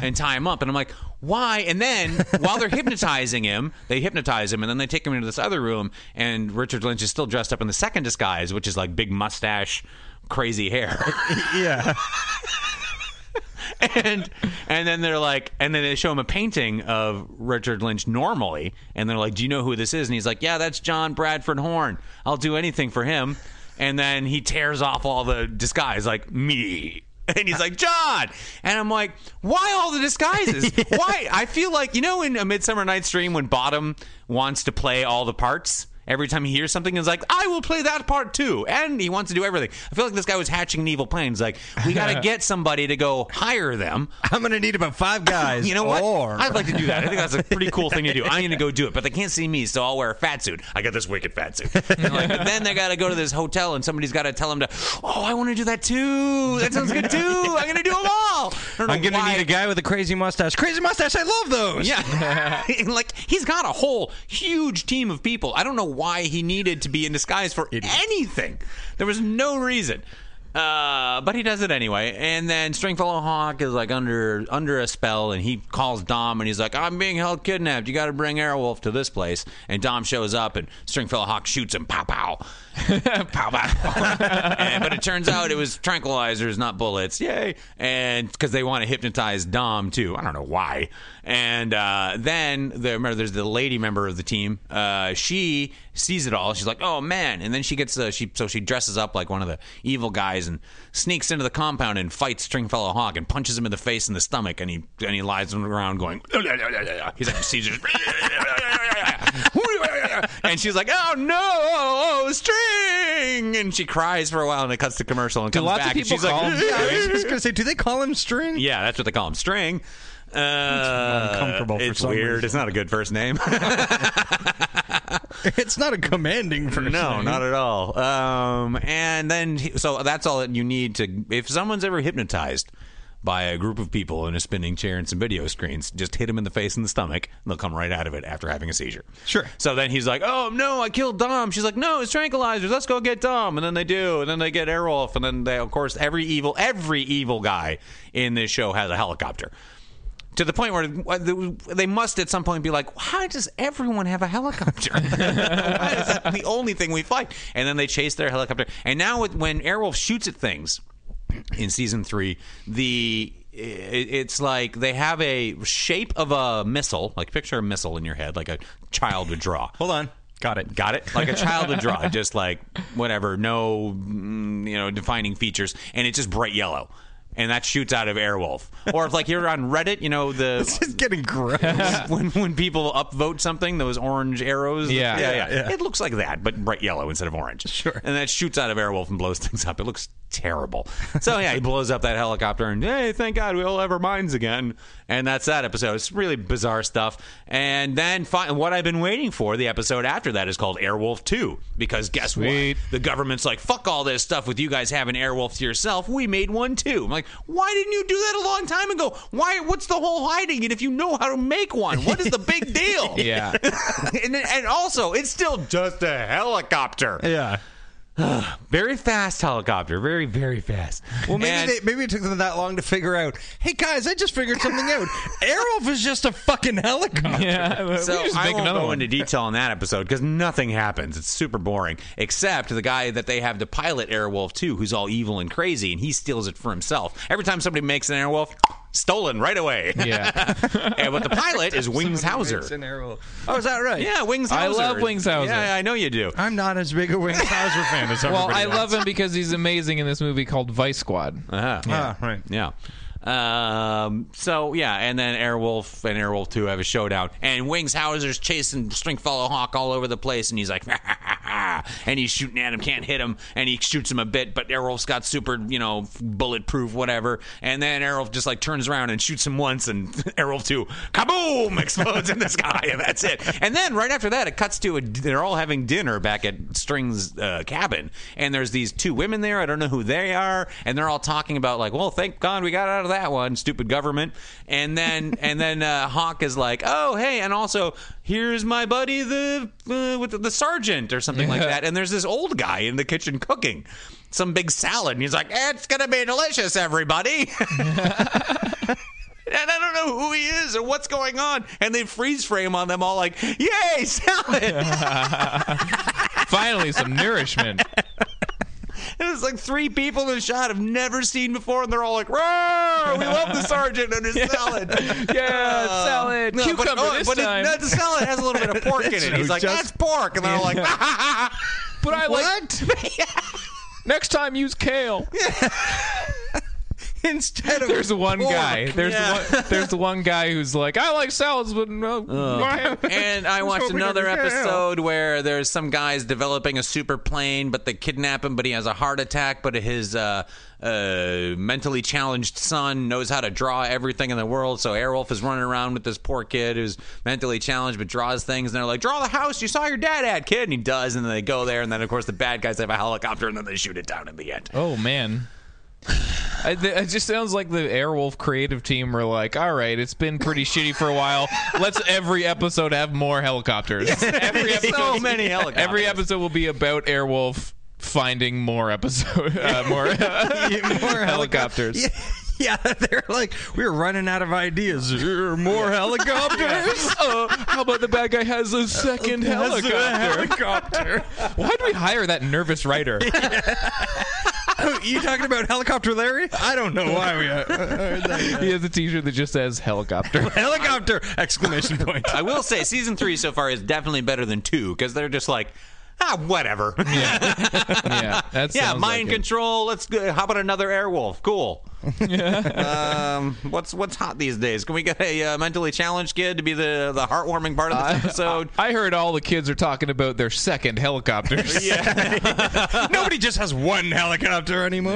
Speaker 3: and tie him up. And I'm like, why? And then while they're hypnotizing him, they hypnotize him, and then they take him into this other room, and Richard Lynch is still dressed up in the second disguise, which is like big mustache, crazy hair.
Speaker 2: Yeah,
Speaker 3: and and then they're like, and then they show him a painting of Richard Lynch normally, and they're like, "Do you know who this is?" And he's like, "Yeah, that's John Bradford Horn. I'll do anything for him." And then he tears off all the disguise, like me. And he's like, John. And I'm like, why all the disguises? Why? I feel like, you know, in A Midsummer Night's Dream, when Bottom wants to play all the parts, every time he hears something, he's like, I will play that part too. And he wants to do everything. I feel like this guy was hatching an evil plan. He's like, we got to get somebody to go hire them.
Speaker 2: I'm gonna need about five guys.
Speaker 3: You know what?
Speaker 2: Or
Speaker 3: I'd like to do that. I think that's a pretty cool thing to do. I'm going to go do it, but they can't see me, so I'll wear a fat suit. I got this wicked fat suit. And like, but then they got to go to this hotel, and somebody's got to tell them to. Oh, I want to do that too. That sounds good too. I'm going to do them all. I don't know
Speaker 2: I'm gonna
Speaker 3: why.
Speaker 2: need a guy with a crazy mustache. Crazy mustache. I love those.
Speaker 3: Yeah, And, like he's got a whole huge team of people. I don't know why he needed to be in disguise for anything. There was no reason. Uh, but he does it anyway, and then Stringfellow Hawk is like under under a spell, and he calls Dom, and he's like, "I'm being held kidnapped. You got to bring Airwolf to this place." And Dom shows up, and Stringfellow Hawk shoots him, pow pow, pow pow. and, but it turns out it was tranquilizers, not bullets. Yay! And because they want to hypnotize Dom too. I don't know why. And uh, then the, remember, there's the lady member of the team. Uh, she sees it all. She's like, "Oh man!" And then she gets uh, she so she dresses up like one of the evil guys and sneaks into the compound and fights Stringfellow Hawk and punches him in the face and the stomach. And he and he lies on the ground going, "He's like seizures." and she's like, "Oh no, string!" And she cries for a while, and it cuts to commercial and comes
Speaker 1: lots of
Speaker 3: back.
Speaker 1: people
Speaker 3: and she's
Speaker 1: call
Speaker 3: like,
Speaker 1: him
Speaker 2: I was just gonna say, do they call him String?
Speaker 3: "Yeah, that's what they call him, string." Uh,
Speaker 2: uncomfortable for
Speaker 3: It's
Speaker 2: some
Speaker 3: weird.
Speaker 2: reason.
Speaker 3: It's not a good first name.
Speaker 2: It's not a commanding first
Speaker 3: no,
Speaker 2: name.
Speaker 3: not at all. Um, and then he- so that's all that you need to. If someone's ever hypnotized by a group of people in a spinning chair and some video screens, just hit them in the face and the stomach, and they'll come right out of it after having a seizure.
Speaker 2: Sure.
Speaker 3: So then he's like, "Oh no, I killed Dom." She's like, "No, it's tranquilizers. Let's go get Dom." And then they do, and then they get Airwolf, and then they, of course, every evil, every evil guy in this show has a helicopter. To the point where they must at some point be like, "How does everyone have a helicopter? Why is that the only thing we fight?" And then they chase their helicopter. And now, with, when Airwolf shoots at things, in season three the i- it's like they have a shape of a missile like picture a missile in your head like a child would draw
Speaker 2: Hold on. Got it.
Speaker 3: got it like a child would draw just like whatever no mm, you know defining features and it's just bright yellow and that shoots out of Airwolf. Or if like you're on Reddit, you know the
Speaker 2: It's getting gross.
Speaker 3: when when people upvote something, those orange arrows.
Speaker 1: Yeah.
Speaker 3: yeah, yeah.
Speaker 2: Yeah, yeah.
Speaker 3: It looks like that, but bright yellow instead of orange. Sure. And that shoots out of Airwolf and blows things up. It looks terrible. So yeah, he blows up that helicopter and hey, thank God we'll have our minds again. And that's that episode. It's really bizarre stuff. And then fi- what I've been waiting for, the episode after that is called Airwolf Two because guess
Speaker 1: Sweet.
Speaker 3: what? The government's like, fuck all this stuff with you guys having Airwolf to yourself. We made one too. I'm like, why didn't you do that a long time ago? Why? What's the whole hiding it if you know how to make one? What is the big deal?
Speaker 1: Yeah.
Speaker 3: and, then- and also, it's still just a helicopter.
Speaker 2: yeah.
Speaker 3: Very fast helicopter. Very, very fast.
Speaker 2: Well, maybe
Speaker 3: And-
Speaker 2: they, maybe it took them that long to figure out. Hey guys, I just figured something out. Airwolf is just a fucking helicopter.
Speaker 1: Yeah,
Speaker 3: So
Speaker 1: we just
Speaker 3: I
Speaker 1: make
Speaker 3: won't
Speaker 1: another
Speaker 3: go
Speaker 1: one.
Speaker 3: into detail on that episode because nothing happens. It's super boring, except the guy that they have to pilot Airwolf too, who's all evil and crazy, and he steals it for himself. Every time somebody makes an Airwolf, stolen right away.
Speaker 1: yeah,
Speaker 3: and but the pilot is Wings Hauser.
Speaker 2: Oh, is that right?
Speaker 3: Yeah, Wings Hauser.
Speaker 1: I love Wings Hauser.
Speaker 3: Yeah, I know you do.
Speaker 2: I'm not as big a Wings Hauser fan as
Speaker 1: Well,
Speaker 2: everybody
Speaker 1: I
Speaker 2: else.
Speaker 1: love him because he's amazing in this movie called Vice Squad.
Speaker 3: Uh-huh.
Speaker 2: Ah, right.
Speaker 3: Yeah. Um, so yeah, and then Airwolf and Airwolf Two have a showdown, and Wings Hauser's chasing Stringfellow Hawk all over the place, and he's like, and he's shooting at him, can't hit him, and he shoots him a bit, but Airwolf's got super, you know, bulletproof whatever, and then Airwolf just like turns around and shoots him once, and Airwolf Two, kaboom, explodes in the sky, and that's it. And then right after that, it cuts to a, they're all having dinner back at String's uh, cabin, and there's these two women there. I don't know who they are, and they're all talking about like, well, thank God we got out of that one, stupid government. And then and then uh, Hawk is like, oh hey, and also here's my buddy the uh, with the, the sergeant or something like that. And there's this old guy in the kitchen cooking some big salad, and he's like, it's gonna be delicious, everybody. And I don't know who he is or what's going on. And they freeze frame on them all like, yay, salad.
Speaker 1: Finally, some nourishment.
Speaker 3: And it's like three people in a shot I've never seen before, and they're all like, "Roar! We love the sergeant and his salad."
Speaker 1: Yeah, salad.
Speaker 3: Uh, No,
Speaker 1: Cucumber
Speaker 3: but, oh,
Speaker 1: this
Speaker 3: but it-
Speaker 1: time.
Speaker 3: no, the salad has a little bit of pork in it. He's like, "That's pork," and they're all like, "Ah,
Speaker 1: But I like. Next time, use kale.
Speaker 2: Instead of
Speaker 1: There's one
Speaker 2: pork.
Speaker 1: guy. There's one, there's one guy who's like, I like salads, but no.
Speaker 3: and I watched
Speaker 1: hoping
Speaker 3: another
Speaker 1: I could
Speaker 3: episode where there's some guys developing a super plane, but they kidnap him, but he has a heart attack, but his uh, uh, mentally challenged son knows how to draw everything in the world. So Airwolf is running around with this poor kid who's mentally challenged but draws things, and they're like, "Draw the house you saw your dad at, kid," and he does, and then they go there, and then of course the bad guys have a helicopter, and then they shoot it down in the end.
Speaker 1: oh man. I, th- it just sounds like the Airwolf creative team were like, "All right, it's been pretty shitty for a while. Let's every episode have more helicopters. Every episode,
Speaker 3: So many helicopters.
Speaker 1: Every episode will be about Airwolf finding more episode, uh, more, more helicopters.
Speaker 2: Yeah, yeah, they're like we're running out of ideas. There are More helicopters.
Speaker 1: Uh, how about the bad guy has a second
Speaker 2: That's a
Speaker 1: helicopter?
Speaker 2: helicopter.
Speaker 1: Why did we hire that nervous writer?
Speaker 2: Oh, you talking about helicopter, Larry? I don't know why we. uh,
Speaker 1: he has a T-shirt that just says helicopter.
Speaker 2: helicopter! Exclamation point.
Speaker 3: I will say, season three so far is definitely better than two because they're just like, ah, whatever.
Speaker 1: yeah, that's
Speaker 3: Yeah, mind
Speaker 1: like it.
Speaker 3: control. Let's go. How about another Airwolf? Cool. um, what's what's hot these days? Can we get a uh, mentally challenged kid to be the the heartwarming part of this episode?
Speaker 1: I heard all the kids are talking about their second helicopters.
Speaker 2: Nobody just has one helicopter anymore.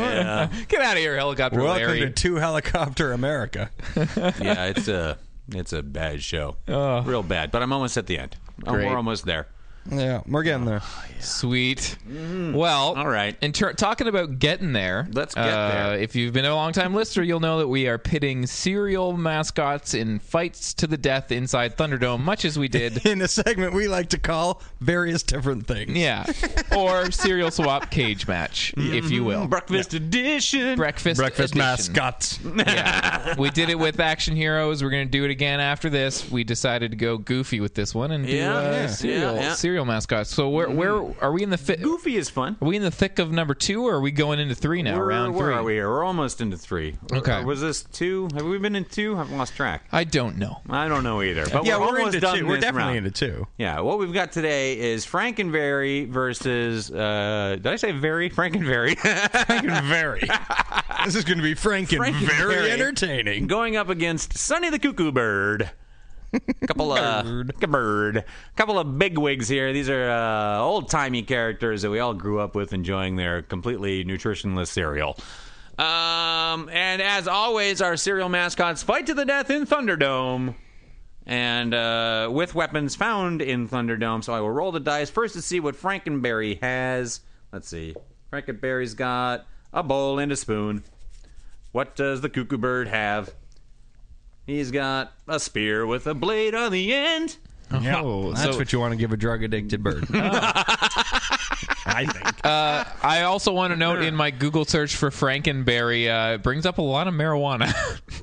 Speaker 1: Get out of here, helicopter
Speaker 2: Welcome
Speaker 1: Larry.
Speaker 2: to Two Helicopter America.
Speaker 3: yeah, it's a it's a bad show, real bad. But I'm almost at the end. Oh,
Speaker 1: Great.
Speaker 3: we're almost there.
Speaker 2: Yeah, we're getting there.
Speaker 1: Oh, Sweet. Well,
Speaker 3: All right.
Speaker 1: In ter- talking about getting there,
Speaker 3: Let's get
Speaker 1: uh,
Speaker 3: there.
Speaker 1: If you've been a long time listener, you'll know that we are pitting serial mascots in fights to the death inside Thunderdome, much as we did.
Speaker 2: In a segment we like to call various different things.
Speaker 1: Yeah, or serial swap cage match, if you will.
Speaker 3: Mm-hmm. Breakfast edition.
Speaker 1: Breakfast,
Speaker 2: Breakfast
Speaker 1: edition.
Speaker 2: mascots.
Speaker 1: yeah. We did it with Action Heroes. We're going to do it again after this. We decided to go goofy with this one and do
Speaker 3: Yeah,
Speaker 1: uh,
Speaker 3: yeah,
Speaker 1: cereal,
Speaker 3: yeah. Mm-hmm.
Speaker 1: cereal mascots. So where where are we in the fi- are
Speaker 3: Goofy is fun.
Speaker 1: we in the thick of number two or are we going into three now?
Speaker 3: We're-
Speaker 1: round
Speaker 3: where
Speaker 1: three.
Speaker 3: are we? here? We're almost into three. Or-
Speaker 1: Okay.
Speaker 3: or was this two? Have we been in two? I've lost track.
Speaker 1: I don't know.
Speaker 3: I don't know either. But
Speaker 2: Yeah,
Speaker 3: we're,
Speaker 2: we're,
Speaker 3: almost
Speaker 2: into
Speaker 3: done.
Speaker 2: two. We're
Speaker 3: this
Speaker 2: definitely
Speaker 3: round.
Speaker 2: into two.
Speaker 3: Yeah, what we've got today is Frankenberry versus. Uh, did I say very? Frankenberry.
Speaker 2: Very. this is going to be frank and
Speaker 3: Frank and
Speaker 2: very
Speaker 3: Terry
Speaker 2: entertaining.
Speaker 3: Going up against Sonny the Cuckoo Bird. couple of bird, couple of bigwigs here. These are uh, old timey characters that we all grew up with, enjoying their completely nutritionless cereal. Um, and as always, our cereal mascots fight to the death in Thunderdome, and uh, with weapons found in Thunderdome. So I will roll the dice first to see what Frankenberry has. Let's see, Frankenberry's got a bowl and a spoon. What does the cuckoo bird have? He's got a spear with a blade on the end.
Speaker 1: Oh,
Speaker 2: That's
Speaker 1: so-
Speaker 2: what you want to give a drug addicted bird. Uh, I think.
Speaker 1: I also want to note in my Google search for Frankenberry, uh, it brings up a lot of marijuana.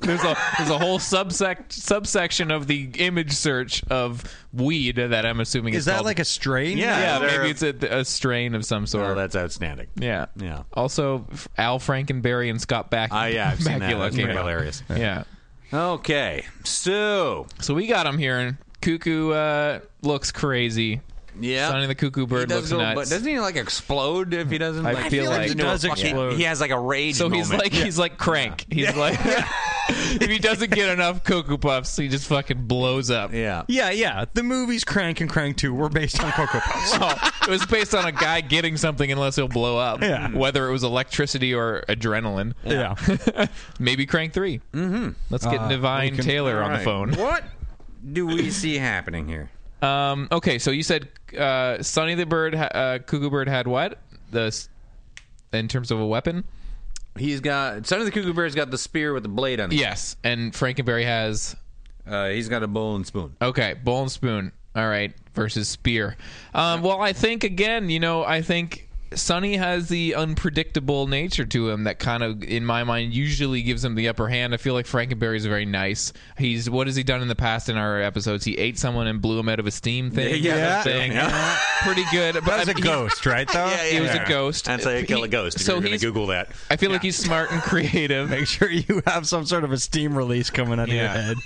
Speaker 1: there's a there's a whole subsect subsection of the image search of weed that I'm assuming
Speaker 2: is
Speaker 1: it's
Speaker 2: that
Speaker 1: called.
Speaker 2: like a strain?
Speaker 1: yeah,
Speaker 3: they're-
Speaker 1: maybe it's a, a strain of some sort.
Speaker 3: Oh, that's outstanding.
Speaker 1: yeah,
Speaker 3: Yeah.
Speaker 1: Also, F- Al Frankenberry and Scott Back.
Speaker 3: Ah, yeah, I've seen that.
Speaker 1: Bakula
Speaker 3: That's
Speaker 1: came
Speaker 3: pretty
Speaker 1: out.
Speaker 3: hilarious.
Speaker 1: Yeah.
Speaker 3: Okay, so
Speaker 1: So we got him here, and Cuckoo uh, looks crazy.
Speaker 3: yeah,
Speaker 1: Sonny the Cuckoo Bird
Speaker 3: Uh, He does
Speaker 1: looks
Speaker 3: go-
Speaker 1: nuts.
Speaker 3: But doesn't he like explode if he doesn't?
Speaker 1: I
Speaker 3: like,
Speaker 1: feel like he
Speaker 3: into a
Speaker 2: does
Speaker 3: fucking-
Speaker 2: explode.
Speaker 3: He has like a rage.
Speaker 1: So he's like
Speaker 3: moment.
Speaker 1: he's like crank. He's like if he doesn't get enough cuckoo puffs, he just fucking blows up.
Speaker 3: yeah.
Speaker 2: Yeah, yeah. The movies Crank and Crank 2 were based on Cocoa Puffs.
Speaker 1: Oh, it was based on a guy getting something unless he'll blow up.
Speaker 2: Yeah.
Speaker 1: Whether it was electricity or adrenaline.
Speaker 2: yeah. Uh,
Speaker 1: Maybe crank 3 Mm-hmm. Let's get Divine
Speaker 2: can-
Speaker 1: Taylor on the phone.
Speaker 3: What do we see happening here?
Speaker 1: Um, okay, so you said uh, Sonny the Bird, ha- uh, Cuckoo Bird had what? The s- in terms of a weapon.
Speaker 3: He's got Sonny the Cuckoo Bear's got the spear with the blade on. it.
Speaker 1: Yes, and Frankenberry has
Speaker 3: Uh, he's got a bowl and spoon.
Speaker 1: Okay, bowl and spoon. All right, versus spear. Um, well, I think again, you know, I think Sonny has the unpredictable nature to him that kind of, in my mind, usually gives him the upper hand. I feel like Frankenberry is very nice. He's what has he done in the past in our episodes? He ate someone and blew him out of a steam thing.
Speaker 3: Yeah,
Speaker 1: that
Speaker 3: yeah.
Speaker 1: thing. pretty good. But
Speaker 2: That's
Speaker 1: I
Speaker 2: a
Speaker 1: mean,
Speaker 2: ghost, right, though?
Speaker 1: He, he was a ghost.
Speaker 4: That's how you kill
Speaker 1: He-
Speaker 4: a ghost. If
Speaker 1: so
Speaker 4: you're going
Speaker 1: he's-
Speaker 4: to Google that.
Speaker 1: I feel like he's smart and creative.
Speaker 2: Make sure you have some sort of a steam release coming out of your
Speaker 1: Yeah.
Speaker 2: head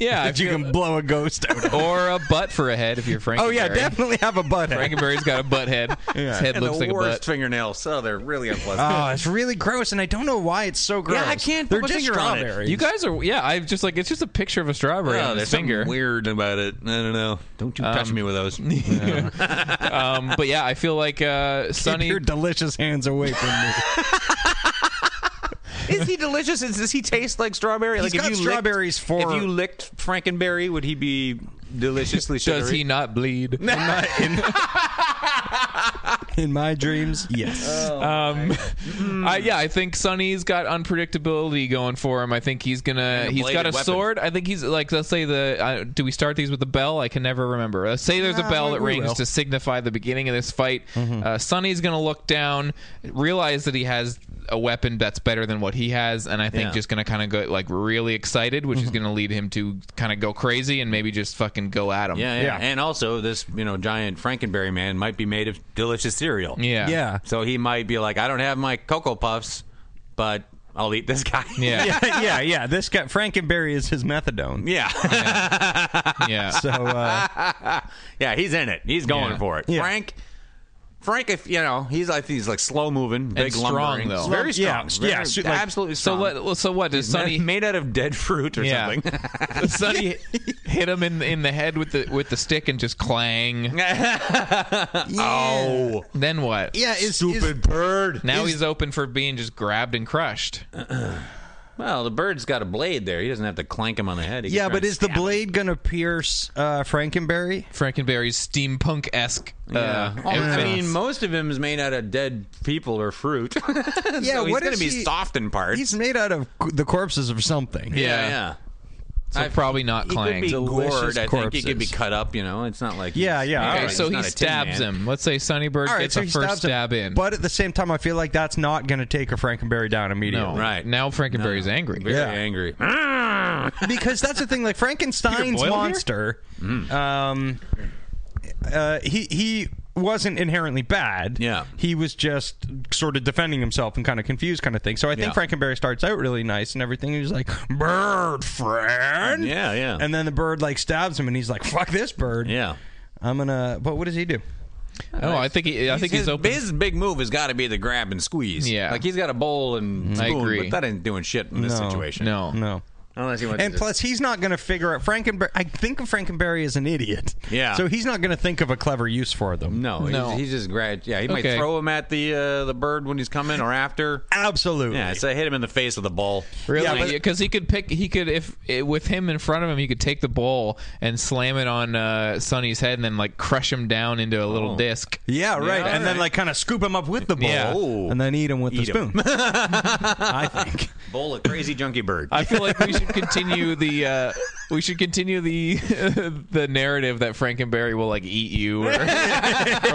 Speaker 1: yeah, I
Speaker 2: that you
Speaker 1: feel-
Speaker 2: can blow a ghost out of.
Speaker 1: or a butt for a head if you're Frankenberry.
Speaker 2: Oh, yeah, definitely have a butt head.
Speaker 1: Frankenberry's got a butt head. His head
Speaker 3: And
Speaker 1: looks
Speaker 3: the
Speaker 1: like a
Speaker 3: worst
Speaker 1: butt.
Speaker 3: fingernails. So they're really unpleasant.
Speaker 2: Oh, it's really gross, and I don't know why it's so gross.
Speaker 3: I can't
Speaker 2: They're
Speaker 3: put my
Speaker 2: just
Speaker 3: finger on it.
Speaker 2: strawberries.
Speaker 1: You guys are yeah. I just like it's just a picture of a strawberry
Speaker 3: Oh,
Speaker 1: on his
Speaker 3: there's something
Speaker 1: finger.
Speaker 3: weird about it. I don't know. Don't you touch me with those.
Speaker 1: Um, but yeah, I feel like uh,
Speaker 2: Keep
Speaker 1: Sonny.
Speaker 2: your delicious hands away from me.
Speaker 3: Is he delicious? Is, does he taste like strawberry?
Speaker 2: He's
Speaker 3: like if
Speaker 2: got
Speaker 3: you
Speaker 2: strawberries
Speaker 3: licked,
Speaker 2: for-
Speaker 3: If you licked Frankenberry, would he be deliciously sugary?
Speaker 1: Does he not bleed?
Speaker 2: In my, in- in my dreams, yes.
Speaker 3: Oh.
Speaker 1: Um, I, yeah, I think Sonny's got unpredictability going for him. I think he's gonna.
Speaker 3: a
Speaker 1: He's got a
Speaker 3: bladed weapon.
Speaker 1: sword. I think he's like. Let's say the. Uh, do we start these with the bell? I can never remember. Let's say there's a bell that
Speaker 2: we
Speaker 1: rings
Speaker 2: will.
Speaker 1: to signify the beginning of this fight. Uh, Sonny's gonna look down, realize that he has a weapon that's better than what he has, and I think
Speaker 3: Yeah.
Speaker 1: just gonna kind of go like really excited, which is gonna lead him to kind of go crazy and maybe just fucking go at him.
Speaker 3: Yeah, yeah,
Speaker 2: Yeah.
Speaker 3: And also, this you know giant Frankenberry man might be made of delicious cereal.
Speaker 1: Yeah.
Speaker 2: Yeah.
Speaker 3: So he might be like, I don't have my cocoa puffs, but I'll eat this guy.
Speaker 1: Yeah.
Speaker 2: yeah, yeah, yeah. This guy Frankenberry is his methadone.
Speaker 3: yeah,
Speaker 1: Yeah.
Speaker 2: So uh,
Speaker 3: yeah. He's in it. He's going
Speaker 1: Yeah.
Speaker 3: for it.
Speaker 2: Yeah.
Speaker 3: Frank. Frank, if you know, he's like he's like slow moving, big
Speaker 1: strong,
Speaker 3: lumbering.
Speaker 1: though.
Speaker 3: very strong,
Speaker 2: Yeah,
Speaker 3: very,
Speaker 2: yeah, su- like-
Speaker 3: absolutely.
Speaker 1: so
Speaker 3: strong.
Speaker 1: what? So what does Sonny?
Speaker 3: made out of dead fruit or
Speaker 1: yeah.
Speaker 3: something?
Speaker 1: Sonny hit him in the, in the head with the with the stick and just clang.
Speaker 3: Oh,
Speaker 1: Then what?
Speaker 2: yeah, is, stupid.
Speaker 3: bird.
Speaker 1: Now he's open for being just grabbed and crushed.
Speaker 3: Well, the bird's got a blade there. He doesn't have to clank him on the head. He can
Speaker 2: yeah,
Speaker 3: try
Speaker 2: but
Speaker 3: and
Speaker 2: is the
Speaker 3: stab him.
Speaker 2: blade gonna pierce uh, Frankenberry?
Speaker 1: Frankenberry's steampunk esque. Uh,
Speaker 3: Oh, I
Speaker 1: outfit.
Speaker 3: mean, most of him is made out of dead people or fruit.
Speaker 2: Yeah,
Speaker 3: so he's
Speaker 2: what
Speaker 3: gonna
Speaker 2: is
Speaker 3: be
Speaker 2: he-
Speaker 3: soft in parts.
Speaker 2: He's made out of c- the corpses of something.
Speaker 1: yeah,
Speaker 3: yeah.
Speaker 1: So probably not
Speaker 3: He could
Speaker 1: clang.
Speaker 3: be
Speaker 2: Delicious
Speaker 3: gored. I think he could be
Speaker 2: corpses.
Speaker 3: cut up. You know, it's not like
Speaker 2: Yeah,
Speaker 3: he's-
Speaker 2: yeah,
Speaker 3: he's
Speaker 2: all
Speaker 1: Okay,
Speaker 2: right.
Speaker 3: not-
Speaker 1: so
Speaker 3: he's
Speaker 1: he
Speaker 3: not a Tin
Speaker 1: stabs
Speaker 3: Man.
Speaker 1: him. Let's say Sunnybird
Speaker 2: All right,
Speaker 1: gets
Speaker 2: so
Speaker 1: a
Speaker 2: he
Speaker 1: first
Speaker 2: stabs him,
Speaker 1: stab in.
Speaker 2: But at the same time, I feel like that's not going to take a Frankenberry down
Speaker 1: no,
Speaker 2: immediately.
Speaker 3: Right.
Speaker 1: now Frankenberry's angry.
Speaker 3: Very
Speaker 2: Yeah.
Speaker 3: angry.
Speaker 2: because that's the thing. Like Frankenstein's
Speaker 1: Peter Boyle
Speaker 2: monster,
Speaker 3: Hmm.
Speaker 2: um, uh, he he wasn't inherently bad.
Speaker 3: Yeah.
Speaker 2: he was just sort of defending himself and kind of confused, kind of thing. So I think
Speaker 3: Yeah.
Speaker 2: Frankenberry starts out really nice and everything. He's like, "Bird friend,"
Speaker 3: Yeah, yeah.
Speaker 2: and then the bird like stabs him, and he's like, "Fuck this bird."
Speaker 3: Yeah.
Speaker 2: I'm gonna. But what does he do?
Speaker 1: Oh, I think he, I think he's
Speaker 3: his,
Speaker 1: open.
Speaker 3: his big move has got to be the grab and squeeze.
Speaker 1: Yeah. Mm,
Speaker 3: like he's got a bowl and
Speaker 1: I
Speaker 3: spoon,
Speaker 1: agree.
Speaker 3: but that ain't doing shit in this
Speaker 2: No,
Speaker 3: situation.
Speaker 1: no,
Speaker 2: No.
Speaker 3: unless he wants
Speaker 2: And
Speaker 3: to
Speaker 2: plus, he's not going to figure out Frankenberry. I think of Frankenberry as an idiot.
Speaker 3: Yeah.
Speaker 2: So he's not going to think of a clever use for them.
Speaker 3: No,
Speaker 1: No.
Speaker 3: He's, he's just grad. Yeah, he
Speaker 1: Okay.
Speaker 3: might throw him at the uh, the bird when he's coming or after.
Speaker 2: Absolutely.
Speaker 3: Yeah, so hit him in the face with the ball.
Speaker 1: Really? Because he could pick. He could if eh, with him in front of him, he could take the ball and slam it on uh, Sonny's head, and then like crush him down into a little disc.
Speaker 2: Yeah, right. and then like kind of scoop him up with the bowl,
Speaker 1: Yeah.
Speaker 2: and then eat him with the spoon. I think.
Speaker 3: Bowl of crazy junkie bird.
Speaker 1: I feel like we should continue the uh, we should continue the the narrative that Frankenberry will like eat you or, or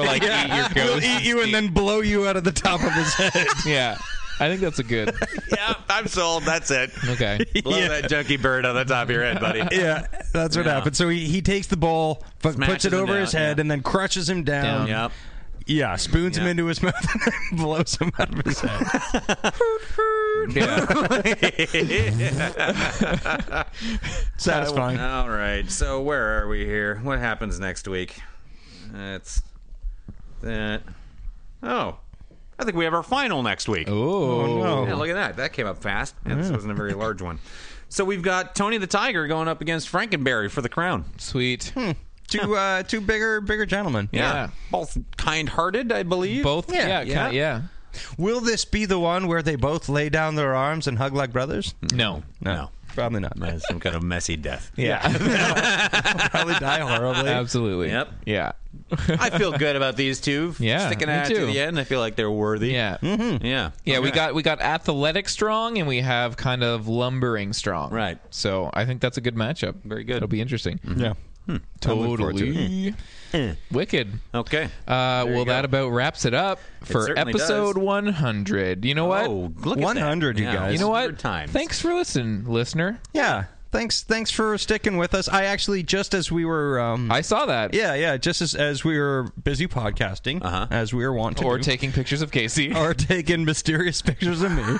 Speaker 1: like eat your
Speaker 2: He'll
Speaker 1: ghost.
Speaker 2: eat you and then blow you out of the top of his head.
Speaker 1: yeah. I think that's a good.
Speaker 3: yeah, I'm sold. That's it.
Speaker 1: Okay.
Speaker 3: Blow that junkie bird on the top of your head, buddy.
Speaker 2: yeah, that's what
Speaker 3: Yeah.
Speaker 2: happened. So he, he takes the bowl, but puts
Speaker 3: Smashes
Speaker 2: it
Speaker 3: him
Speaker 2: over
Speaker 3: down,
Speaker 2: his head,
Speaker 3: yeah.
Speaker 2: and then crushes him down.
Speaker 1: Down.
Speaker 3: Yep.
Speaker 2: Yeah, spoons him
Speaker 3: Yeah.
Speaker 2: into his mouth and blows him out of his head.
Speaker 1: Yeah.
Speaker 2: Satisfying.
Speaker 3: All right. So where are we here? What happens next week? That's that. Oh, I think we have our final next week.
Speaker 2: Oh,
Speaker 3: Yeah, look at that. That came up fast. Yeah, This wasn't a very large one. So we've got Tony the Tiger going up against Frankenberry for the crown.
Speaker 1: Sweet.
Speaker 2: two uh, two bigger bigger gentlemen.
Speaker 1: Yeah.
Speaker 3: Both kind-hearted, I believe.
Speaker 1: Both. Yeah. Yeah.
Speaker 3: yeah.
Speaker 1: Kinda, yeah.
Speaker 2: Will this be the one where they both lay down their arms and hug like brothers?
Speaker 1: No.
Speaker 3: No.
Speaker 2: Probably not.
Speaker 3: That's some kind of messy death.
Speaker 1: Yeah.
Speaker 2: Probably die horribly.
Speaker 1: Absolutely.
Speaker 3: Yep.
Speaker 1: Yeah.
Speaker 3: I feel good about these two
Speaker 1: Yeah,
Speaker 3: sticking
Speaker 1: me
Speaker 3: out
Speaker 1: too.
Speaker 3: to the end. I feel like they're worthy. Hmm.
Speaker 1: Yeah.
Speaker 3: yeah,
Speaker 1: Yeah, we got we got athletic strong and we have kind of lumbering strong.
Speaker 3: Right.
Speaker 1: So I think that's a good matchup. Very good. It'll be interesting.
Speaker 2: Yeah.
Speaker 1: Totally.
Speaker 3: Eh.
Speaker 1: Wicked.
Speaker 3: Okay.
Speaker 1: Uh, well, that about wraps it up for
Speaker 3: certainly
Speaker 1: episode
Speaker 3: does.
Speaker 1: 100. You know what?
Speaker 3: oh, look at that.
Speaker 2: 100, you
Speaker 3: Yeah,
Speaker 2: guys.
Speaker 1: you know what?
Speaker 3: 100 Times.
Speaker 1: Thanks for listening, listener.
Speaker 2: Yeah. Thanks. Thanks for sticking with us. I actually just as we were. Um,
Speaker 1: I saw that.
Speaker 2: yeah, yeah. Just as, as we were busy podcasting,
Speaker 3: Uh-huh.
Speaker 2: as we were wont to,
Speaker 1: Or
Speaker 2: do,
Speaker 1: taking pictures of Casey
Speaker 2: or taking mysterious pictures of me.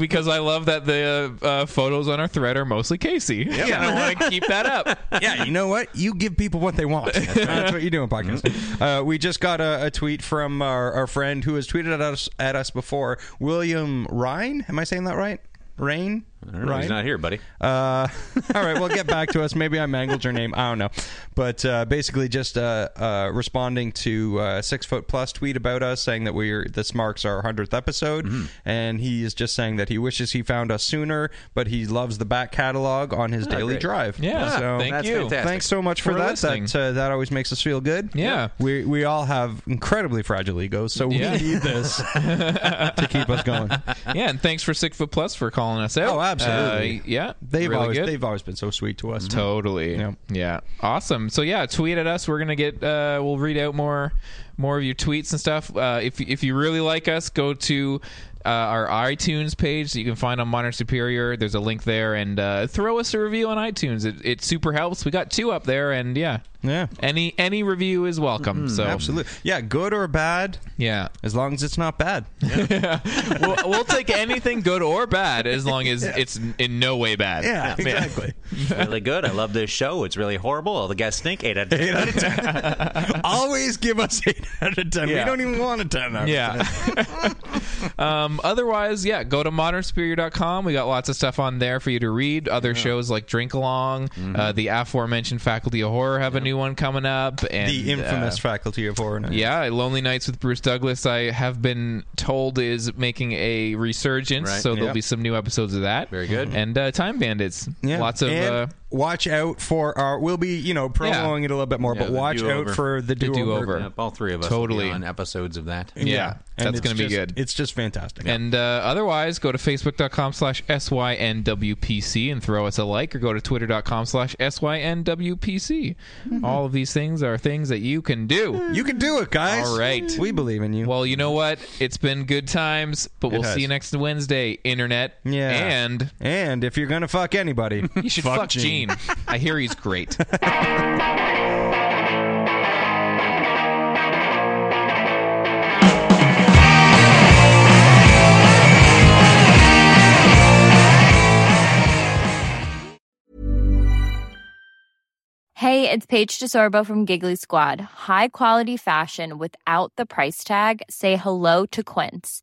Speaker 1: because I love that the uh, uh, photos on our thread are mostly Casey. Yeah, and I want to keep that up.
Speaker 2: yeah, you know what? You give people what they want. That's what you do in
Speaker 3: Mm-hmm.
Speaker 2: podcasting. Uh, we just got a, a tweet from our, our friend who has tweeted at us at us before, William Ryan. Am I saying that right? Rain.
Speaker 3: I don't know, He's not here, buddy.
Speaker 2: Uh, all right, well, get back to us. Maybe I mangled your name. I don't know. But uh, basically, just uh, uh, responding to uh, Six Foot Plus tweet about us saying that we're this marks our 100th episode.
Speaker 1: Mm-hmm.
Speaker 2: And he is just saying that he wishes he found us sooner, but he loves the back catalog on his daily
Speaker 3: great.
Speaker 2: drive.
Speaker 1: Ah, Yeah,
Speaker 2: So
Speaker 1: thank
Speaker 3: That's
Speaker 1: you.
Speaker 3: fantastic.
Speaker 2: thanks so much for
Speaker 1: For
Speaker 2: that.
Speaker 1: listening.
Speaker 2: That, uh, that always makes us feel good.
Speaker 1: Yeah.
Speaker 2: We, we all have incredibly fragile egos, so
Speaker 1: Yeah.
Speaker 2: we need this to keep us going.
Speaker 1: Yeah, and thanks for Six Foot Plus for calling us out.
Speaker 2: Oh, absolutely.
Speaker 1: Uh, yeah,
Speaker 2: They've,
Speaker 1: really
Speaker 2: always,
Speaker 1: good.
Speaker 2: they've always been so sweet to us.
Speaker 1: Totally.
Speaker 2: Yeah.
Speaker 1: Yeah. Awesome. So yeah, tweet at us. We're gonna get. Uh, we'll read out more more of your tweets and stuff. Uh, if if you really like us, go to. Uh, our iTunes page that you can find on Modern Superior. There's a link there, and uh, throw us a review on iTunes. It, it super helps. We got two up there, and yeah,
Speaker 2: Yeah.
Speaker 1: Any any review is welcome. so
Speaker 2: Absolutely. Yeah, good or bad,
Speaker 1: yeah,
Speaker 2: as long as it's not bad.
Speaker 1: we'll, we'll take anything good or bad as long as it's in no way bad.
Speaker 2: exactly.
Speaker 3: really good. I love this show. It's really horrible. All the guests stink. Eight out of ten.
Speaker 2: Always give us 8 out of 10.
Speaker 1: Yeah.
Speaker 2: We don't even want a 10 out of
Speaker 1: Yeah. um, otherwise, yeah, go to modernsuperior.com. We got lots of stuff on there for you to read. Other shows like Drink Along, uh, the aforementioned Faculty of Horror have a new one coming up, and
Speaker 2: Mm-hmm.
Speaker 1: uh,
Speaker 2: The infamous faculty of horror. Night.
Speaker 1: yeah, Lonely Nights with Bruce Douglas, I have been told, is making a resurgence.
Speaker 3: Right.
Speaker 1: So there'll
Speaker 2: Yeah.
Speaker 1: be some new episodes of that. Very good. And uh, Time Bandits.
Speaker 2: Yeah.
Speaker 1: Lots of.
Speaker 2: And
Speaker 1: uh,
Speaker 2: watch out for our. We'll be, you know, prolonging it a little bit more, but
Speaker 3: the
Speaker 2: watch
Speaker 3: do-over.
Speaker 2: out for the do
Speaker 1: do-over.
Speaker 3: Yep, all three of us will be
Speaker 1: Totally.
Speaker 3: on episodes of that.
Speaker 1: yeah, that's going to be good.
Speaker 2: It's just fantastic.
Speaker 1: And uh, otherwise, go to facebook.com slash synwpc and throw us a like, or go to twitter.com slash synwpc. All of these things are things that you can do.
Speaker 2: you can do it, guys.
Speaker 1: All right.
Speaker 2: We believe in you.
Speaker 1: Well, you know what? It's been good times, but we'll
Speaker 2: has.
Speaker 1: see you next Wednesday, Internet.
Speaker 2: yeah.
Speaker 1: And
Speaker 2: and if you're going to fuck anybody,
Speaker 1: you should fuck, Gene. I hear he's great.
Speaker 5: Hey, it's Paige DeSorbo from Giggly Squad. High quality fashion without the price tag. Say hello to Quince.